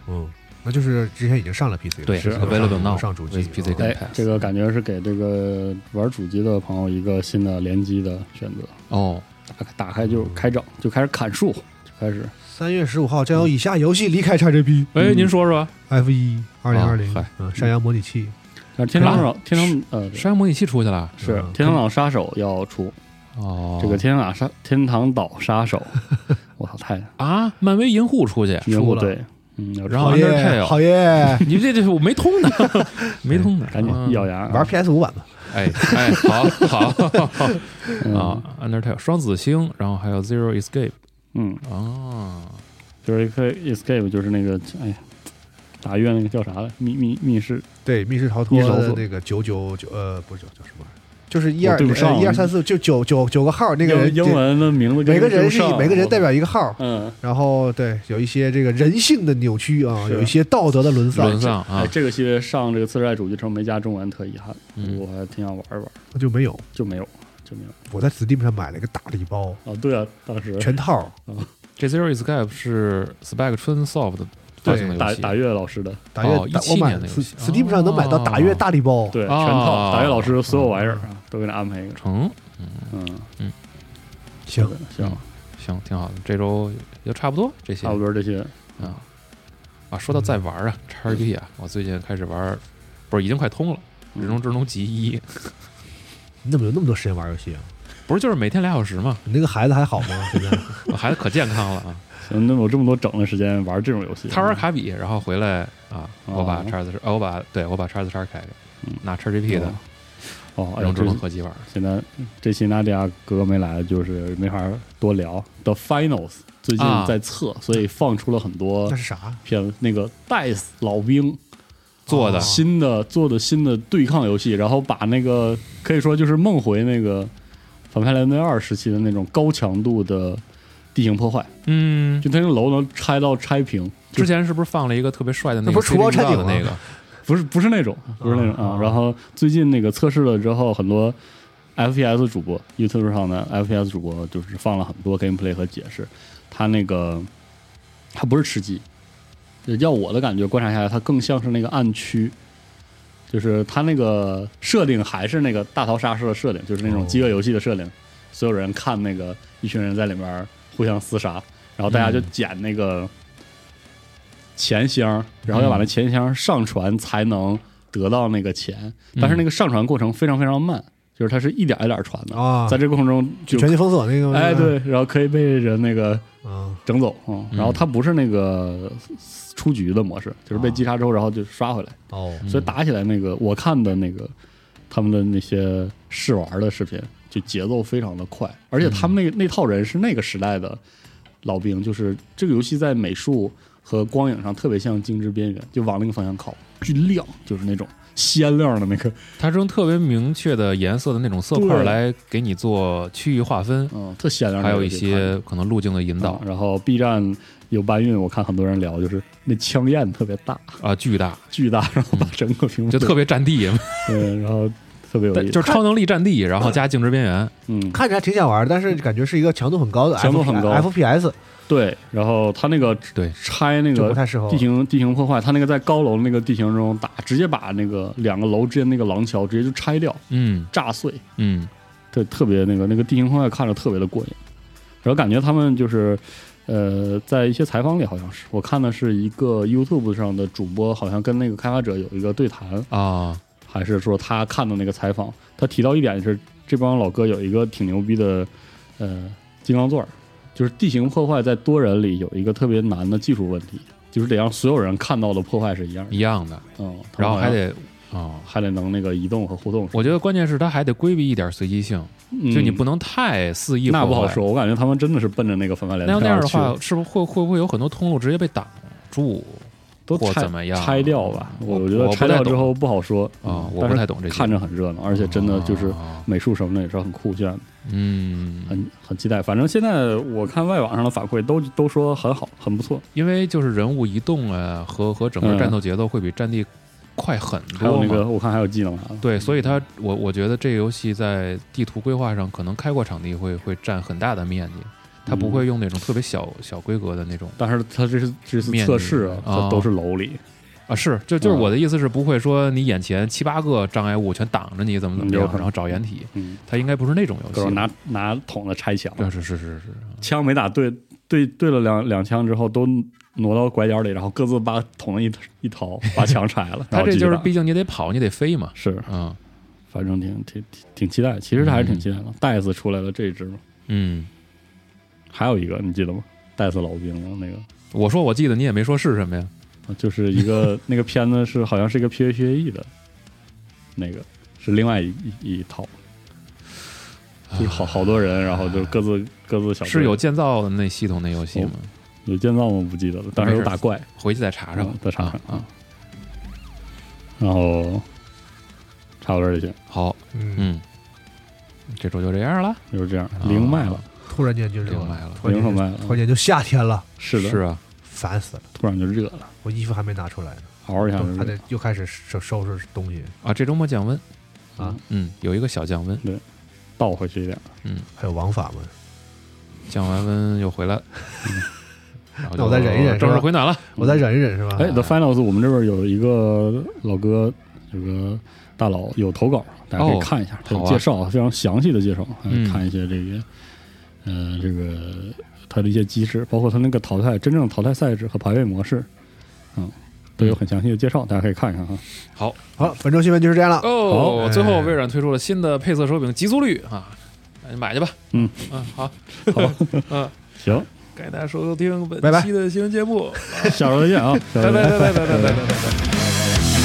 Speaker 2: 嗯，那就是之前已经上了 PC，了
Speaker 1: 对
Speaker 2: 是
Speaker 3: 是
Speaker 2: 上
Speaker 1: available now
Speaker 2: 上主机
Speaker 1: with PC
Speaker 2: 嗯
Speaker 1: Game
Speaker 3: 哎
Speaker 1: Pass，
Speaker 3: 这个感觉是给这个玩主机的朋友一个新的联机的选择，
Speaker 1: 哦，
Speaker 3: 打打开就开整，就开始砍树，就开始
Speaker 2: 三月十五号将
Speaker 3: 嗯
Speaker 2: 有以下游戏离开 XGP
Speaker 1: 哎，您说说，
Speaker 2: F 一二零二
Speaker 3: 哦
Speaker 2: 零
Speaker 1: 嗨，
Speaker 2: 嗯，山羊模拟器
Speaker 3: 但是天堂岛天堂呃
Speaker 1: 《
Speaker 3: 对
Speaker 1: 山羊模拟器》出去了？
Speaker 3: 是
Speaker 2: 嗯
Speaker 3: 天堂岛杀手要出
Speaker 1: 哦，
Speaker 3: 这个天堂岛杀天堂岛杀手，我操太
Speaker 1: 啊，漫威银护出去，
Speaker 3: 人物
Speaker 2: 了
Speaker 3: 对，嗯，要出
Speaker 1: 然后
Speaker 2: 好
Speaker 1: Undertale
Speaker 2: 耶，好耶，
Speaker 1: 你这这我没通 呢，没通呢，
Speaker 3: 赶紧
Speaker 1: 嗯
Speaker 3: 一咬牙啊
Speaker 2: 玩 PS 五版吧，
Speaker 1: 哎哎，好好
Speaker 3: 嗯
Speaker 1: 啊，Undertale 双子星，然后还有 Zero Escape
Speaker 3: 嗯，
Speaker 1: 啊，
Speaker 3: 就是 escape 就是那个哎呀，打月那个叫啥来密密密室
Speaker 2: 对，密室逃脱
Speaker 3: 密室逃脱
Speaker 2: 的那个九九九呃，不是九九什么玩意儿，哦就是一二呃
Speaker 3: 我对不上
Speaker 2: 一二三四就九九九个号，那个人
Speaker 3: 英英文的名字跟
Speaker 2: 每个人
Speaker 3: 对
Speaker 2: 是
Speaker 3: 不上
Speaker 2: 每个人代表一个号。
Speaker 3: 嗯。
Speaker 2: 然后对，有一些这个人性的扭曲啊，
Speaker 3: 是
Speaker 2: 有一些道德的沦丧，
Speaker 1: 沦丧啊
Speaker 3: 哎，，这个系列上这个次世代主机的时候没加中文，特遗憾，
Speaker 1: 嗯
Speaker 3: 我还挺想玩一玩，
Speaker 2: 那就没有。
Speaker 3: 就没有，就没有。
Speaker 2: 我在 Steam 上买了一个大礼包，
Speaker 3: 哦，对啊，当时
Speaker 2: 全套，
Speaker 1: 这 Zero Escape 是 Spec 春 Soft 发行的游
Speaker 3: 打
Speaker 1: 戏，
Speaker 3: 打月老师的，
Speaker 2: 打月、
Speaker 1: 哦
Speaker 2: 打我
Speaker 1: 17
Speaker 2: 买
Speaker 1: 年的游戏
Speaker 2: Steam 上能买到打月大礼包，
Speaker 3: 对，全
Speaker 1: 哦
Speaker 3: 套打月老师的所有玩意
Speaker 1: 嗯
Speaker 3: 儿啊，都给你安排一个。
Speaker 1: 成
Speaker 3: 嗯，
Speaker 2: 行
Speaker 3: 对，
Speaker 1: 嗯
Speaker 3: 行，
Speaker 1: 行，挺好的，这周就差不多这些
Speaker 3: 差不多这些。
Speaker 1: 啊啊，说到再玩啊，XGP 啊，我最近开始玩，不是已经快通了，《
Speaker 3: 嗯
Speaker 1: 人中之龙集一》，
Speaker 2: 你怎么有那么多时间玩游戏啊？
Speaker 1: 不是就是每天俩小时嘛，
Speaker 2: 你那个孩子还好吗？ 现在
Speaker 1: 我孩子可健康了啊。
Speaker 3: 行，那我这么多整的时间玩这种游戏，
Speaker 1: 他玩卡比，然后回来啊，
Speaker 3: 哦
Speaker 1: 我把叉 S 呃，我把对我把叉 S 叉开开
Speaker 3: 嗯，
Speaker 1: 拿叉 GP 的
Speaker 3: 哦哦，哎
Speaker 1: 用
Speaker 3: 呦，
Speaker 1: 智
Speaker 3: 这
Speaker 1: 能合集玩。
Speaker 3: 现在这期娜迪亚啊哥哥没来，就是没法多聊。The Finals 最近
Speaker 1: 啊
Speaker 3: 在测，所以放出了很多
Speaker 2: 那是啥？
Speaker 3: 片子，那个 DICE 老兵。
Speaker 1: 做的
Speaker 2: 哦
Speaker 3: 新的做的新的对抗游戏，然后把那个可以说就是梦回那个反派雷诺二时期的那种高强度的地形破坏，
Speaker 1: 嗯，
Speaker 3: 就它那个楼能拆到拆平，就
Speaker 1: 之前是不是放了一个特别帅的
Speaker 2: 那
Speaker 1: 那
Speaker 2: 不
Speaker 1: 个
Speaker 2: 是厨房
Speaker 1: CD
Speaker 2: 拆顶
Speaker 1: 的
Speaker 2: 吗
Speaker 1: 那个？
Speaker 3: 不是不是那种不是那种啊
Speaker 2: 啊。
Speaker 3: 然后最近那个测试了之后，很多 FPS 主播 YouTube 上的 FPS 主播就是放了很多 gameplay 和解释，他那个他不是吃鸡，要我的感觉观察下来，它更像是那个暗区。就是它那个设定还是那个大逃杀式的设定，就是那种饥饿游戏的设定，所有人看那个一群人在里面互相厮杀，然后大家就
Speaker 1: 嗯
Speaker 3: 捡那个钱箱，然后要把那钱箱上传才能得到那个钱，
Speaker 1: 嗯
Speaker 3: 但是那个上传过程非常非常慢，就是它是一点一点传的，
Speaker 2: 啊，
Speaker 3: 在这过程中就
Speaker 2: 全境封锁那个吗？
Speaker 3: 哎对，然后可以被人那个
Speaker 2: 啊，
Speaker 3: 整走，嗯，然后它不是那个出局的模式，就是被击杀之后，然后就刷回来。
Speaker 2: 哦，
Speaker 1: 嗯
Speaker 3: 所以打起来那个我看的那个他们的那些试玩的视频，就节奏非常的快，而且他们那那套人是那个时代的老兵，就是这个游戏在美术和光影上特别像《精致边缘》，就往那个方向靠，巨亮，就是那种鲜亮的那个，
Speaker 1: 它是用特别明确的颜色的那种色块
Speaker 3: 对
Speaker 1: 来给你做区域划分，
Speaker 3: 嗯，特鲜亮的
Speaker 1: 还
Speaker 3: 那
Speaker 1: 有
Speaker 3: 个
Speaker 1: 一
Speaker 3: 就看着。
Speaker 1: 些可能路径的引
Speaker 3: 啊
Speaker 1: 导。
Speaker 3: 然后 B 站有搬运，我看很多人聊，就是那枪焰特别大，
Speaker 1: 啊，巨 大，
Speaker 3: 巨大，然后把整个屏幕
Speaker 1: 嗯就特别占地，
Speaker 3: 嗯，然后特别有
Speaker 1: 但
Speaker 3: 意思，
Speaker 1: 就是超能力占地，然后加静止边 缘，
Speaker 3: 嗯，
Speaker 2: 看着还挺想玩，但是感觉是一个强度很高的 FP,
Speaker 3: 强度很高
Speaker 2: FPS，
Speaker 3: 对，然后他那个
Speaker 1: 对
Speaker 3: 拆那
Speaker 2: 就
Speaker 3: 个
Speaker 2: 不太适合我
Speaker 3: 地。形地形破坏，他那个在高楼那个地形中打，直接把那个两个楼之间那个廊桥直接就拆掉，
Speaker 1: 嗯
Speaker 3: 炸碎，
Speaker 1: 嗯，
Speaker 3: 对，特别那个那个地形破坏看着特别的过瘾，然后感觉他们就是。呃，在一些采访里好像是我看的是一个 YouTube 上的主播，好像跟那个开发者有一个对谈，
Speaker 1: 啊，
Speaker 3: 还是说他看的那个采访，他提到一点是这帮老哥有一个挺牛逼的呃金刚钻儿，就是地形破坏在多人里有一个特别难的技术问题，就是得让所有人看到的破坏是一样的，
Speaker 1: 一样的，
Speaker 3: 嗯，他
Speaker 1: 然
Speaker 3: 们
Speaker 1: 后
Speaker 3: 好
Speaker 1: 还
Speaker 3: 像
Speaker 1: 得啊。
Speaker 3: 还得能那个移动和互动，
Speaker 1: 我觉得关键是他还得规避一点随机性，
Speaker 3: 嗯
Speaker 1: 就你不能太肆意。
Speaker 3: 那不好。说，我感觉他们真的是奔着那个反派联
Speaker 1: 那要
Speaker 3: 盟
Speaker 1: 那样的
Speaker 3: 去
Speaker 1: 话，是不是会会不会有很多通路直接被挡住
Speaker 3: 都
Speaker 1: 或
Speaker 3: 拆
Speaker 1: 怎么样
Speaker 3: 拆掉吧，
Speaker 1: 我
Speaker 3: 我觉
Speaker 1: 我
Speaker 3: 得
Speaker 1: 不
Speaker 3: 拆
Speaker 1: 太
Speaker 3: 掉之
Speaker 1: 懂
Speaker 3: 后不好说
Speaker 1: 啊？
Speaker 3: 嗯
Speaker 1: 我
Speaker 3: 但
Speaker 1: 不
Speaker 3: 是
Speaker 1: 太懂这些，
Speaker 3: 看着很热闹，而且真的就是
Speaker 1: 啊
Speaker 3: 美术什么的也是很酷炫的。
Speaker 1: 嗯，
Speaker 3: 很很期待。反正现在我看外网上的反馈都都说很好，很不错。
Speaker 1: 因为就是人物移动啊和和整个
Speaker 3: 嗯
Speaker 1: 战斗节奏会比战地快很
Speaker 3: 还有
Speaker 1: 多
Speaker 3: 那
Speaker 1: 嘛。
Speaker 3: 个，我看还有技能啥啊的。
Speaker 1: 对，所以它我我觉得这个游戏在地图规划上可能开阔场地会会占很大的面积，它不
Speaker 3: 嗯
Speaker 1: 会用那种特别小小规格的那种
Speaker 3: 但是它这是这次测试啊
Speaker 1: 面，积
Speaker 3: 它都是楼里，
Speaker 1: 啊，是，就就是
Speaker 3: 嗯
Speaker 1: 我的意思是不会说你眼前七八个障碍物全挡着你怎么怎么
Speaker 3: 有
Speaker 1: 样
Speaker 3: 可，能
Speaker 1: 然后找掩体，
Speaker 3: 嗯，
Speaker 1: 它应该不是那种游
Speaker 3: 各
Speaker 1: 戏
Speaker 3: 种。拿拿桶子拆墙，
Speaker 1: 对，啊是是是是，
Speaker 3: 枪没打对，对对了两两枪之后都挪到拐角里，然后各自把桶一一 掏，把墙拆了。然
Speaker 1: 它
Speaker 3: 后
Speaker 1: 这
Speaker 3: 继续
Speaker 1: 就是
Speaker 3: 打
Speaker 1: 毕竟你得跑，你得飞嘛，
Speaker 3: 是，
Speaker 1: 啊，
Speaker 3: 反正挺挺挺挺期待，其实还是挺期待的。戴斯出来了这一支嘛，
Speaker 1: 嗯，
Speaker 3: 还有一个你记得吗？戴斯老兵了那个。
Speaker 1: 我说我记得你也没说是什么呀，
Speaker 3: 啊，就是一 个那个片子是好像是一个 PVPE E 的，那个是另外一一一套，就是好好多人，然后就各自各自小队
Speaker 1: 是有建造的那系统那游戏吗？
Speaker 3: 有建造吗？不记得了，当时有打怪，
Speaker 2: 哦
Speaker 1: 回去再查查吧
Speaker 3: 嗯，再查查
Speaker 1: 啊啊，
Speaker 3: 然后差不多这些，
Speaker 1: 好，
Speaker 2: 嗯，
Speaker 1: 嗯，这周就这样了，
Speaker 3: 就是这样，
Speaker 1: 啊
Speaker 3: 零卖了，
Speaker 2: 突然间就
Speaker 1: 零卖了
Speaker 2: 突然
Speaker 3: 零和
Speaker 2: 间就
Speaker 3: 卖了
Speaker 2: 突，然间就夏天了，
Speaker 3: 是的，
Speaker 1: 是啊，
Speaker 2: 烦死了！
Speaker 3: 突然就热了，
Speaker 2: 我衣服还没拿出来呢，
Speaker 3: 嗷一下就
Speaker 2: 都还
Speaker 3: 热，
Speaker 2: 得又开始收收拾东西，
Speaker 1: 啊，这周末降温
Speaker 2: 啊，
Speaker 1: 嗯，有一个小降温，
Speaker 3: 倒回去一点，
Speaker 2: 还有王法们。
Speaker 1: 降完温又回来 了，然后
Speaker 2: 那我再
Speaker 1: 就
Speaker 2: 忍一忍是吧
Speaker 1: 正式回暖了，
Speaker 2: 我再忍一忍是
Speaker 1: 啊
Speaker 2: 吧？
Speaker 3: 哎，The Finals，我们这边有一个老哥，有个大佬有投稿，大家可以看一下，他有
Speaker 1: 好啊
Speaker 3: 介绍、非常详细的介绍，呃
Speaker 1: 嗯
Speaker 3: 看一些这个，呃，这个他的一些机制，包括他那个淘汰真正淘汰赛制和排位模式，嗯，都有很详细的介绍，大家可以看一看啊哈。
Speaker 1: 好。
Speaker 2: 好，本周新闻就是这样了。
Speaker 1: 哦，
Speaker 2: 好哎
Speaker 1: 最后微软推出了新的配色手柄极速率啊，那你买去吧。
Speaker 3: 嗯
Speaker 1: 嗯，好，
Speaker 3: 好，
Speaker 1: 嗯，
Speaker 3: 行，
Speaker 1: 感谢大家收听
Speaker 2: 拜
Speaker 1: 本
Speaker 2: 拜
Speaker 1: 期的新闻节目，
Speaker 3: 下周再见啊，下
Speaker 1: 拜
Speaker 3: 周
Speaker 1: 拜拜
Speaker 3: 再见
Speaker 1: 拜拜拜拜拜拜拜。